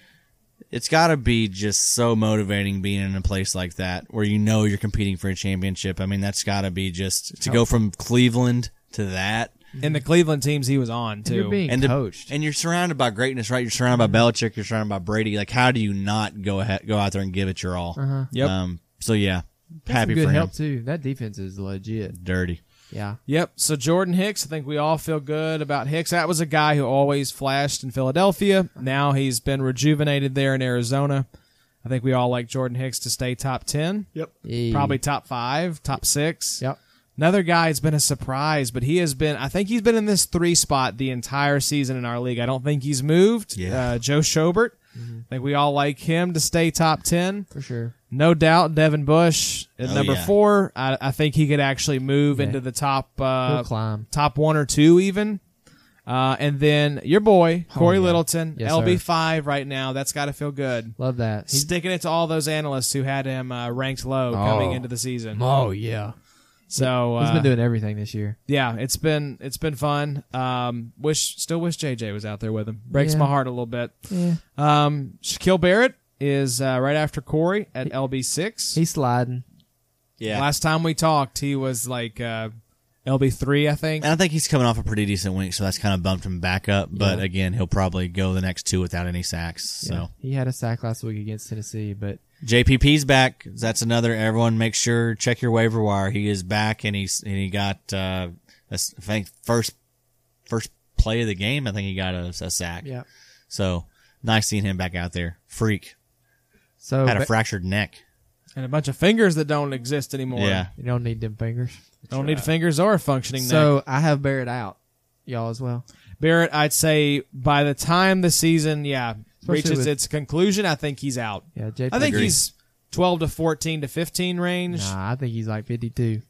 Speaker 3: it's got to be just so motivating being in a place like that where you know you're competing for a championship. I mean, that's got to be just to go from Cleveland to that.
Speaker 2: And the Cleveland teams he was on too.
Speaker 4: you're being
Speaker 3: And to-
Speaker 4: coached.
Speaker 3: and you're surrounded by greatness, right? You're surrounded by Belichick. You're surrounded by Brady. Like, how do you not go ahead, go out there and give it your all? Uh-huh.
Speaker 2: Yep.
Speaker 3: Um, so yeah,
Speaker 4: That's
Speaker 3: happy
Speaker 4: some good
Speaker 3: for
Speaker 4: help
Speaker 3: him.
Speaker 4: too. That defense is legit.
Speaker 3: Dirty.
Speaker 4: Yeah.
Speaker 2: Yep. So Jordan Hicks, I think we all feel good about Hicks. That was a guy who always flashed in Philadelphia. Now he's been rejuvenated there in Arizona. I think we all like Jordan Hicks to stay top ten. Yep.
Speaker 4: Yeah.
Speaker 2: Probably top five, top six.
Speaker 4: Yep.
Speaker 2: Another guy has been a surprise, but he has been, I think he's been in this three spot the entire season in our league. I don't think he's moved.
Speaker 3: Yeah.
Speaker 2: Uh, Joe Schobert.
Speaker 4: Mm-hmm.
Speaker 2: I think we all like him to stay top 10.
Speaker 4: For sure.
Speaker 2: No doubt, Devin Bush at
Speaker 3: Oh,
Speaker 2: number
Speaker 3: yeah.
Speaker 2: four. I, I think he could actually move into the top, uh,
Speaker 4: He'll climb.
Speaker 2: top one or two even. Uh, and then your boy, Corey
Speaker 4: Oh, yeah.
Speaker 2: Littleton,
Speaker 4: Yes, sir.
Speaker 2: LB5 right now. That's got to feel good.
Speaker 4: Love that. He's-
Speaker 2: Sticking it to all those analysts who had him uh, ranked low coming
Speaker 4: Oh.
Speaker 2: into the season.
Speaker 4: oh yeah.
Speaker 2: So uh,
Speaker 4: He's been doing everything this year.
Speaker 2: yeah, it's been it's been fun. Um, wish still wish JJ was out there with him. Breaks
Speaker 4: Yeah.
Speaker 2: my heart a little bit.
Speaker 4: Yeah.
Speaker 2: Um, Shaquille Barrett is uh, right after Corey at LB six.
Speaker 4: He's sliding.
Speaker 3: Yeah.
Speaker 2: Last time we talked, he was like uh, LB three, I think.
Speaker 3: and I think he's coming off a pretty decent week, so that's kind of bumped him back up. But again, he'll probably go the next two without any sacks. So.
Speaker 4: Yeah. He had a sack last week against Tennessee, but
Speaker 3: JPP's back. That's another. Everyone, make sure check your waiver wire. He is back, and he's and he got uh, a s- I think first first play of the game. I think he got a, a sack.
Speaker 4: yeah.
Speaker 3: So nice seeing him back out there. Freak
Speaker 2: Oh,
Speaker 4: So
Speaker 3: had a
Speaker 4: but
Speaker 3: fractured neck.
Speaker 2: and a bunch of fingers that don't exist anymore.
Speaker 3: Yeah,
Speaker 4: you don't need them fingers.
Speaker 2: don't need fingers or a functioning. neck.
Speaker 4: So I have Barrett out. Y'all as well.
Speaker 2: Barrett, I'd say by the time the season, yeah,
Speaker 4: Especially
Speaker 2: reaches
Speaker 4: with-
Speaker 2: its conclusion, I think he's out.
Speaker 4: Yeah, JP.
Speaker 2: I think he's twelve to fourteen to fifteen range.
Speaker 4: Nah, I think he's like 52.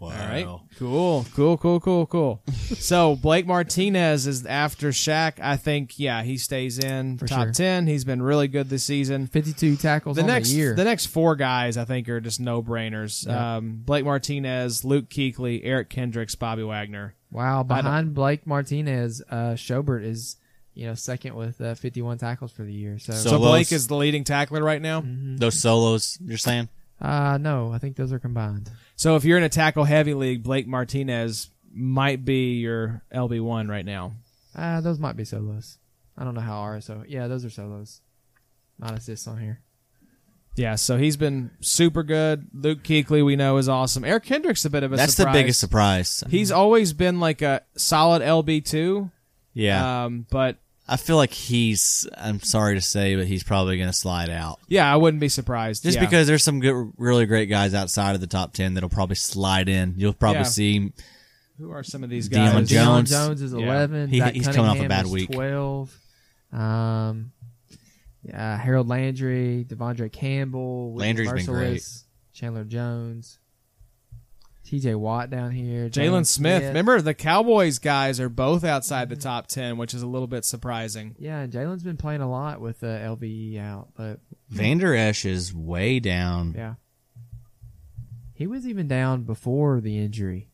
Speaker 2: All right. Cool. Cool. Cool. Cool. Cool. so Blake Martinez is after Shaq. I think yeah, he stays in
Speaker 4: For
Speaker 2: top
Speaker 4: sure.
Speaker 2: ten. He's been really good this season.
Speaker 4: 52 tackles
Speaker 2: The
Speaker 4: on
Speaker 2: next
Speaker 4: the year.
Speaker 2: the next four guys I think are just no brainers. Um, Blake Martinez, Luke Kuechly, Eric Kendricks, Bobby Wagner.
Speaker 4: wow,
Speaker 2: don't-
Speaker 4: behind Blake Martinez, uh, Schobert is you know second with uh, 51 tackles for the year. So, Mm-hmm.
Speaker 3: So-
Speaker 2: So Blake
Speaker 3: Solos.
Speaker 2: is the leading tackler right now.
Speaker 3: those solos. You're saying
Speaker 4: uh, no, I think those are combined.
Speaker 2: So if you're in a tackle heavy league, Blake Martinez might be your LB one right now.
Speaker 4: Uh, those might be solos. I don't know how RSO. Yeah, those are solos. Not assists on here.
Speaker 2: Yeah, so he's been super good. Luke Kuechly, we know, is awesome. Eric Kendricks, a bit of a
Speaker 3: that's
Speaker 2: surprise.
Speaker 3: the biggest surprise.
Speaker 2: He's always been like a solid LB two,
Speaker 3: yeah,
Speaker 2: um, but
Speaker 3: I feel like he's. I'm sorry to say, but he's probably going to slide out.
Speaker 2: yeah, I wouldn't be surprised.
Speaker 3: Just
Speaker 2: Yeah.
Speaker 3: because there's some good, really great guys outside of the top ten that'll probably slide in. You'll probably
Speaker 2: Yeah.
Speaker 3: see
Speaker 2: who are some of these
Speaker 3: Deion
Speaker 2: guys?
Speaker 3: Jones.
Speaker 4: Deion Jones is
Speaker 2: Yeah.
Speaker 4: 11.
Speaker 3: He-
Speaker 4: Zach
Speaker 3: he's coming off a
Speaker 4: Cunningham
Speaker 3: bad
Speaker 4: is
Speaker 3: week.
Speaker 4: 12. Um, yeah, Harold Landry, Devondre Campbell, Whitney
Speaker 3: Landry's been great.
Speaker 4: Merciless, Chandler Jones, T.J. Watt down here,
Speaker 2: Jalen Smith. Remember, the Cowboys guys are both outside the top ten, which is a little bit surprising.
Speaker 4: Yeah, and Jalen's been playing a lot with uh, LVE out, but
Speaker 3: Vander Esch is way down.
Speaker 4: yeah, He was even down before the injury,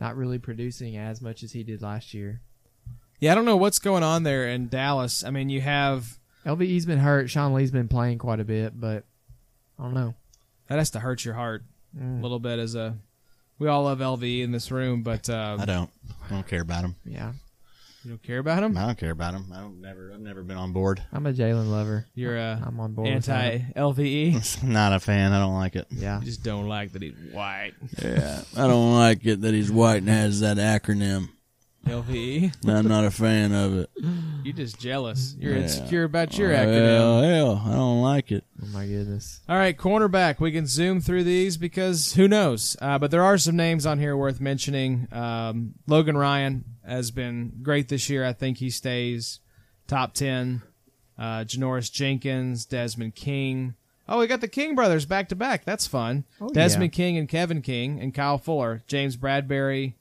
Speaker 4: not really producing as much as he did last year.
Speaker 2: Yeah, I don't know what's going on there in Dallas. I mean, you have
Speaker 4: LVE's been hurt. Sean Lee's been playing quite a bit, but I don't know.
Speaker 2: that has to hurt your heart
Speaker 4: Mm.
Speaker 2: a little bit as a. We all love LV in this room, but uh,
Speaker 3: I don't. I don't care about him.
Speaker 4: Yeah,
Speaker 2: you don't care about him.
Speaker 3: I don't care about him. I don't never. I've never been on board.
Speaker 4: I'm a Jalen lover.
Speaker 2: You're uh,
Speaker 4: I'm on board with
Speaker 2: anti LVE.
Speaker 3: Not a fan. I don't like it.
Speaker 4: Yeah,
Speaker 2: You just don't like that he's white.
Speaker 3: Yeah, I don't like it that he's white and has that acronym.
Speaker 2: LVE.
Speaker 3: I'm not a fan of it.
Speaker 2: You're just jealous. You're insecure about
Speaker 3: Oh,
Speaker 2: your acronym.
Speaker 3: Hell, hell, I don't like it.
Speaker 4: oh my goodness.
Speaker 2: All right, cornerback. We can zoom through these because who knows? Uh, but there are some names on here worth mentioning. Um, Logan Ryan has been great this year. I think he stays top 10. Uh, Janoris Jenkins, Desmond King. Oh, we got the King brothers back to back. That's fun. Desmond King and Kevin King and Kyle Fuller, James Bradbury.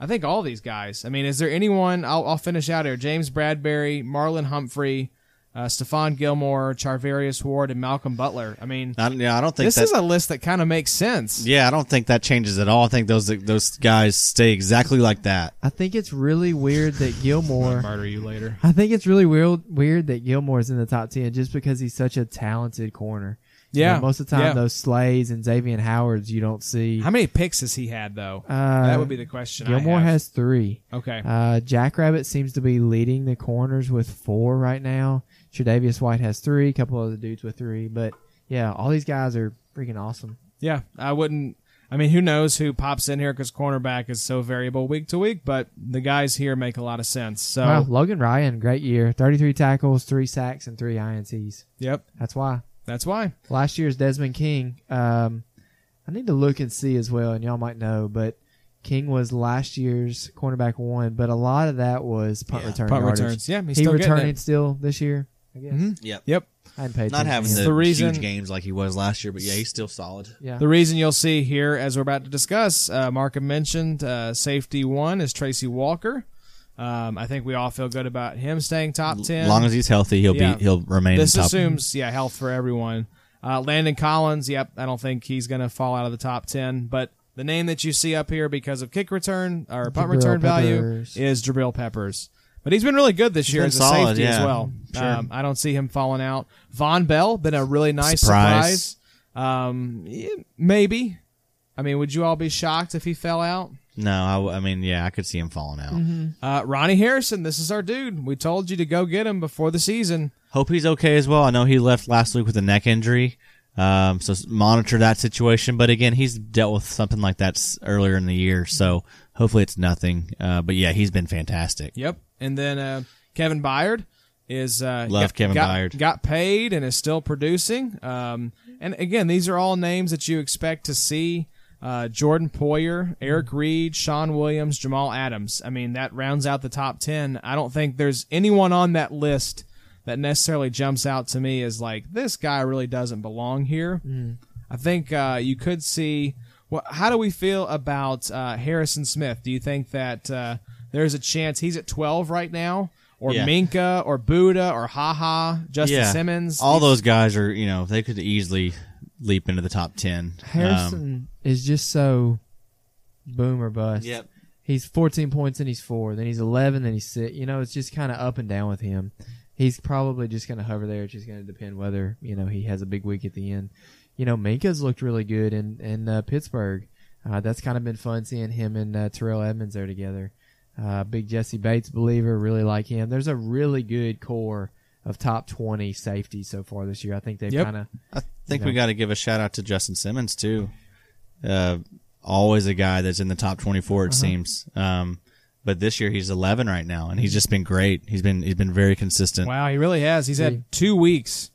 Speaker 2: I think all these guys. I mean, is there anyone? I'll, I'll finish out here. James Bradbury, Marlon Humphrey, uh, Stephon Gilmore, Charvarius Ward, and Malcolm Butler. I mean,
Speaker 3: I, yeah, I don't think
Speaker 2: this
Speaker 3: that,
Speaker 2: is a list that kind of makes sense.
Speaker 3: Yeah, I don't think that changes at all. I think those those guys stay exactly like that.
Speaker 4: I think it's really weird that Gilmore.
Speaker 2: Murder you later.
Speaker 4: I think it's really weird weird that Gilmore's in the top ten just because he's such a talented corner. You
Speaker 2: Yeah,
Speaker 4: know, most of the time
Speaker 2: yeah.
Speaker 4: those Slays and Xavier Howards you don't see.
Speaker 2: How many picks has he had though?
Speaker 4: Uh,
Speaker 2: that would be the question.
Speaker 4: Gilmore
Speaker 2: I have.
Speaker 4: has three.
Speaker 2: Okay.
Speaker 4: Uh, Jackrabbit seems to be leading the corners with four right now. Tre'Davious White has three. A couple other dudes with three, but yeah, all these guys are freaking awesome.
Speaker 2: yeah, I wouldn't. I mean, who knows who pops in here because cornerback is so variable week to week, but the guys here make a lot of sense. So,
Speaker 4: Wow, Logan Ryan, great year. Thirty-three tackles, three sacks, and three ints.
Speaker 2: yep,
Speaker 4: That's why.
Speaker 2: that's why.
Speaker 4: last year's Desmond King. Um, I need to look and see as well, and y'all might know, but King was last year's cornerback one, but a lot of that was punt return.
Speaker 2: punt
Speaker 4: yardage.
Speaker 2: returns. Yeah, he's
Speaker 4: he
Speaker 2: still getting Mm-hmm.
Speaker 4: returning
Speaker 2: it.
Speaker 4: still this year. I guess
Speaker 3: Yep.
Speaker 2: Yep.
Speaker 4: I hadn't paid
Speaker 3: Not
Speaker 4: attention
Speaker 3: having
Speaker 4: yet.
Speaker 3: the,
Speaker 2: the reason-
Speaker 3: huge games like he was last year, but yeah, he's still solid.
Speaker 4: yeah.
Speaker 2: The reason you'll see here, as we're about to discuss, uh, Markham mentioned uh, safety one is Tracy Walker. Um, I think we all feel good about him staying top ten.
Speaker 3: As long as he's healthy, he'll
Speaker 2: Yeah.
Speaker 3: be he'll remain
Speaker 2: this
Speaker 3: in top.
Speaker 2: assumes yeah health for everyone uh, landon collins yep i don't think he's going to fall out of the top 10 but the name that you see up here because of kick return or punt
Speaker 4: Jabril
Speaker 2: return
Speaker 4: Peppers.
Speaker 2: value is jabril peppers but he's been really good this year
Speaker 3: been
Speaker 2: as a
Speaker 3: solid,
Speaker 2: safety as
Speaker 3: yeah.
Speaker 2: well um, i don't see him falling out von bell been a really nice surprise,
Speaker 3: Surprise.
Speaker 2: Um, yeah, maybe i mean would you all be shocked if he fell out
Speaker 3: no, I, w- I mean, yeah, I could see him falling out.
Speaker 2: uh, ronnie harrison this is our dude we told you to go get him before the season
Speaker 3: Hope he's okay as well. I know he left last week with a neck injury, um, so s- monitor that situation. But again, he's dealt with something like that s- earlier in the year, so hopefully it's nothing. Uh, but yeah, he's been fantastic.
Speaker 2: Yep. And then uh, Kevin Byard is uh,
Speaker 3: Love
Speaker 2: got,
Speaker 3: Kevin
Speaker 2: got,
Speaker 3: Byard.
Speaker 2: Got paid and is still producing. Um, and again, these are all names that you expect to see. Uh, Jordan Poyer,
Speaker 3: Mm-hmm.
Speaker 2: Eric Reed, Sean Williams, Jamal Adams. I mean, that rounds out the top ten. I don't think there's anyone on that list that necessarily jumps out to me as like this guy really doesn't belong here.
Speaker 3: Mm.
Speaker 2: I think uh, you could see. Well, how do we feel about uh, Harrison Smith? Do you think that uh, there's a chance he's at 12 right now, or
Speaker 3: Yeah.
Speaker 2: Minka, or Buddha, or Haha, Justin
Speaker 3: yeah,
Speaker 2: Simmons?
Speaker 3: All those guys are you know they could easily leap into the top ten. Um,
Speaker 4: Harrison is just so boom or bust.
Speaker 3: Yep.
Speaker 4: He's 14 points and he's four. Then he's 11. Then he's six. You know, it's just kind of up and down with him. He's probably just going to hover there. It's just going to depend whether you know he has a big week at the end. You know, Minka's looked really good in in uh, Pittsburgh. Uh, that's kind of been fun seeing him and uh, Terrell Edmonds there together. Uh, big Jesse Bates believer, really like him. There's a really good core of top 20 safety so far this year. I think they've
Speaker 2: Yep.
Speaker 4: kind of
Speaker 3: Um, I think we got to give a shout out to Justin Simmons too. Uh, always a guy that's in the top twenty-four, it seems. Um, but this year he's eleven right now, and he's just been great. He's been he's been very consistent.
Speaker 2: Wow, he really has. He's had two weeks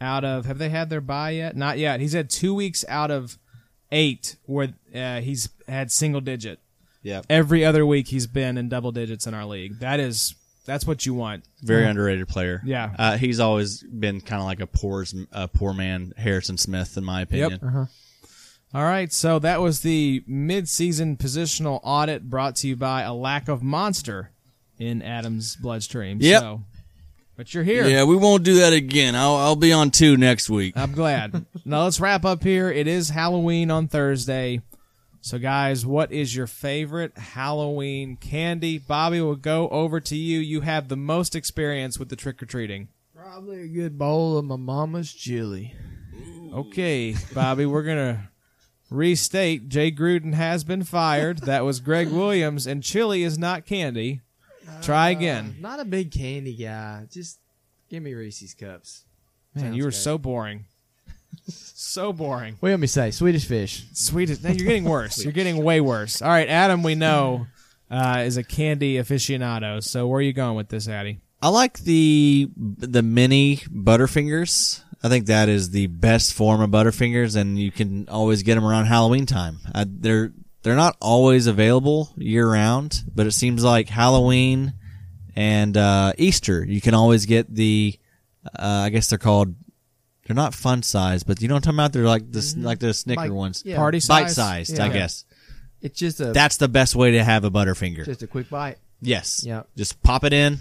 Speaker 2: out of. Have they had their bye yet? Not yet. He's had two weeks out of eight where uh, he's had single digit.
Speaker 3: Yeah,
Speaker 2: Every other week he's been in double digits in our league. That is that's what you want.
Speaker 3: very underrated player.
Speaker 2: Yeah.
Speaker 3: uh, he's always been kind of like a poor a poor man Harrison Smith, in my opinion.
Speaker 2: All right, so that was the mid-season positional audit brought to you by a lack of monster in Adam's bloodstream.
Speaker 3: Yep.
Speaker 2: So, but you're here.
Speaker 3: we won't do that again. I'll, I'll be on two next week.
Speaker 2: I'm glad. now let's wrap up here. It is Halloween on Thursday. So, guys, what is your favorite Halloween candy? Bobby, will go over to you. You have the most experience with the trick or treating.
Speaker 4: Probably a good bowl of my mama's chili.
Speaker 2: Okay, Bobby, we're gonna restate: Jay Gruden has been fired. That was Greg Williams, and chili is not candy. Try again.
Speaker 4: Not a big candy guy. Just give me Reese's cups.
Speaker 2: Man, you were so boring. so boring.
Speaker 4: What do you want me to say? Swedish fish.
Speaker 2: Sweetest. Now you're getting worse. You're getting way worse. All right, Adam, we know uh, is a candy aficionado. So where are you going with this, Addy?
Speaker 3: I like the the mini Butterfingers. I think that is the best form of Butterfingers, and you can always get them around Halloween time. I, they're they're not always available year round, but it seems like Halloween and uh, Easter you can always get the. Uh, I guess they're called. They're not fun size, but you know what I'm talking about. They're like the s like the Snicker
Speaker 4: Mm-hmm. Like-
Speaker 3: ones,
Speaker 4: yeah.
Speaker 2: Party
Speaker 3: bite
Speaker 2: size.
Speaker 3: sized. I
Speaker 4: Yeah.
Speaker 3: guess
Speaker 4: It's just a
Speaker 3: that's the best way to have a Butterfinger.
Speaker 4: just a quick bite.
Speaker 3: yes.
Speaker 4: Yeah.
Speaker 3: Just pop it in.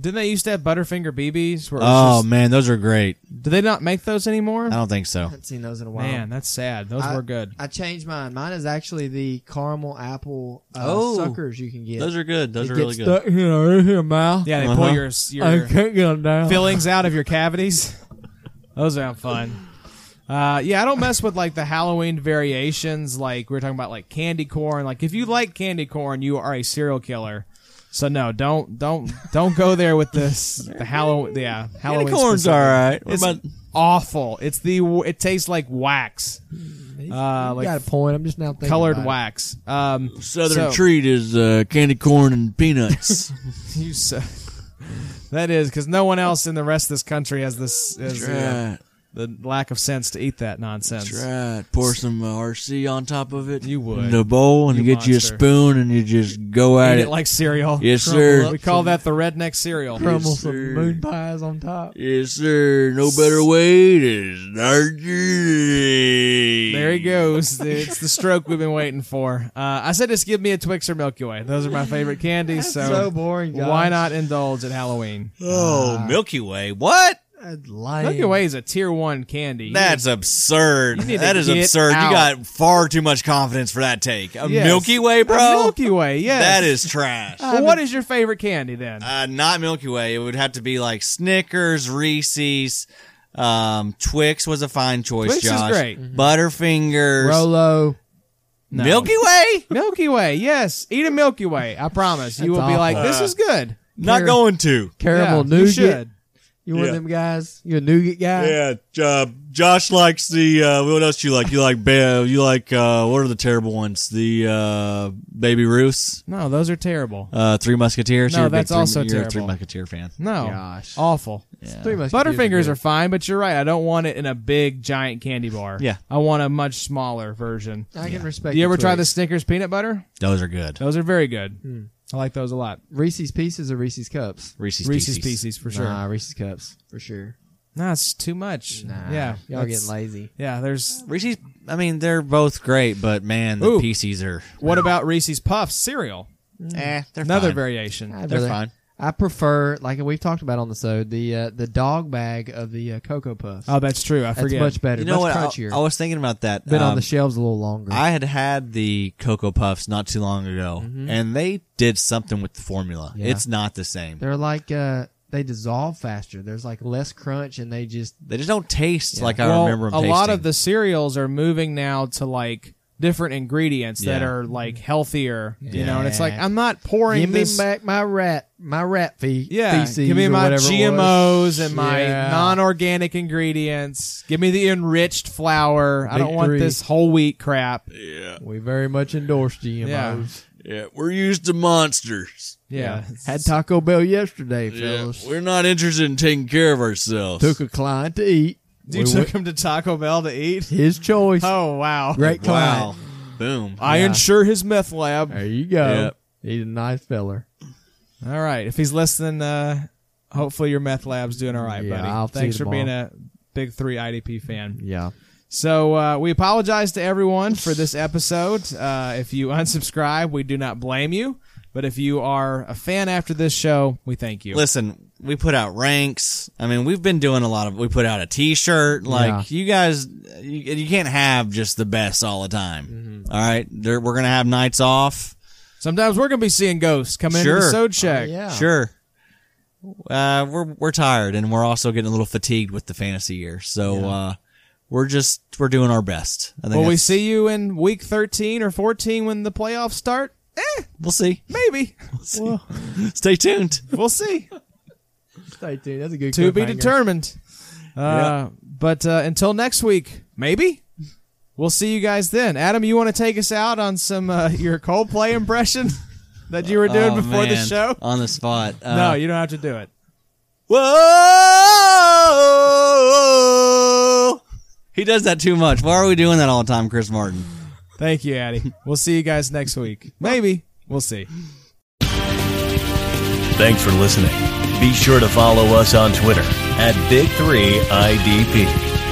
Speaker 2: Didn't they used to have Butterfinger BBs? Where it
Speaker 3: Oh
Speaker 2: was just-
Speaker 3: man, those are great.
Speaker 2: do they not make those anymore?
Speaker 3: I don't think so.
Speaker 4: haven't seen those in a while.
Speaker 2: Man, that's sad. Those
Speaker 4: I-
Speaker 2: were good.
Speaker 4: I changed mine. Mine is actually the caramel apple uh,
Speaker 3: Oh.
Speaker 4: suckers you can get.
Speaker 3: Those are good. Those
Speaker 4: It
Speaker 3: are
Speaker 4: gets
Speaker 3: really good.
Speaker 4: stuck in your- in your mouth.
Speaker 2: Yeah, they
Speaker 3: Uh-huh.
Speaker 2: pull your your
Speaker 4: can't get them down.
Speaker 2: fillings out of your cavities. Those are fun. Uh, yeah, I don't mess with like the Halloween variations. Like we were talking about, like candy corn. Like if you like candy corn, you are a serial killer. So no, don't don't don't go there with this. The Halloween, yeah, Halloween.
Speaker 3: corn's
Speaker 2: specific.
Speaker 3: all right. What
Speaker 2: It's
Speaker 3: about-
Speaker 2: awful. It's the it tastes like wax, uh,
Speaker 4: you
Speaker 2: like
Speaker 4: got a point. I'm just now thinking
Speaker 2: colored
Speaker 4: about it.
Speaker 2: wax. Um, so-
Speaker 5: Southern treat is uh, candy corn and peanuts.
Speaker 2: You so that is because no one else in the rest of this country has this has, uh,
Speaker 5: right.
Speaker 2: the lack of sense to eat that nonsense.
Speaker 5: That's right. Pour some uh, RC on top of it.
Speaker 2: You would.
Speaker 5: In a bowl and
Speaker 2: You
Speaker 5: you get you a
Speaker 2: monster.
Speaker 5: spoon and you just go
Speaker 2: Eat
Speaker 5: at
Speaker 2: it like cereal.
Speaker 5: yes,
Speaker 2: Crumble
Speaker 5: sir.
Speaker 2: up. We call that the redneck cereal.
Speaker 4: Crumble
Speaker 5: Yes, sir.
Speaker 4: some moon pies on top.
Speaker 5: yes, sir. No better way to start your
Speaker 2: There he goes. It's the stroke we've been waiting for. Uh, I said just give me a Twix or Milky Way. Those are my favorite candies.
Speaker 4: So, boring. Josh.
Speaker 2: why not indulge at Halloween?
Speaker 3: Oh,
Speaker 2: Ah.
Speaker 3: Milky Way. What?
Speaker 4: That's lame.
Speaker 2: Milky Way is a tier one candy.
Speaker 3: That's absurd.
Speaker 2: need
Speaker 3: That
Speaker 2: to
Speaker 3: is
Speaker 2: get
Speaker 3: absurd.
Speaker 2: out.
Speaker 3: You got far too much confidence for that take. A
Speaker 2: Yes.
Speaker 3: Milky Way,
Speaker 2: A
Speaker 3: bro?
Speaker 2: Milky Way. Yes. Uh,
Speaker 3: That is trash.
Speaker 2: Well, what is your favorite candy then?
Speaker 3: Uh, not Milky Way. It would have to be like Snickers, Reese's. Um, Twix was a fine choice,
Speaker 2: Twix is
Speaker 3: Josh.
Speaker 2: great.
Speaker 3: Butterfingers.
Speaker 4: Rolo.
Speaker 3: Milky Way?
Speaker 2: Milky Way, yes. Eat a Milky Way. I promise. You will
Speaker 4: That's
Speaker 2: be like,
Speaker 4: awful.
Speaker 2: this is good.
Speaker 3: Not going to.
Speaker 4: Caramel
Speaker 2: Yeah, You
Speaker 4: nougat.
Speaker 2: should.
Speaker 4: You one of
Speaker 5: Yeah.
Speaker 4: them guys? You a nougat guy?
Speaker 5: Yeah, uh, Josh likes the. Uh, what else you like? You like ba- You like uh, what are the terrible ones? The uh, Baby Ruths,
Speaker 2: No, those are terrible.
Speaker 5: Oh,
Speaker 3: Uh, Three Musketeers.
Speaker 2: No,
Speaker 3: You're a big
Speaker 2: that's
Speaker 3: three,
Speaker 2: also
Speaker 3: you're a
Speaker 2: terrible.
Speaker 3: Three Musketeer fan.
Speaker 2: No.
Speaker 4: Gosh.
Speaker 2: Awful.
Speaker 4: Three Musketeers
Speaker 2: Butterfingers are
Speaker 4: good.
Speaker 2: fine, but you're right. I don't want it in a big, giant candy bar.
Speaker 3: Yeah.
Speaker 2: I want a much smaller version.
Speaker 4: I can respect.
Speaker 2: Do you ever try the
Speaker 4: Twix.
Speaker 2: Snickers peanut butter?
Speaker 3: Those are good.
Speaker 2: Those are very good. I like those a lot.
Speaker 4: Reese's Pieces or Reese's Cups?
Speaker 3: Reese's,
Speaker 2: Reese's
Speaker 3: Pieces.
Speaker 2: Pieces, for sure.
Speaker 4: Nah, Reese's Cups for sure.
Speaker 2: Nah, it's too much.
Speaker 4: Nah,
Speaker 2: yeah.
Speaker 4: y'all
Speaker 2: that's-
Speaker 4: getting lazy.
Speaker 2: Yeah, there's.
Speaker 3: Reese's. I mean, they're both great, but man, the
Speaker 2: Ooh.
Speaker 3: Pieces are.
Speaker 2: What about Reese's Puffs cereal?
Speaker 3: Eh, they're
Speaker 2: Another
Speaker 3: fine.
Speaker 2: variation.
Speaker 4: I'd
Speaker 3: They're
Speaker 4: rather-
Speaker 3: fine.
Speaker 4: I prefer, like we've talked about on the show, the uh, the dog bag of the uh, cocoa puffs.
Speaker 2: Oh, that's true. I
Speaker 4: That's
Speaker 2: forget.
Speaker 4: much better.
Speaker 3: You know
Speaker 4: much
Speaker 3: what? I-
Speaker 4: crunchier.
Speaker 3: I, was thinking about that.
Speaker 4: Been on
Speaker 3: Um,
Speaker 4: the shelves a little longer.
Speaker 3: I had had the Cocoa Puffs not too long ago,
Speaker 2: Mm-hmm.
Speaker 3: and they did something with the formula.
Speaker 4: Yeah.
Speaker 3: It's not the same.
Speaker 4: They're like uh, they dissolve faster. There's like less crunch, and they just
Speaker 3: they just don't taste like I
Speaker 2: well,
Speaker 3: remember them
Speaker 2: a
Speaker 3: tasting.
Speaker 2: lot of the cereals are moving now to like different ingredients that
Speaker 3: Yeah.
Speaker 2: are like healthier, you
Speaker 3: Yeah.
Speaker 2: know. And it's like I'm not pouring
Speaker 4: give me
Speaker 2: this.
Speaker 4: back my rat, my rat feet.
Speaker 2: yeah,
Speaker 4: feces
Speaker 2: give me
Speaker 4: or
Speaker 2: my
Speaker 4: whatever it
Speaker 2: GMOs
Speaker 4: was.
Speaker 2: and my
Speaker 4: Yeah.
Speaker 2: non-organic ingredients. Give me the enriched flour. I
Speaker 4: Big
Speaker 2: don't want
Speaker 4: three.
Speaker 2: this whole wheat crap.
Speaker 5: Yeah,
Speaker 4: We very much endorse GMOs.
Speaker 5: yeah. We're used to monsters.
Speaker 2: Yeah,
Speaker 4: Had Taco Bell yesterday,
Speaker 5: Yeah,
Speaker 4: fellas.
Speaker 5: we're not interested in taking care of ourselves.
Speaker 4: Took a client to eat.
Speaker 2: you
Speaker 4: We
Speaker 2: took
Speaker 4: went-
Speaker 2: him to Taco Bell to eat.
Speaker 4: his choice.
Speaker 2: Oh wow!
Speaker 4: Great client.
Speaker 3: wow, boom.
Speaker 2: I
Speaker 4: Yeah.
Speaker 2: insure his meth lab.
Speaker 4: There you go.
Speaker 5: Yep.
Speaker 4: He's a nice feller.
Speaker 2: All right. If he's listening, uh, hopefully your meth lab's doing all right,
Speaker 4: Yeah,
Speaker 2: buddy.
Speaker 4: I'll see
Speaker 2: Thanks
Speaker 4: you
Speaker 2: for
Speaker 4: tomorrow.
Speaker 2: being a big three IDP fan.
Speaker 4: Yeah.
Speaker 2: So uh, we apologize to everyone for this episode. Uh, if you unsubscribe, we do not blame you. But if you are a fan after this show, we thank you.
Speaker 3: Listen, we put out ranks. I mean, we've been doing a lot of. We put out a T-shirt. Like you guys, you, you can't have just the best all the time.
Speaker 2: Mm-hmm.
Speaker 3: All right, there, we're gonna have nights off.
Speaker 2: Sometimes we're gonna be seeing ghosts come in
Speaker 3: Sure.
Speaker 2: the sode check.
Speaker 4: Oh, yeah.
Speaker 3: Sure. Uh, we're we're tired, and we're also getting a little fatigued with the fantasy year. So uh, we're just we're doing our best. I think
Speaker 2: Will we
Speaker 3: that's-
Speaker 2: see you in week thirteen or fourteen when the playoffs start?
Speaker 3: We'll see.
Speaker 2: Maybe
Speaker 3: Stay tuned.
Speaker 2: we'll see.
Speaker 4: Stay tuned. That's a good
Speaker 2: to be
Speaker 4: cliffhanger.
Speaker 2: determined. Uh, But uh, until next week, maybe we'll see you guys then. Adam, you want to take us out on some uh, your Coldplay impression that you were doing
Speaker 3: Oh,
Speaker 2: before the
Speaker 3: man.
Speaker 2: show?
Speaker 3: on the spot. Uh,
Speaker 2: no, you don't have to do it.
Speaker 3: Whoa! He does that too much. Why are we doing that all the time, Chris Martin?
Speaker 2: Thank you, Addy. We'll see you guys next week. Maybe we'll see.
Speaker 1: Thanks for listening. Be sure to follow us on Twitter at Big3IDP